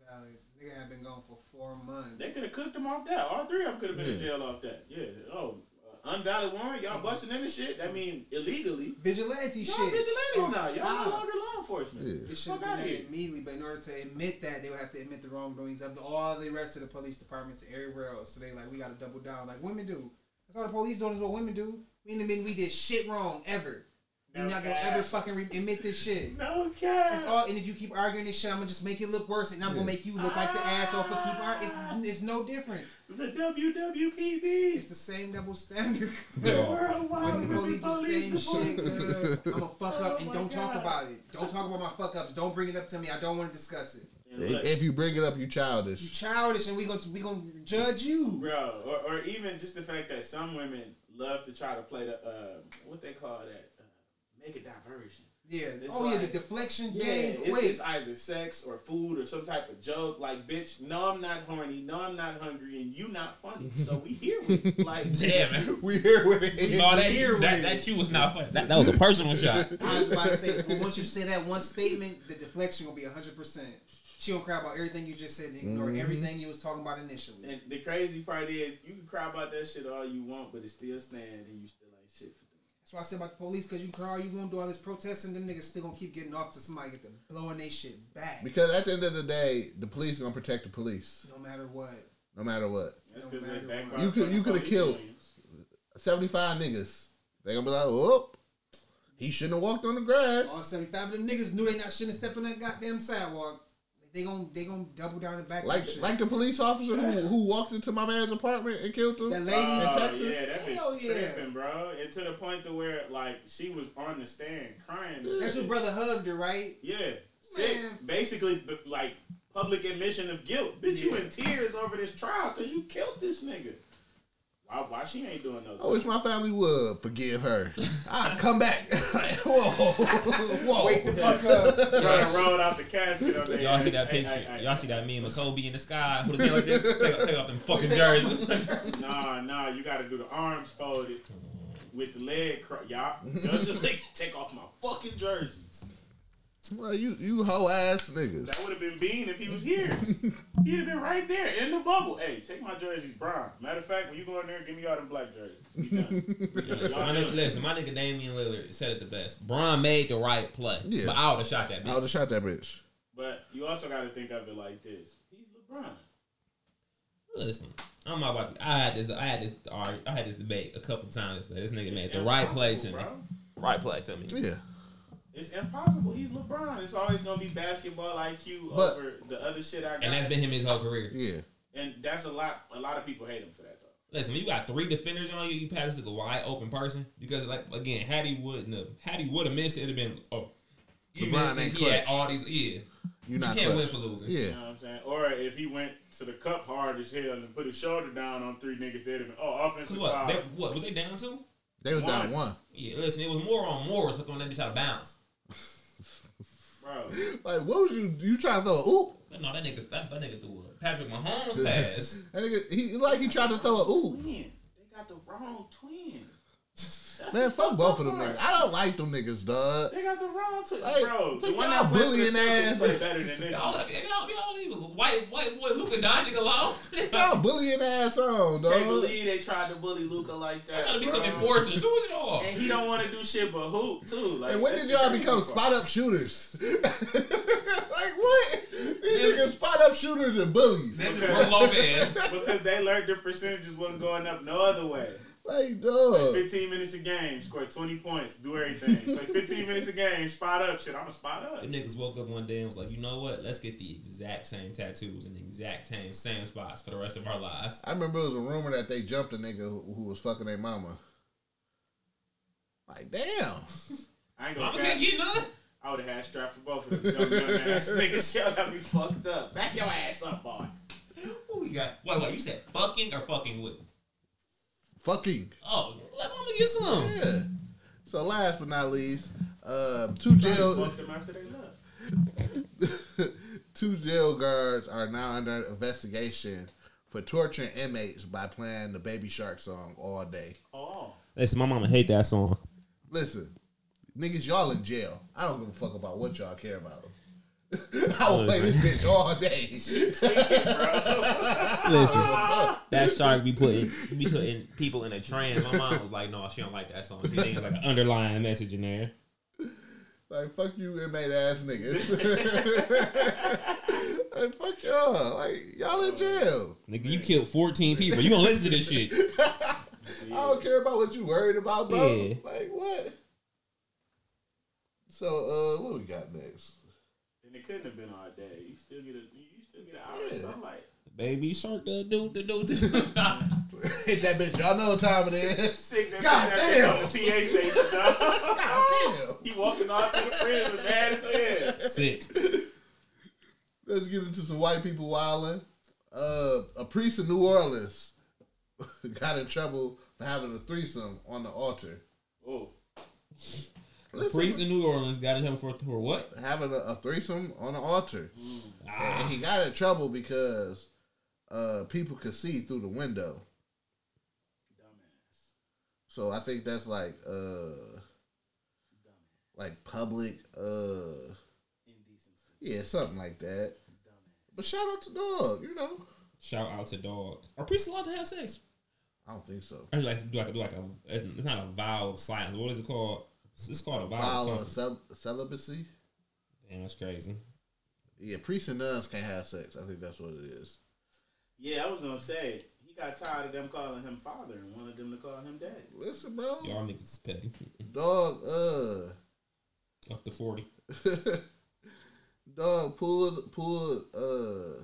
Valid. Nigga had been gone for four months. They could have cooked them off that. All three of them could have been in Yeah. Mm. jail off that. Yeah. Oh, uh, unvalid warrant. Y'all busting in the shit. I mean, illegally. Vigilante Y'all shit. vigilantes now. Off Y'all no top. longer law enforcement. It should Fuck have out been here. done immediately, but in order to admit that, they would have to admit the wrongdoings of the, all the rest of the police departments everywhere else. So they like, we got to double down, like women do. That's all the police doing is what women do. We didn't admit we did shit wrong ever. You're No not gonna cap. ever fucking re- admit this shit. No cap. That's all. And if you keep arguing this shit, I'm gonna just make it look worse, and I'm gonna make you look like the asshole for keep arguing. It's it's no difference. The WWPD. It's the same double standard. The worldwide Women police do the police same shit. department. cuz. I'm a fuck Oh up and my don't talk God. about it. Don't talk about my fuck ups. Don't bring it up to me. I don't want to discuss it. If if you bring it up, you childish. Childish, and we gonna we gonna judge you, bro. Or, or even just the fact that some women love to try to play the uh, what they call that, uh, make a diversion. Yeah. It's oh yeah, the like- deflection Yeah, game it- quick. it's either sex or food or some type of joke. Like, bitch, no, I'm not horny. No, I'm not hungry, and you not funny. So we here with it. like, Damn. we here with it. No, that, that, that you was not funny. That, that was a personal shot. I was about to say, but once you say that one statement, the deflection will be hundred percent. She gonna cry about everything you just said and ignore Mm-hmm. Mhm. everything you was talking about initially. And the crazy part is, you can cry about that shit all you want, but it still stands, and you still ain't shit for them. That's why I said about the police, because you can cry, you gonna do all this protesting, them niggas still gonna keep getting off to somebody get them blowing they shit back, Because at the end of the day, the police gonna protect the police, no matter what. no matter what. That's because they back You could you could have killed seventy five niggas. They gonna be like, oh, he shouldn't have walked on the grass. All seventy five of them niggas knew they not shouldn't step on that goddamn sidewalk. They gon' they gon' double down and back. Like that shit. like the police officer who, who walked into my man's apartment and killed him. That Oh, in Texas. yeah, that bitch Hell yeah. tripping, bro. And to the point to where like she was on the stand crying. That's who brother hugged her, right? Yeah, sick. Basically, b- like public admission of guilt. Bitch, you in tears over this trial because you killed this nigga. Why? Why she ain't doing no? I wish my family would forgive her. I come back. whoa, whoa. Wait the fuck up. Brother rolled out the casket. On there. Y'all see that Hey, picture? hey, hey. Y'all see that meme of Kobe in the sky? Put his hand like this. Take, take off them fucking jerseys. nah, nah. You got to do the arms folded with the leg. Cro- y'all, y'all just like, take off my fucking jerseys. Well, you you hoe ass niggas. That would have been Bean if he was here. He'd have been right there in the bubble. Hey, take my jerseys, Brian. Matter of fact, when you go in there, give me all them black jerseys. We done. Listen, my nigga, listen, my nigga Damian Lillard said it the best. Bron made the right play, Yeah. but I would have shot that I bitch. would have shot that bitch. But you also got to think of it like this: He's LeBron. Listen, I'm not about to. I had this. I had this. ar- I had this debate a couple times. That this nigga made the right play to me. impossible, Right play to me. Yeah. It's impossible. He's LeBron. It's always gonna be basketball IQ But- over the other shit I got. And that's been him his whole career. Yeah. And that's a lot. A lot of people hate him for that though. Listen, when you got three defenders on you, you pass this to a wide open person because, like, again, had he wouldn't have, had he would have missed it, it'd have been oh, he LeBron missed ain't it. He had clutch. all these. Yeah, You're not you can't clutch. win for losing. Yeah. You know what I'm saying? Or if he went to the cup hard as hell and put his shoulder down on three niggas, they'd have been oh offensive Cause what? foul. They, what was they down to? They was down one. Yeah, listen, it was more on Morris for throwing that bitch out of bounds. Bro, Like, what was you you trying to throw? Oop. no, that nigga, that, that nigga threw a Patrick Mahomes pass. That nigga, he like he tried to throw a ooh. Twin. They got the wrong twin. That's Man, the fuck both of them part. niggas. I don't like them niggas, dog. They got the wrong twin, Hey, bro. The take one y'all that went for bullying Celtics ass. played better than this. Y'all, y'all, y'all leave white, white boy Luka Doncic alone. Y'all bullying ass on, dog. Can't believe they tried to bully Luca like that. That's gotta be bro. some enforcers. Who was y'all? And he don't want to do shit but hoop too. Like, and when that's did the y'all crazy become part. spot up shooters? like what? These niggas spot up shooters and bullies. Because- because they learned their percentages wasn't going up no other way. Like Play dog. 15 minutes a game, score 20 points, do everything. Play 15 minutes a game, spot up. Shit, I'm a spot up. Them niggas woke up one day and was like, you know what? Let's get the exact same tattoos in the exact same same spots for the rest of our lives. I remember it was a rumor that they jumped a nigga who, who was fucking their mama. Like damn. I ain't gonna Mama can't cap. get none. I would have had strap for both of them. Young, young ass niggas, y'all got me fucked up. Back your ass up, boy. What we got? Wait, wait, you said fucking or fucking with? Fucking. Oh, let mama get some. Yeah. So last but not least, um, two jail Fucked them after they left. two jail guards are now under investigation for torturing inmates by playing the Baby Shark song all day. Oh. Listen, my mama hate that song. Listen, niggas, y'all in jail. I don't give a fuck about what y'all care about. I will play this bitch all day. Listen, that shark be putting be putting people in a trance. My mom was like, "No, she don't like that song." She thinks it's like an underlying message in there. Like fuck you, inmate ass niggas. like fuck y'all. Like y'all in jail. Nigga, you killed 14 people. You gonna listen to this shit? I don't care about what you worried about, bro. Yeah. Like what? So uh, what we got next? And it couldn't have been all day. You still get a you still get an hour of sunlight. Baby shark, the dude, the dude. the- Hit that bitch. Y'all know what time it is. Sick that God God damn. damn. The PA station, dog. God damn. He walking off to the prison, mad as hell. Sick. Let's get into some white people wilding. Uh, a priest in New Orleans got in trouble for having a threesome on the altar. Oh. the priest in New Orleans got in him for for what? having a, a threesome on an altar. And he got in trouble because uh, people could see through the window. Dumbass. So I think that's like uh, like public uh, yeah, something like that. But shout out to dog, you know. Shout out to dog. Are priests allowed to have sex? I don't think so. Or like do like do like a it's not a vow of silence. What is it called? It's called a vow. Of Vow of something. cel- celibacy. Damn, that's crazy. Yeah, priests and nuns can't have sex. I think that's what it is. Yeah, I was gonna say he got tired of them calling him father and wanted them to call him dad. Listen, bro. Y'all niggas is petty. Dog, uh, Up to forty. Dog pulled pulled uh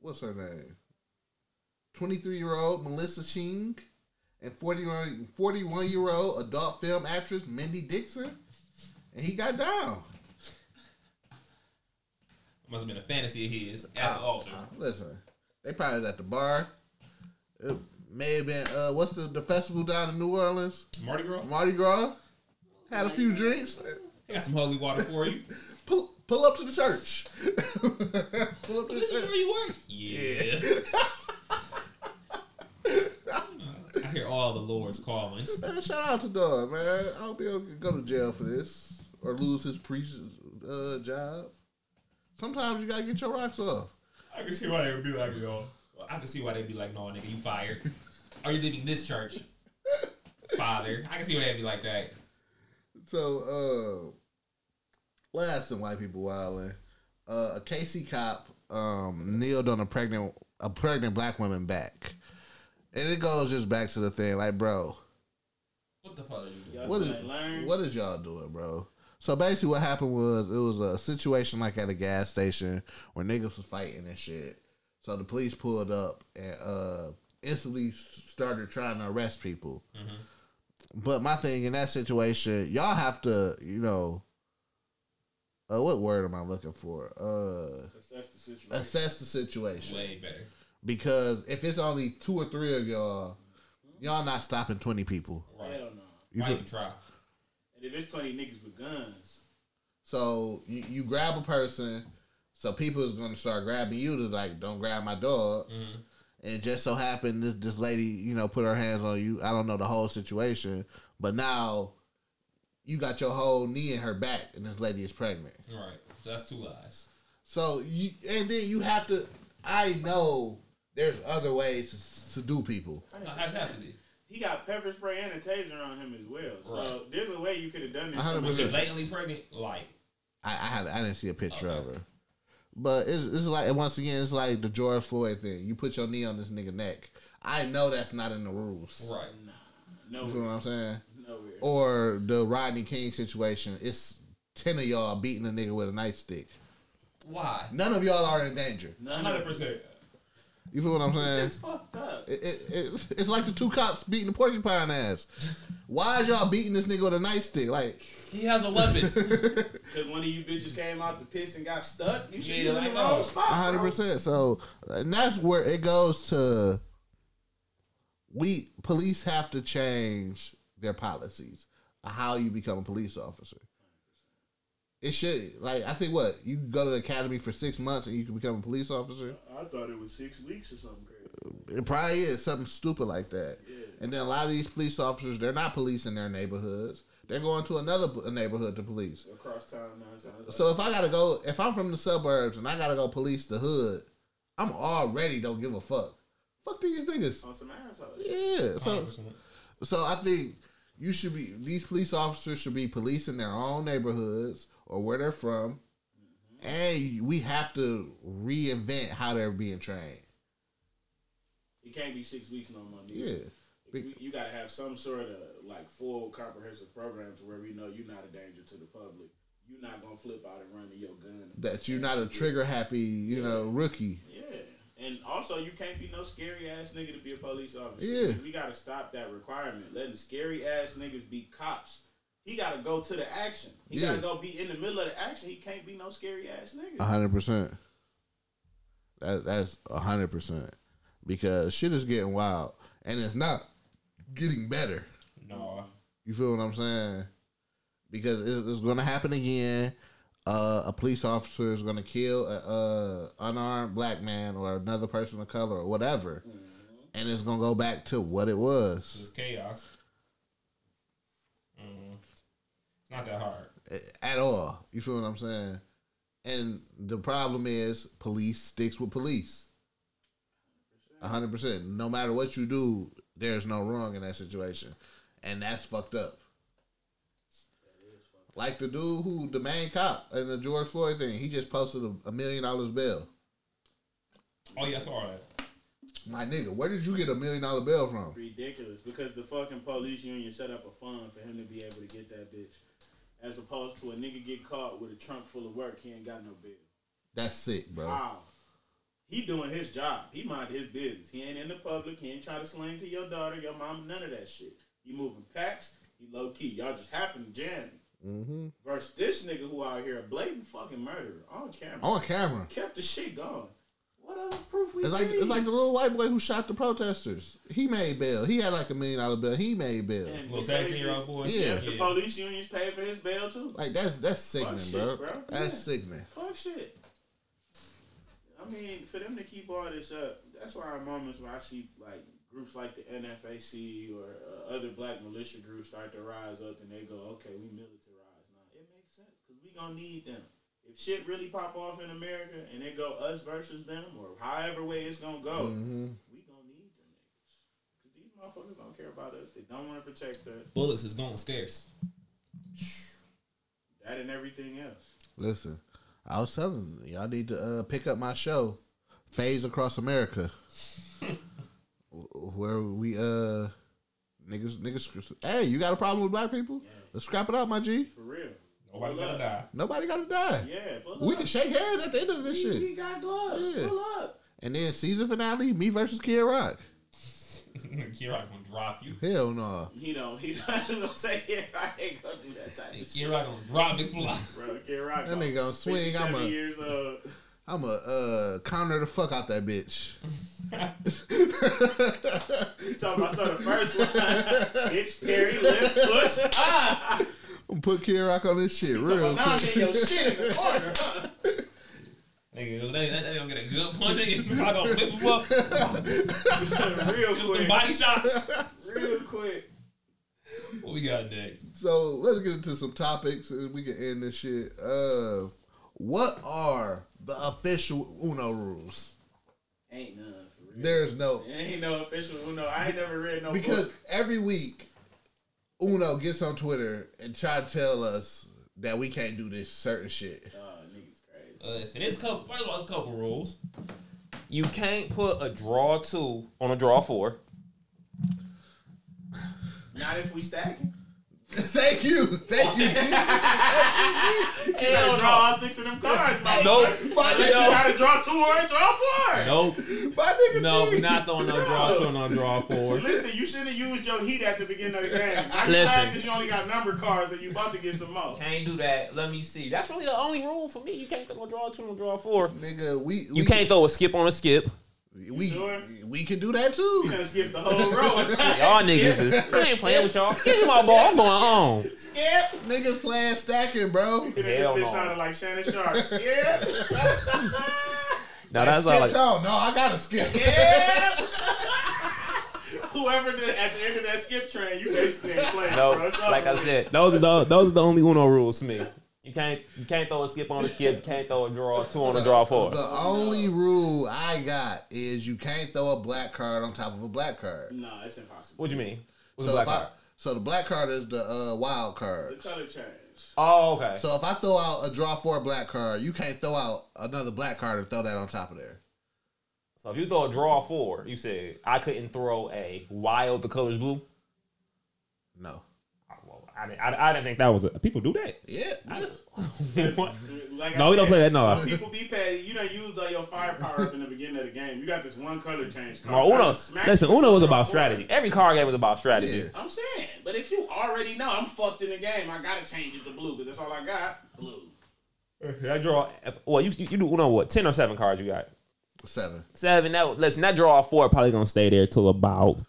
what's her name? Twenty three year old Melissa Sheen and 41 41 year old adult film actress Mindy Dixon and he got down. Must have been a fantasy of his at the altar. Listen, they probably was at the bar. It may have been uh what's the, the festival down in New Orleans? Mardi Gras? Mardi Gras. Had a few drinks. I got some holy water for you. Pull pull up to the church. pull up to This is where you work. Yeah. I hear all the Lord's calling. Man, shout out to Dog, man. I hope he don't go to jail for this or lose his priest's uh, job. Sometimes you gotta get your rocks off. I can see why they would be like, yo. I can see why they'd be like, no, nigga, you fired. Are you leaving this church? Father. I can see why they'd be like that. So, uh, last in white people wilding, uh, a KC cop um, kneeled on a pregnant a pregnant black woman back, and it goes just back to the thing like, bro, What the fuck are you doing? what is what is y'all doing, bro? So basically, what happened was it was a situation like at a gas station where niggas was fighting and shit. So the police pulled up and uh, instantly started trying to arrest people. But my thing in that situation, y'all have to, you know, uh, what word am I looking for? Uh, Assess the situation. assess the situation Way better. because if it's only two or three of y'all, y'all not stopping twenty people. Hell no. You Why feel- even try? And if it's twenty niggas with guns, So you, you grab a person, so people is gonna start grabbing you to like, don't grab my dog. And it just so happened this this lady, you know, put her hands on you. I don't know the whole situation, but now you got your whole knee in her back, and this lady is pregnant. Right. So that's two lies. So you and then you have to. I know there's other ways to, to do people. That has to be. he got pepper spray and a taser on him as well. So Right. there's a way you could have done this. Was she blatantly pregnant? Like, I, I have I didn't see a picture of her. But it's, it's like and once again it's like the George Floyd thing. You put your knee on this nigga neck. I know that's not in the rules. right. No, You feel what I'm saying? nowhere. Oh, Or the Rodney King situation. It's ten of y'all beating a nigga with a nightstick. Why? None of y'all are in danger. 100%. You feel what I'm saying? It's fucked up. It, it, it, it's like the two cops beating the porcupine ass. Why is y'all beating this nigga with a nightstick? Like, He has a weapon. Because one of you bitches came out the piss and got stuck. You should Yeah, be in the like, wrong no. spot. A hundred bro. percent. So, and that's where it goes to. We police have to change their policies, of how you become a police officer. It should like I think what you can go to the academy for six months and you can become a police officer. I thought it was six weeks or something crazy. It probably is something stupid like that. And then a lot of these police officers, they're not policing their neighborhoods. They're going to another b- neighborhood to police. across town nine times. So if I gotta go, if I'm from the suburbs and I gotta go police the hood, I'm already don't give a fuck. Fuck these niggas. on some asshole. Yeah. So, so I think you should be. These police officers should be policing their own neighborhoods or where they're from, and we have to reinvent how they're being trained. It can't be six weeks no more. neither. Yeah. You, you gotta have some sort of like full comprehensive program to where we know you're not a danger to the public. You're not gonna flip out and run to your gun. That you're not a trigger happy, you know, rookie. Yeah. And also, you can't be no scary ass nigga to be a police officer. Yeah. We gotta stop that requirement. Letting scary ass niggas be cops. He gotta go to the action. He Yeah. gotta go be in the middle of the action. He can't be no scary ass nigga. A hundred percent. That that's a hundred percent because shit is getting wild and it's not getting better. No. You feel what I'm saying? Because it's, it's going to happen again. Uh, a police officer is going to kill a, a unarmed black man or another person of color or whatever, and it's going to go back to what it was. It's chaos. Mhm. It's not that hard. at all. You feel what I'm saying? And the problem is police sticks with police. A hundred percent. No matter what you do, there's no wrong in that situation. And that's fucked up. Like the dude who the main cop in the George Floyd thing, he just posted a, a million dollars bail. Oh yeah, I saw that. My nigga, where did you get a million dollar bail from? Ridiculous because the fucking police union set up a fund for him to be able to get that bitch, as opposed to a nigga get caught with a trunk full of work. He ain't got no bill. That's sick, bro. Wow. He doing his job. He mind his business. He ain't in the public. He ain't trying to sling to your daughter, your mom, none of that shit. You moving packs. You low key. Y'all just happen to jam. Mm-hmm. Versus this nigga who out here a blatant fucking murderer on camera. On camera. Kept the shit going. What other proof we It's like need? it's like the little white boy who shot the protesters. He made bail. He had like a million dollar bail. He made bail. And the unions- Yeah. The police unions paid for his bail too. Like that's that's sickening, Fuck shit, bro. bro. That's Yeah. sickening. Fuck shit. I mean, for them to keep all this up, that's why in moments where I see like groups like the NFAC or uh, other black militia groups start to rise up and they go, okay, we militarize now. It makes sense because we gonna need them. If shit really pop off in America and it go us versus them or however way it's gonna go, Mm-hmm. Mhm. we gonna need them niggas. 'Cause these motherfuckers don't care about us. They don't want to protect us. Bullets is going scarce. That and everything else. Listen, I was telling you, y'all need to uh, pick up my show, Phase Across America, wh- where we uh niggas niggas. Hey, you got a problem with black people? Let's scrap it out, my G. For real. Nobody Pull gotta up. die. Nobody got to die. Yeah, pull we up. can shake hands at the end of this We- shit. We got gloves. Yeah. Pull up. And then season finale, me versus Kid Rock. Kid Rock gonna drop you. Hell no. He don't. He not gonna say yeah. I ain't gonna do that type of shit. Kid Rock gonna drop Big Fly. Bro, Kid Rock. That nigga gonna swing. I'm 57 a. years old. I'm a uh, counter the fuck out that bitch. You talking about so the first one? Bitch, Perry, lift, push. Ah, I'm gonna put Kid Rock on this shit talking real about now I'm in your quick. shit in the corner. huh? Nigga, they, they, they gonna get a good punch. They get Rock gonna flip him up. Real With them body shots. Real quick. What we got next? So let's get into some topics and we can end this shit. Uh, what are the official Uno rules? Ain't none. For real. There's no Ain't no official Uno. I ain't never read no because book. every week Uno gets on Twitter and try to tell us that we can't do this certain shit. Oh, Uh, Listen, it's a couple. First of all, it's a couple rules. You can't put a draw two on a draw four. Not if we stacking. Thank you, thank you. You gotta no. draw all six of them cards. my Nope. boy. You gotta draw two or draw four. Nope. My nigga, No, G. we're not throwing no draw two and no draw four. Listen, you shouldn't have used your heat at the beginning of the game. I'm Listen. glad because you only got number cards and you about to get some more. Can't do that. Let me see. That's really the only rule for me. You can't throw a draw two and draw four. Nigga, we, we You can't throw a skip on a skip. we we can do that too. You done skipped the whole row. of time. Y'all niggas is. I ain't playing with y'all. Give me my ball. I'm going on. Skip. Niggas playing stacking, bro. This Hell bitch no. sounded like Shannon Sharp. Skip. Now that's all like. No, I gotta skip. Yeah. Whoever did at the end of that skip train, you basically ain't playing. No, bro. It's all like I good. said, those are the those are the only Uno rules to me. You can't you can't throw a skip on a skip. You can't throw a draw two on a draw four. The only rule I got is you can't throw a black card on top of a black card. No, it's impossible. What do you mean? What's So, a black if I, card? so the black card is the uh, wild The card. color change. Oh, okay. So if I throw out a draw for a black card, you can't throw out another black card and throw that on top of there. So if you throw a draw four, you said I couldn't throw a wild the colors blue. Oh, No. Well, I didn't, I, I didn't think that was a people do that. Yeah. What? Like No, we don't play that, no. some People be petty. You don't use all your firepower up in the beginning of the game. You got this one color change. No, card. Uno. Smack Listen, you. Uno was about strategy. Every card game was about strategy. I'm saying, but if you already know I'm fucked in the game, I gotta change it to blue because that's all I got. Blue. I draw. Well, you you, you do Uno what? Ten or seven cards you got? Seven. Seven. That was- listen. That draw four probably gonna stay there till about.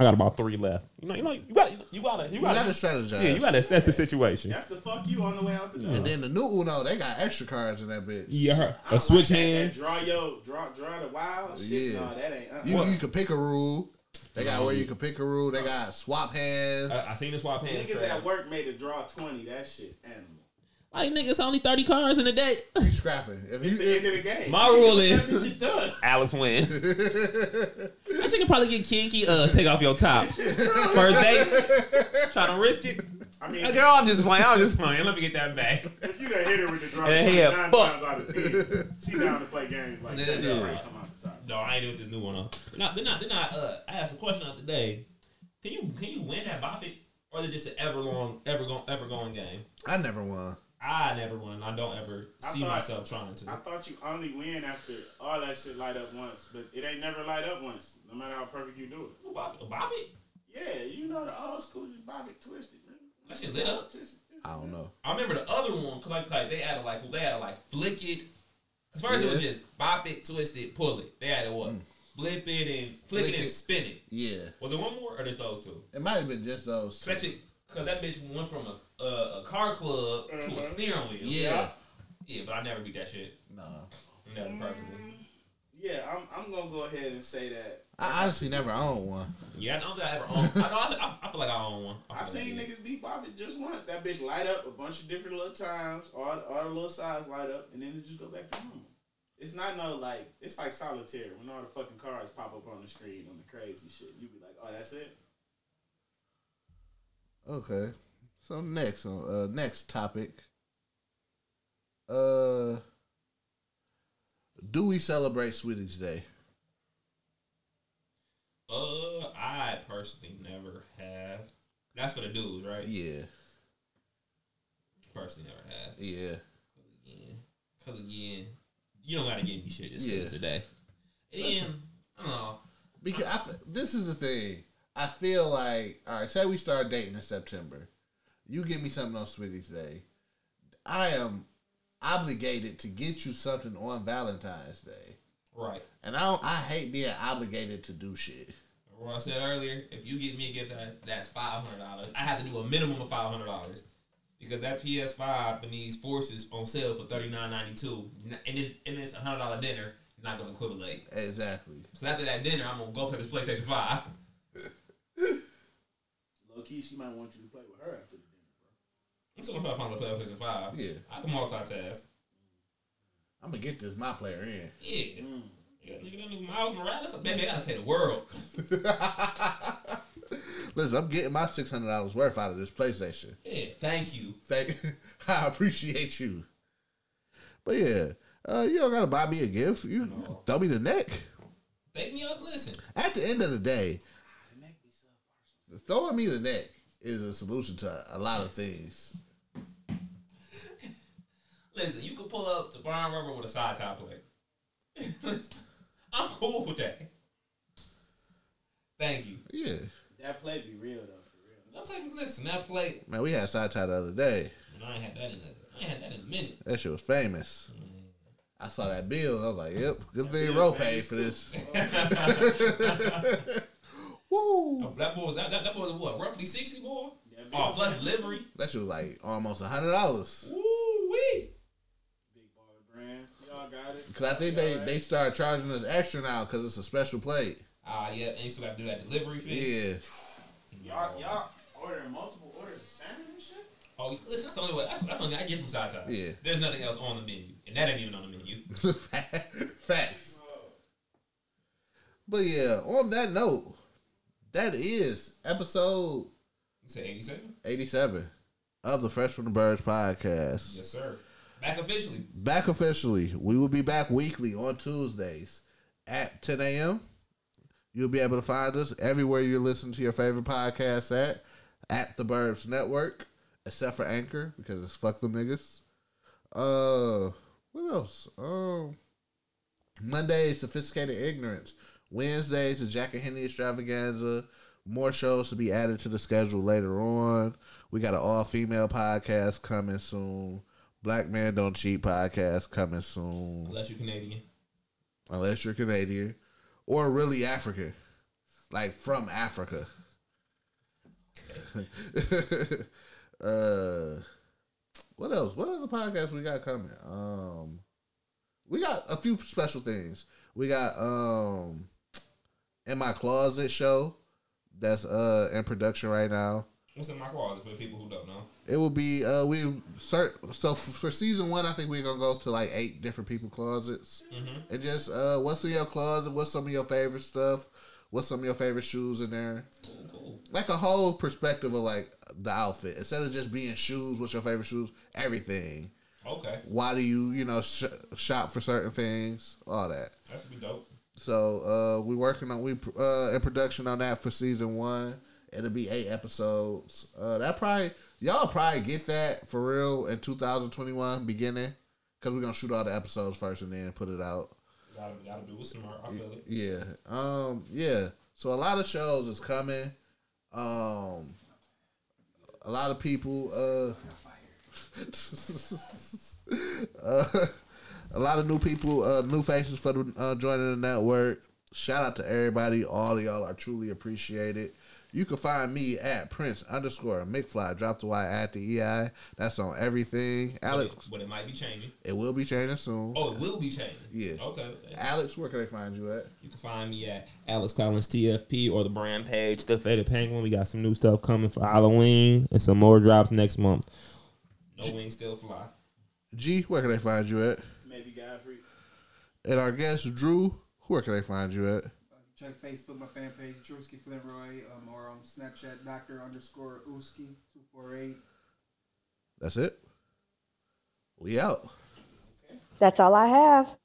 I got about three left. You know. You know. You got. You gotta. You You gotta, gotta strategize. Yeah. You gotta assess the situation. That's the fuck you on the way out the door. And then the new Uno, they got extra cards in that bitch. Yeah. A switch hand. Draw your draw draw the wild shit. Yeah. No, that ain't. Uh, You, you can pick a rule. They got where you can pick a rule. They got swap hands. I, I seen this swap hand. Niggas at work made a draw twenty. That shit animal. Like nigga, it's only thirty cards in the deck. You scrapping. If It's you, the end of the game. My rule is- it's just done. Alex wins. That shit can probably get kinky. Uh, take off your top. First date, trying to risk it. I mean, Uh, Girl, I'm just playing. I'm just playing. Let me get that back. if you done hit her with the draw Yeah, 20 yeah, nine fuck. times out of ten, she down to play games like that. Yeah. She ain't come out the top. No, I ain't doing this new one. Huh? They're not. They're not. They're not. Uh, I asked a question out today. Can you can you win that Bop It? Or is it just an ever long, ever going, ever going game? I never won. I never won. and I don't ever I see thought- myself trying to. I thought you only win after all that shit light up once, but it ain't never light up once, no matter how perfect you do Ooh, Bop It. Bop It? it. Yeah, you know the old school just Bobby twisted. Man. That shit lit up. Twisted, twisted. I don't know. I remember the other one because like, like they added like they added like flick it. Cause first it was Yeah. Mm. just bop it, twist it, pull it. They added what? Flip it and Flick flick, it and it. spin it. Yeah. Was it one more or just those two? It might have been just those. two. That shit, cause that bitch went from a a, a car club Mm-hmm. to a steering wheel. Yeah. yeah, but I never beat that shit. Nah. Never Mm. perfectly. Yeah, I'm, I'm gonna go ahead and say that. I honestly never owned one. Yeah, I don't think I ever owned. I know. I, I, I feel like I own one. I I've feel seen like I did. niggas beat Bobby just once. That bitch light up a bunch of different little times, all, all the little sides light up, and then it just go back to normal. It's not no like it's like solitaire when all the fucking cards pop up on the screen on the crazy shit. You be like, oh, that's it. Okay. So next on uh next topic. Uh do we celebrate Sweeties Day? Uh, I personally never have. That's for the dudes, right? Yeah. Personally, never have. Yeah. again. Cause again, you don't gotta give me shit just 'cause Yeah. it's a day. And then, I don't know. Because I, this is the thing. I feel like all right, say we start dating in September. You give me something on Sweeties Day. I am obligated to get you something on Valentine's Day. Right. And I don't, I hate being obligated to do shit. What I said earlier, if you get me a gift that's, that's five hundred dollars, I have to do a minimum of five hundred dollars because that PS Five and these forces on sale for thirty nine ninety two, and it's and it's a hundred dollar dinner. Not gonna equivalent. Exactly. So after that dinner, I'm gonna go play this PlayStation Five. Low key, she might want you to play with her after the dinner. I'm still gonna probably play PlayStation Five. Yeah. I can multitask. I'm gonna get this my player in. Yeah. Mm. Yeah, nigga, that nigga Miles Morales. Baby, I gotta say the world. Listen, I'm getting my six hundred dollars worth out of this PlayStation. Yeah, thank you. Thank, I appreciate you. But yeah, uh, you don't gotta buy me a gift. You throw me the neck. Take me up. Listen, At the end of the day, throwing me the neck is a solution to a lot of things. Listen, you can pull up to Brian Rubber with a side tie plate. I'm cool with that. Thank you. Yeah, That play be real though, for real. I'm saying, listen, that plate. man, we had side tie the other day. And I ain't had that in a, I ain't had that in a minute. That shit was famous. I saw that bill. I was like, "Yep, good thing Ro paid for this." Woo! Oh, That boy, that, that, that boy was what, roughly 60 boy? Yeah, big, Oh, plus delivery. That shit was like almost a hundred dollars. Woo wee. big baller brand. Y'all got it. because I think they they start charging us extra now because it's a special plate. Ah, yeah, and you still got to do that delivery fee. Yeah. Y'all, y'all ordering multiple orders of salmon and shit? Oh, listen, that's the only way. That's, that's the only thing I get from side time. Yeah. There's nothing else on the menu, and that ain't even on the menu. Facts. But yeah, on that note, that is episode You said 87? 87 of the Fresh from the Birds podcast. Yes, sir. Back officially. Back officially. We will be back weekly on Tuesdays at 10 a.m. You'll be able to find us everywhere you listen to your favorite podcast at, at the Burbs Network, except for Anchor, because it's fuck them niggas. Uh, what else? Um, Monday is Sophisticated Ignorance. Wednesdays is Jack and Henny Extravaganza. More shows to be added to the schedule later on. We got an all female podcast coming soon. Black Man Don't Cheat podcast coming soon. Unless you're Canadian. Unless you're Canadian or really African, like from Africa. uh, what else? What other podcasts we got coming? Um, we got a few special things. We got um, in my closet show that's uh in production right now. What's in my closet for the people who don't know? It will be uh we cert so f- for season one I think we're gonna go to like eight different people closets Mhm. and just uh what's in your closet, what's some of your favorite stuff, what's some of your favorite shoes in there, like a whole perspective of like the outfit instead of just being shoes, what's your favorite shoes, everything. Okay. Why do you you know sh- shop for certain things, all that. That should be dope. So uh we working on we uh in production on that for season one. It'll be eight episodes. Uh that probably y'all probably get that for real in 2021 beginning because we're gonna shoot all the episodes first and then put it out. Gotta, gotta do it smart. I feel it. Yeah. Um. Yeah. So a lot of shows is coming. Um. A lot of people. Uh. uh, a lot of new people, uh, new faces for the, uh, joining the network. Shout out to everybody. All of y'all are truly appreciated. You can find me at Prince underscore McFly. Drop the Y at the EI. That's on everything. Alex, But it, but it might be changing. it will be changing soon. Oh, it will be changing. Yeah. Okay. okay. Alex, where can they find you at? You can find me at Alex Collins TFP or the brand page The Faded Penguin. We got some new stuff coming for Halloween and some more drops next month. No wings still fly. G, where can they find you at? Maybe Godfrey. And our guest, Drew, where can they find you at? Check Facebook, my fan page, Drewski Flinroy, um, or on Snapchat, Doctor underscore Ooski two four eight. That's it. We out. That's all I have.